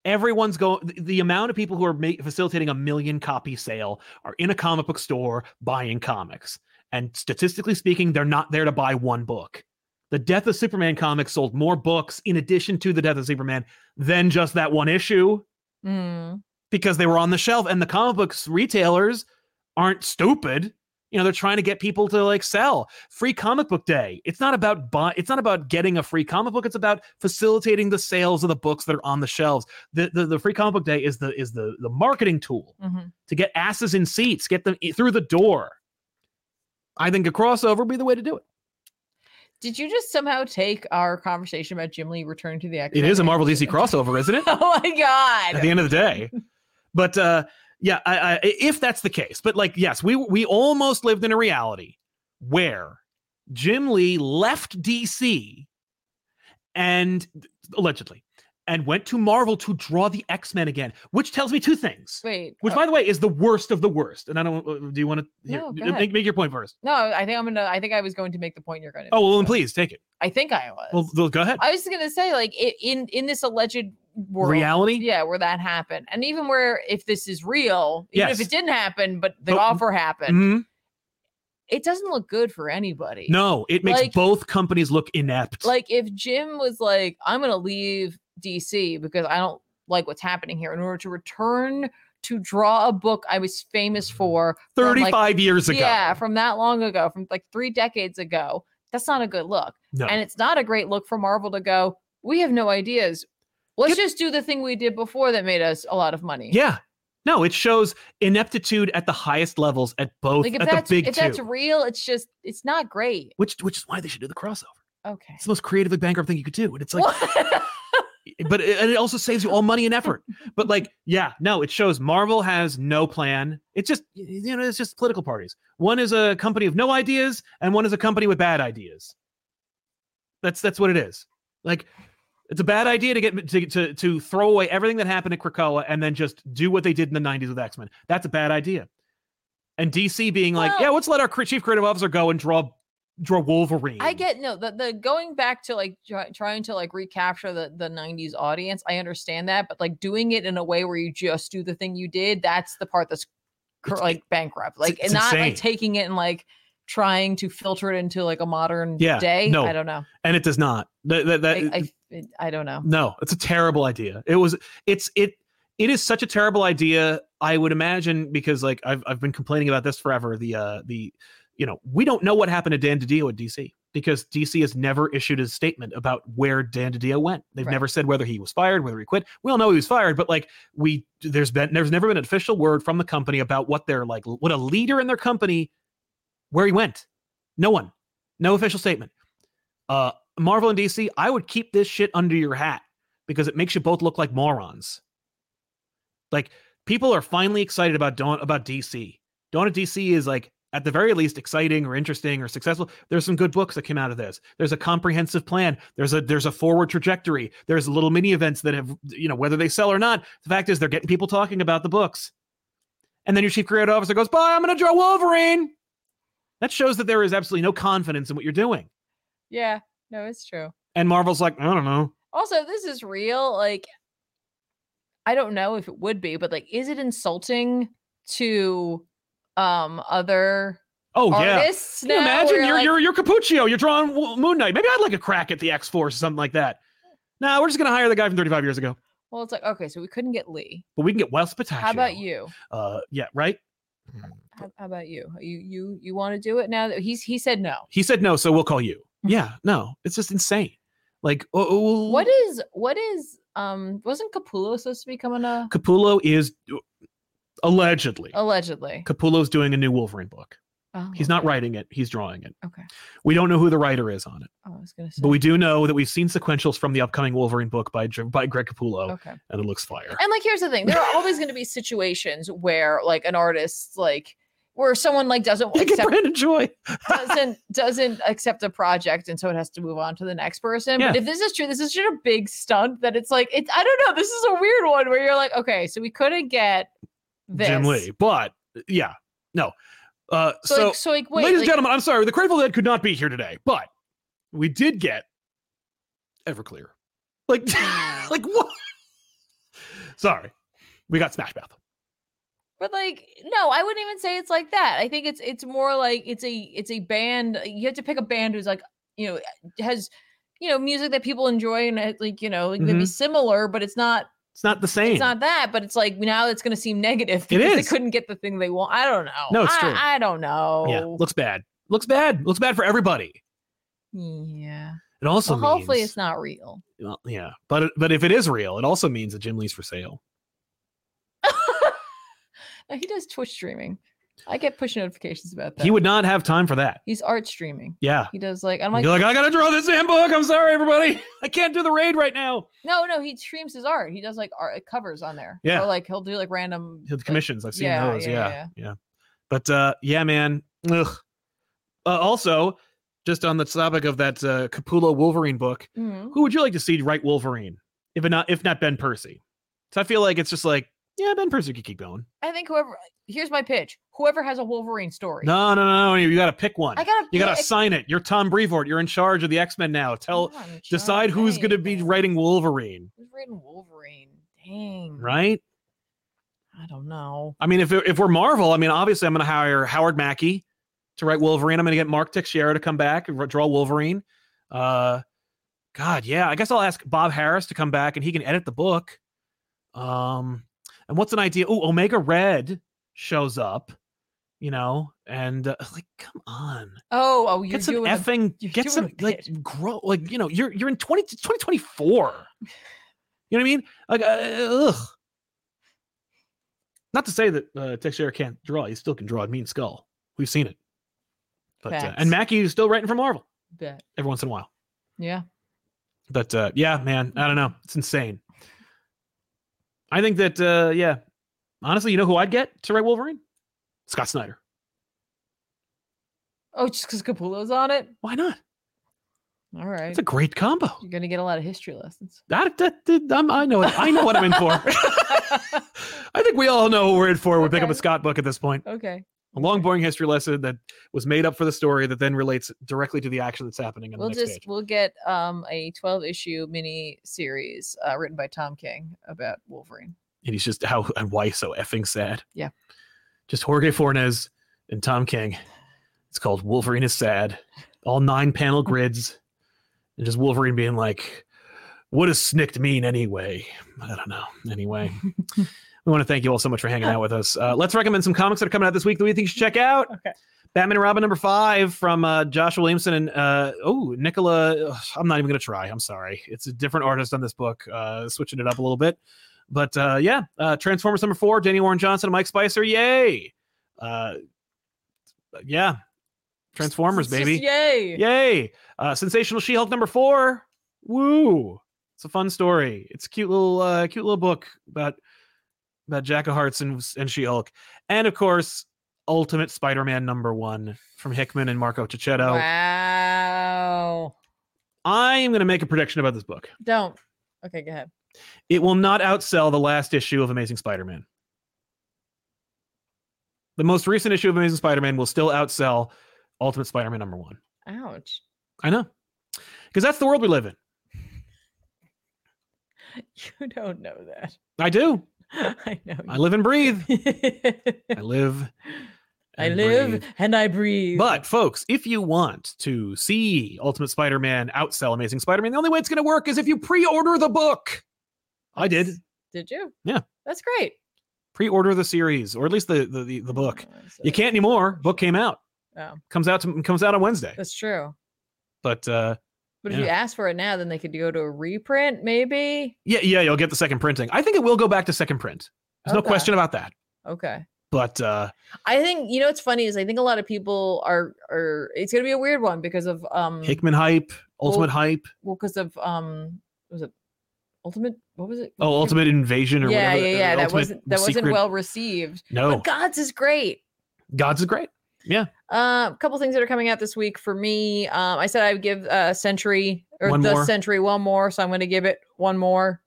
A: Everyone's going. The amount of people who are ma- facilitating a million copy sale are in a comic book store buying comics, and statistically speaking, they're not there to buy one book. The Death of Superman comics sold more books in addition to the Death of Superman than just that one issue
B: Mm.
A: because they were on the shelf and the comic books retailers aren't stupid you know they're trying to get people to like sell free comic book day it's not about buy it's not about getting a free comic book it's about facilitating the sales of the books that are on the shelves the the, the free comic book day is the is the the marketing tool
B: Mhm.
A: to get asses in seats get them i- through the door i think a crossover would be the way to do it
B: Did you just somehow take our conversation about Jim Lee returning to the X?
A: it is a marvel dc crossover isn't it
B: oh my
A: at
B: god!
A: the end of the day. But uh, yeah, I, I, if that's the case, but like, yes, we we almost lived in a reality where Jim Lee left DC and allegedly and went to Marvel to draw the X Men again, which tells me two things.
B: Wait.
A: Which,
B: oh,
A: by the way, is the worst of the worst. And I don't. uh, Do you want to
B: No, go ahead.
A: make make your point first?
B: no, I think I'm gonna. I think I was going to make the point you're gonna.
A: Oh
B: make,
A: well, then
B: so-
A: please take it.
B: I think I was.
A: Well, well, go ahead.
B: I was gonna say like i- in in this alleged world.
A: Reality.
B: Yeah, where that happened, and even where if this is real, even if
A: Yes.
B: it didn't happen, but the
A: But-
B: offer happened,
A: Mhm.
B: it doesn't look good for anybody.
A: No, it makes
B: Like-
A: both companies look inept.
B: like if Jim was like, I'm gonna leave DC because I don't like what's happening here in order to return to draw a book I was famous
A: Mm-hmm.
B: for from, like-
A: Thirty-five years ago.
B: Yeah, from that long ago, from like three decades ago. That's not a good look.
A: No.
B: And it's not a great look for Marvel to go, we have no ideas. Let's just do the thing we did before that made us a lot of money.
A: Yeah. No, it shows ineptitude at the highest levels at both
B: Like if
A: at
B: that's
A: the big
B: if
A: two.
B: that's real, it's just it's not great.
A: which which is why they should do the crossover.
B: Okay.
A: It's the most creatively bankrupt thing you could do. And it's like but it, and it also saves you all money and effort. But like, yeah, no, it shows Marvel has no plan. It's just y- you know, it's just political parties. One is a company of no ideas, and one is a company with bad ideas. That's that's what it is. Like, it's a bad idea to get to to, to throw away everything that happened at Krakoa and then just do what they did in the '90s with X Men. That's a bad idea. And DC being like,
B: Well-
A: yeah, let's let our cre- chief creative officer go and draw draw Wolverine.
B: I get no the, the going back to like try, trying to like recapture the the 90s audience. I understand that, but like doing it in a way where you just do the thing you did, that's the part that's cur-
A: It's-
B: like bankrupt. Like
A: it's
B: and not
A: insane.
B: like taking it and like trying to filter it into like a modern
A: Yeah,
B: day.
A: no. Uh,
B: I don't know.
A: and it does not. That, that, that,
B: I, I it- I don't know.
A: No, it's a terrible idea. It was it's it it is such a terrible idea. I would imagine because like I've I've been complaining about this forever. The uh the you know we don't know what happened to Dan DiDio at DC because DC has never issued a statement about where Dan DiDio went. They've
B: Right.
A: never said whether he was fired, whether he quit. We all know he was fired, but like we there's been there's never been an official word from the company about what their like what a leader in their company where he went. No one, no official statement. Uh, Marvel and DC, I would keep this shit under your hat because it makes you both look like morons. Like people are finally excited about Dawn about DC. Dawn of DC is like at the very least exciting or interesting or successful there's some good books that came out of this there's a comprehensive plan there's a there's a forward trajectory there's little mini events that have you know whether they sell or not the fact is they're getting people talking about the books and then your chief creative officer goes bye i'm going to draw wolverine that shows that there is absolutely no confidence in what you're doing
B: Yeah. No, it's true.
A: and marvel's like i don't know
B: Also, this is real. Like, I don't know if it would be, but like, is it insulting to um other
A: oh yeah
B: artists?
A: Can you
B: now
A: imagine
B: where,
A: you're,
B: like-
A: you're you're Capuccio. You're drawing Wo- Moon Knight. Maybe I'd like a crack at the X Force or something like that. Nah, we're just gonna hire the guy from 35 years ago,
B: Well, it's like okay, so we couldn't get Lee.
A: but we can get Wes Patachio.
B: How about you?
A: Uh, yeah, right.
B: How, how about you? You you you want to do it now? that He's he said no.
A: He said no, so we'll call you. Yeah, no, it's just insane. Like, oh, oh
B: Mm-hmm. What is what is um wasn't Capullo supposed to be coming a
A: Capullo is allegedly
B: allegedly?
A: Capullo's doing a new Wolverine book.
B: Oh,
A: He's not
B: okay.
A: writing it; he's drawing it.
B: Okay.
A: We don't know who the writer is on it,
B: Oh, I was gonna say.
A: but we do know that we've seen sequentials from the upcoming Wolverine book by Dr- by Greg Capullo,
B: okay.
A: and it looks fire.
B: And like, here's the thing: there are always going to be situations where, like, an artist, like, where someone like doesn't
A: Look at
B: accept
A: Brandon Joy.
B: doesn't doesn't accept a project, and so it has to move on to the next person. But
A: Yeah.
B: if this is true, this is just a big stunt that it's like it's. I don't know. This is a weird one where you're like, okay, so we couldn't get this.
A: Jim Lee. But yeah, no. Uh,
B: So,
A: so,
B: like, so like, wait,
A: ladies and
B: like-
A: gentlemen, I'm sorry, the Grateful Dead could not be here today, but we did get Everclear. Like, like what? Sorry, we got Smash Mouth.
B: But like, no, I wouldn't even say it's like that. I think it's it's more like it's a it's a band. You have to pick a band who's like you know has you know music that people enjoy and it, like you know like maybe
A: Mhm.
B: similar, but it's not
A: It's not the same.
B: it's not that. But it's like now it's going to seem negative
A: It
B: because they
A: is.
B: couldn't get the thing they want. I don't know.
A: No, it's
B: I,
A: true.
B: I don't know.
A: yeah, looks bad. Looks bad. Looks bad for everybody.
B: Yeah.
A: It also
B: Well, hopefully
A: means-
B: it's not real.
A: well, yeah, but but if it is real, it also means that Jim Lee's for sale.
B: No, he does Twitch streaming. I get push notifications about that.
A: He would not have time for that.
B: He's art streaming.
A: Yeah,
B: He does like I'm like
A: you're like I gotta draw this damn book. I'm sorry, everybody. I can't do the raid right now.
B: No, no, he streams his art. He does like art like, covers on there.
A: Yeah.
B: Or like he'll do like random
A: Yeah, the
B: like-
A: commissions. I've seen
B: yeah,
A: those.
B: yeah,
A: Yeah, yeah, But uh, yeah, man. Ugh. Uh, also, just on the topic of that uh, Capullo Wolverine book,
B: Mhm.
A: who would you like to see write Wolverine? If it not, if not Ben Percy. So I feel like it's just like, yeah, Ben Percy could keep going.
B: I think whoever here's my pitch. Whoever has a Wolverine story.
A: No, no, no, no. You got to pick one.
B: I gotta
A: you got to
B: pick-
A: sign it. You're Tom Brevoort. You're in charge of the X Men now. Tell,
B: Come on,
A: decide
B: John
A: who's going to be
B: Knight,
A: writing Wolverine,
B: who's reading Wolverine. Dang.
A: right?
B: I don't know.
A: I mean, if if we're Marvel, I mean, obviously, I'm going to hire Howard Mackey to write Wolverine. I'm going to get Mark Texiera to come back and draw Wolverine. Uh, God, yeah, I guess I'll ask Bob Harris to come back and he can edit the book. Um, and what's an idea? Oh, Omega Red shows up, you know, and uh, like, come on,
B: Oh, oh, you're
A: get some
B: doing the-
A: effing,
B: you're
A: get
B: doing
A: some
B: a
A: like
B: bit.
A: grow, like you know, you're you're in 20, 2024. You know what I mean? Like, uh, ugh. Not to say that uh, Teixeira can't draw; he still can draw. a Mean Skull, we've seen it. But uh,
B: Facts.
A: and Mackey is still writing for Marvel
B: bet.
A: every once in a while.
B: Yeah.
A: But uh, yeah, man, I don't know. It's insane. I think that uh, yeah, honestly, you know who I'd get to write Wolverine? Scott Snyder.
B: Oh, just because Capullo's on it.
A: Why not?
B: All right.
A: It's a great combo.
B: You're gonna get a lot of history lessons.
A: That, that, that- I'm, I know it. I know what I'm in for. I think we all know what we're in for. when We pick up
B: Okay.
A: a Scott book at this point.
B: okay.
A: A long, boring history lesson that was made up for the story that then relates directly to the action that's happening in
B: We'll
A: the next
B: just
A: page.
B: we'll get um a 12 issue mini series uh, written by Tom King about Wolverine.
A: And he's just how and why so effing sad.
B: Yeah.
A: Just Jorge Fornes and Tom King. It's called Wolverine is Sad. All nine panel grids. And just Wolverine being like, what does snicked mean anyway? I don't know. Anyway. We want to thank you all so much for hanging out with us. Uh, let's recommend some comics that are coming out this week that we think you should check out.
B: Okay.
A: Batman and Robin number five from uh, Joshua Williamson and uh, oh Nicola. ugh, I'm not even going to try. I'm sorry. It's a different artist on this book, uh, switching it up a little bit. But uh, yeah, uh, Transformers number four, Danny Warren Johnson and Mike Spicer. Yay! Uh, yeah, Transformers,
B: It's just
A: baby.
B: yay.
A: Yay! Uh, Sensational She-Hulk number four. Woo! It's a fun story. It's a cute little, uh, cute little book about about Jack of Hearts and and She-Hulk, and of course, Ultimate Spider-Man number one from Hickman and Marco Cicchetto.
B: Wow.
A: I am going to make a prediction about this book.
B: Don't. Okay, go ahead.
A: It will not outsell the last issue of Amazing Spider-Man. The most recent issue of Amazing Spider-Man will still outsell Ultimate Spider-Man number one.
B: Ouch.
A: I know, because that's the world we live in.
B: You don't know that.
A: I do.
B: I know.
A: I live and breathe.
B: you-
A: I live.
B: I
A: and
B: live
A: breathe.
B: and I breathe.
A: But folks, if you want to see Ultimate Spider-Man outsell Amazing Spider-Man, the only way it's going to work is if you pre-order the book. I did
B: That's- Did you?
A: Yeah.
B: That's great.
A: pre-order the series, or at least the the, the, the book.
B: Oh, that's
A: You
B: a-
A: can't anymore. Book came out.
B: Oh.
A: Comes out to, comes out on Wednesday.
B: That's true.
A: But uh,
B: But if you ask for it now, then they could go to a reprint, maybe.
A: yeah, yeah, you'll get the second printing. I think it will go back to second print. There's
B: Okay.
A: no question about that.
B: Okay.
A: But uh,
B: I think you know what's funny is I think a lot of people are are it's gonna be a weird one because of um
A: Hickman hype,
B: Well-
A: Ultimate hype,
B: well because of um was it ultimate what was it
A: oh, Ultimate Invasion or
B: yeah yeah
A: whatever.
B: yeah
A: uh,
B: that
A: Ultimate
B: wasn't that wasn't
A: Secret- Oh.
B: well received
A: No,
B: but God's is great
A: Gods is great.
B: uh, a couple things that are coming out this week for me um I said I would give uh Century or
A: One
B: the
A: more.
B: Century one more so I'm gonna give it one more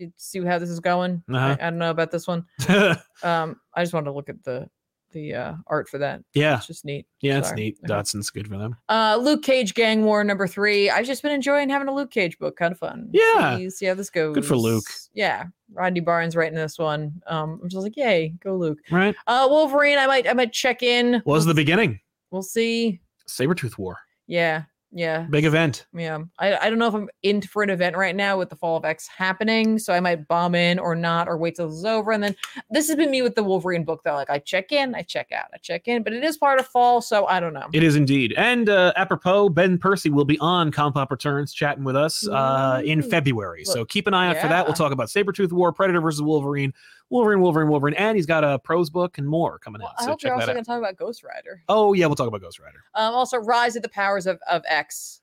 B: to see how this is going
A: Uh-huh.
B: I, I don't know about this one um I just wanted to look at the the uh art for that
A: yeah,
B: it's just neat
A: yeah, it's
B: Sorry.
A: neat.
B: Okay.
A: Dodson's good for them.
B: Uh, Luke Cage Gang War number three. I've just been enjoying having a Luke Cage book. Kind of fun.
A: Yeah.
B: See, see how this goes.
A: for Luke.
B: Yeah. Rodney Barnes writing this one. Um, I'm just like, yay, go Luke.
A: Right?
B: Uh, Wolverine. I might, I might check in.
A: Was the
B: We'll-
A: beginning
B: We'll see.
A: Sabretooth War,
B: Yeah. Yeah.
A: big event.
B: Yeah. I, I don't know if I'm in for an event right now with the Fall of X happening. So I might bomb in or not, or wait till this is over. And then this has been me with the Wolverine book though. Like I check in, I check out, I check in, but it is part of fall. So I don't know.
A: It is indeed. And uh, apropos, Ben Percy will be on Compop Returns chatting with us uh, in
B: Ooh.
A: February. So
B: Look-
A: keep an eye out for that. We'll
B: yeah.
A: talk about Sabretooth War, Predator versus Wolverine, Wolverine, Wolverine, Wolverine. And he's got a prose book and more coming
B: Well,
A: out.
B: I
A: So
B: hope
A: check
B: you're also
A: that out.
B: going to talk about Ghost Rider.
A: Oh, yeah, we'll talk about Ghost Rider.
B: Um, also, Rise of the Powers of, of X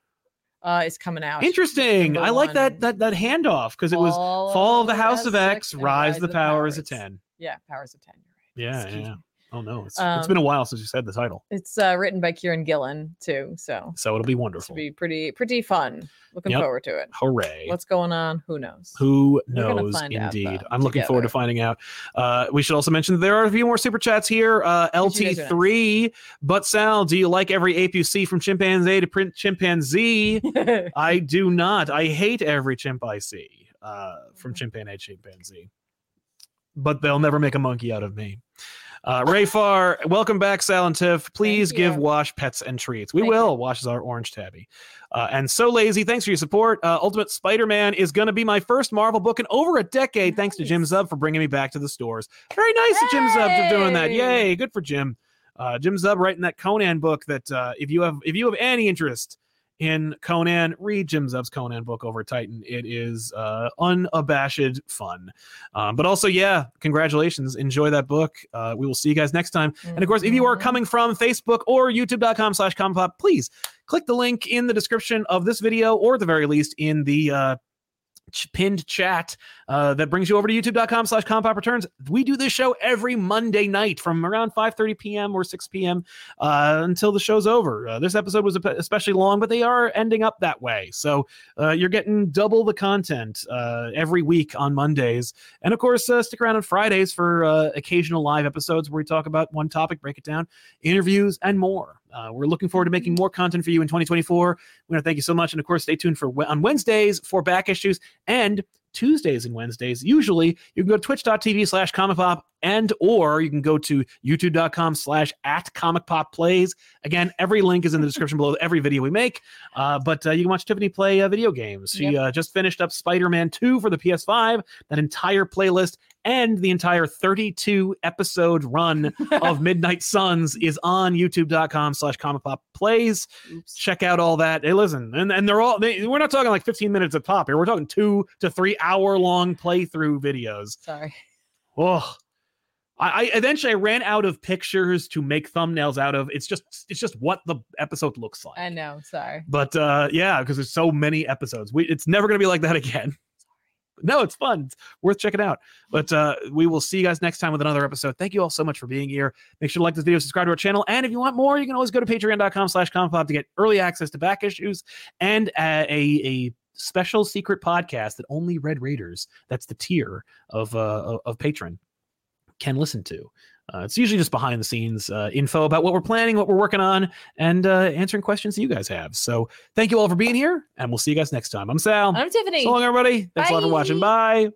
B: uh, is coming out.
A: Interesting.
B: number
A: I like that
B: one. Oh,
A: that that handoff because it was Fall of the House of X,
B: and
A: Rise of the Powers of 10.
B: Yeah, Powers of Ten. You're right.
A: Yeah,
B: Excuse
A: yeah.
B: me.
A: Oh, no. It's, it's
B: Um,
A: been a while since you said the title.
B: It's uh, written by Kieran Gillen too, so
A: So it'll be
B: this will
A: wonderful.
B: be pretty pretty fun. Looking
A: Yep.
B: forward to it.
A: Hooray.
B: What's going on? Who knows?
A: Who
B: We're gonna
A: knows?
B: find out,
A: Indeed,
B: though,
A: I'm looking forward to
B: together.
A: finding out. Uh, we should also mention there are a few more super chats here. Uh,
B: Yes, you guys are
A: LT3, but Sal, do you like every APC from chimpanzee to print chimpanzee? I do not. I hate every chimp I see uh, from
B: Mm-hmm.
A: chimpanzee to chimpanzee, but they'll never make a monkey out of me. Uh, Ray Farr, welcome back, Sal and Tiff. Please give
B: you.
A: Wash pets and treats. We
B: Thank
A: will.
B: you.
A: Wash is our orange tabby. Uh, and so lazy. Thanks for your support. Uh, Ultimate Spider-Man is going to be my first Marvel book in over a decade. Thanks to Jim
B: Nice.
A: Zub for bringing me back to the stores. Very nice of Jim Zub for doing that.
B: Hey!
A: Yay, good for Jim. Uh, Jim Zub writing that Conan book. That uh, if you have if you have any interest in Conan, read Jim Zub's Conan book over at Titan. It is uh, unabashed fun. Um, but also, yeah, congratulations. Enjoy that book. Uh, we will see you guys next time. And of course, if you are
B: Mhm.
A: coming from Facebook or youtube.com slash comic pop, please click the link in the description of this video or at the very least in the uh, ch- pinned chat uh, that brings you over to youtube.com slash comic pop returns. We do this show every Monday night from around 5.30 p.m. or 6 p.m. Uh, until the show's over. Uh, this episode was ep- especially long, but they are ending up that way. So uh, you're getting double the content uh, every week on Mondays. And of course, uh, stick around on Fridays for uh, occasional live episodes where we talk about one topic, break it down, interviews, and more. Uh, we're looking forward to making more content for you in 2024. We want to thank you so much. And of course, stay tuned for on Wednesdays for back issues and Tuesdays and Wednesdays. Usually you can go to twitch.tv slash comic pop and or you can go to youtube.com slash at comic pop plays. Again, every link is in the description below every video we make. Uh, but uh, you can watch Tiffany play uh, video games. She
B: Yep.
A: uh, just finished up Spider-Man 2 for the PS5, that entire playlist and the entire 32 episode run of Midnight Suns is on youtube.com slash comic pop plays
B: Mm-hmm. Oops.
A: check out all that. Hey, listen, and, and they're all they, we're not talking like 15 minutes a pop here. We're talking two to three hour long playthrough videos.
B: Sorry.
A: Oh, I, I eventually I ran out of pictures to make thumbnails out of. It's just it's just what the episode looks like.
B: I know. Sorry.
A: But uh, yeah, because there's so many episodes, we, it's never gonna be like that again. no, it's fun. It's worth checking out. But uh, we will see you guys next time with another episode. Thank you all so much for being here. Make sure to like this video, subscribe to our channel, and if you want more, you can always go to patreon.com slash compop to get early access to back issues and uh, a, a special secret podcast that only Red Raiders, that's the tier of, uh, of patron, can listen to. Uh, it's usually just behind the scenes uh, info about what we're planning, what we're working on, and uh, answering questions that you guys have. Um, So thank you all for being here, and we'll see you guys next time. I'm Sal.
B: I'm Tiffany.
A: so long, everybody. Thanks a lot for
B: Bye.
A: watching. Bye.